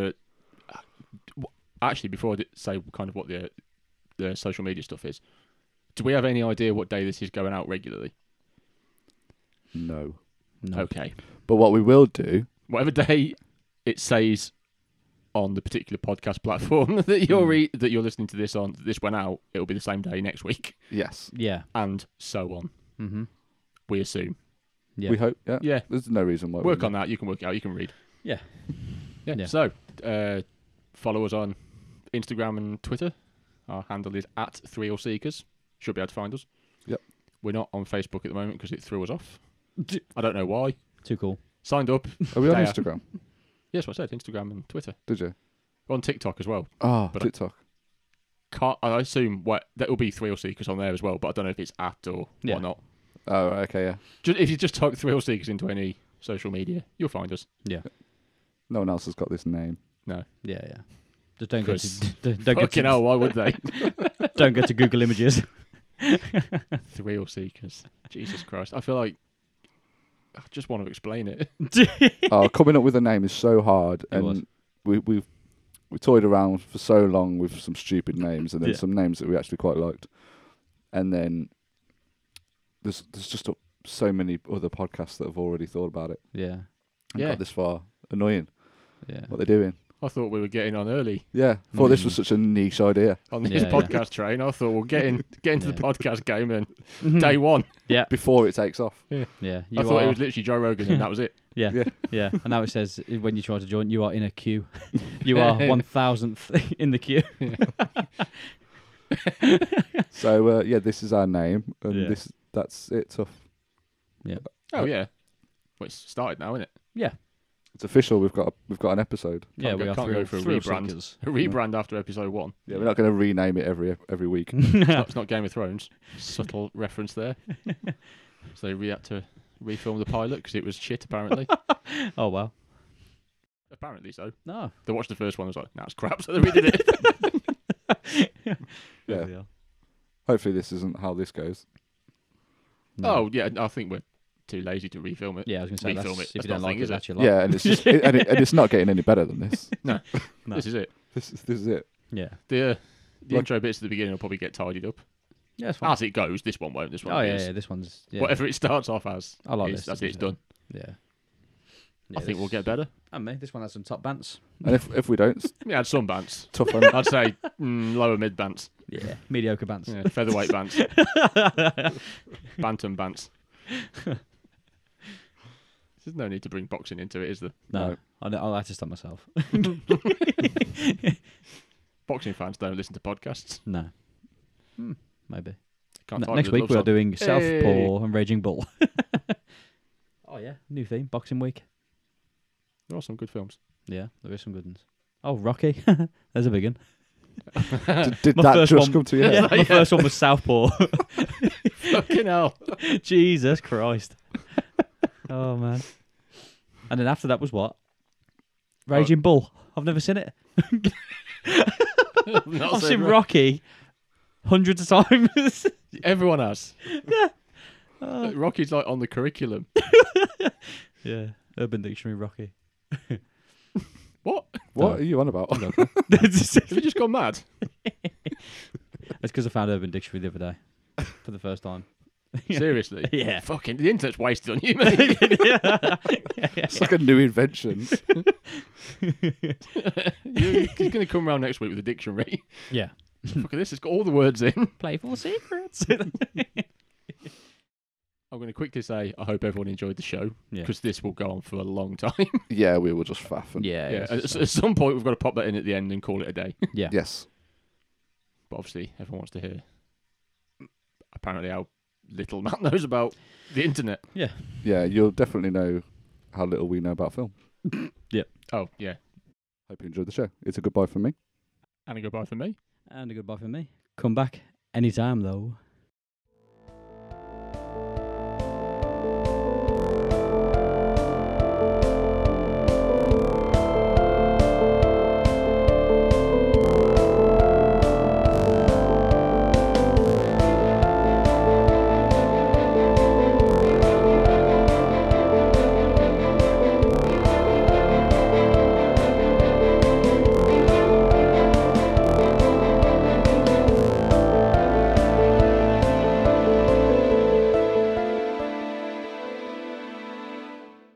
to, actually, before I d- say kind of what the the social media stuff is, do we have any idea what day this is going out regularly?
No.
No.
Okay.
But what we will do,
whatever day it says on the particular podcast *laughs* platform that
Hmm.
you're re- that you're listening to this on that this went out it'll be the same day next week
yes,
Yeah.
and so on
Mm-hmm.
we assume
Yeah.
we hope. Yeah.
yeah
There's no reason why. we
work on that you can work it out you can read
Yeah.
yeah,
Yeah.
so uh, follow us on instagram and twitter our handle is at three or seekers should be able to find us
Yep.
we're not on facebook at the moment because it threw us off
D-
i don't know why
Too cool.
signed up
Are we on
Yeah.
Instagram?
yes what i said instagram and twitter
Did you?
We're on tiktok as well
Ah,
But I-
TikTok.
can't, I assume what that will be Thrill Seekers on there as well, but I don't know if it's at or
Yeah.
whatnot.
Oh, right, okay, yeah.
Just, if you just type Thrill Seekers into any social media, you'll find us.
No one else has got this name.
Yeah, yeah. Just don't go
Chris.
to d- *laughs* don't go
Fucking
to,
hell, why would they?
don't go to Google
*laughs*
Images.
Thrill Seekers. Jesus Christ. I feel like I just want to explain it. *laughs*
oh, coming up with a name is so hard,
It
and
was.
we we we toyed around for so long with some stupid names, and then
Yeah.
some names that we actually quite liked, and then there's there's just a, so many other podcasts that have already thought about it
Yeah.
and
Yeah.
got this far. Annoying
Yeah.
what they're doing.
I thought we were getting on early
Yeah, thought this
Mm.
was such a niche idea
on this
Yeah, yeah.
podcast train. I thought we'll get in, get into the
Yeah.
podcast
*laughs*
game and day one.
before it takes off.
Yeah. You
I thought
are,
it was literally Joe Rogan and that
*laughs*
was it.
yeah,
Yeah.
yeah. And now it says uh, when you try to join, you are in a
*laughs*
queue. you are one thousandth *laughs* in the queue.
So uh, yeah, this is our name, and
Yeah.
this that's it. Tough.
Oh yeah. Well, it's started now, isn't it?
Yeah.
It's official. We've got a, we've got an episode.
yeah,
go-
we are
can't
through,
go for a
thrill
rebrand.
seekers.
A rebrand after
*laughs*
episode one.
Yeah, we're not going to rename it every every week.
*laughs*
Hmm.
It's not, it's not Game of Thrones. Subtle reference
*laughs*
there. so we had to refilm the pilot because it was
*laughs*
shit, apparently.
Oh wow.
apparently so.
*laughs* No.
They watched the first one and was like, nah, it's crap. *laughs* So they redid it.
Yeah.
Oh,
Hopefully, this isn't how this goes.
No.
oh, yeah, I think we're too lazy to refilm it.
Yeah, I was gonna say
refilm
that's,
it.
if
That's
you don't
nothing,
like it,
is it?
that's your lot.
Yeah, and it's just, and, it, and it's not getting any better than
*laughs*
this.
No.
This is it.
This is this is it.
Yeah.
The, uh, the
Like-
intro bits at the beginning will probably get tidied up.
Yeah, it's fine.
As it goes, this one won't. This one
Ah, Oh yeah,
is.
yeah, this one's yeah.
Whatever it starts off as,
I like
is-
this.
that's
this
it, it's
is
done.
Yeah.
I think we'll
*laughs*
get better.
And me, this one has some top bands.
And if if we don't,
*laughs*
it's
We had some bants.
tough on
I'd say mm, lower mid bants.
Yeah. *laughs* Mediocre bands.
Yeah, featherweight bants.
*laughs*
Bantam bants. There's no need to bring boxing into it, is there?
No,
No.
I know- I'll have to stop myself. *laughs*
Boxing fans don't listen to podcasts.
No. Hmm, maybe.
Can't
Ne-
type
next
with
week
the
we are
love song.
doing Southpaw
Hey.
and Raging Bull. *laughs* oh yeah, new theme, Boxing Week.
There are some good films.
Yeah, there is some good ones. Oh, Rocky. *laughs* There's a big one.
did, did
My
that
first
just
one.
come to you?
my first one was Southpaw.
Fucking hell.
*laughs*
*laughs*
Jesus *laughs* Christ. oh man. And then after that was what? Raging Bull. I've never seen it.
Not
I've
so
seen
wrong.
Rocky hundreds of times. *laughs*
Everyone has.
Oh.
Rocky's like on
*laughs*
the curriculum.
yeah. Urban Dictionary *laughs* Rocky.
What?
What are you on about?
That's
Have you just gone mad?
because I found Urban Dictionary the other day for the first time.
Seriously?
*laughs* *laughs* Yeah.
Fucking the internet's wasted on
*laughs*
you, mate.
*laughs* It's like a new
*laughs*
invention.
You- He's going to come round next week with
*laughs*
a dictionary.
Yeah.
Fuck this, it's got all the words in. *laughs*
Playful *laughs* secrets.
I'm going to quickly say I hope everyone enjoyed the show
Yeah.
because this will go on for a long time.
yeah, we will just faff. And,
yeah.
yeah,
it's
at,
just-
at some point we've got to pop that in at the end and call it a day. *laughs*
yeah.
Yes.
But obviously, everyone wants to hear apparently how little *laughs* Matt knows about the internet.
Yeah, you'll definitely know how little we know about film.
Oh yeah,
Hope you enjoyed the show. It's a goodbye from me.
and a goodbye from me.
And a goodbye from me. Come back anytime though.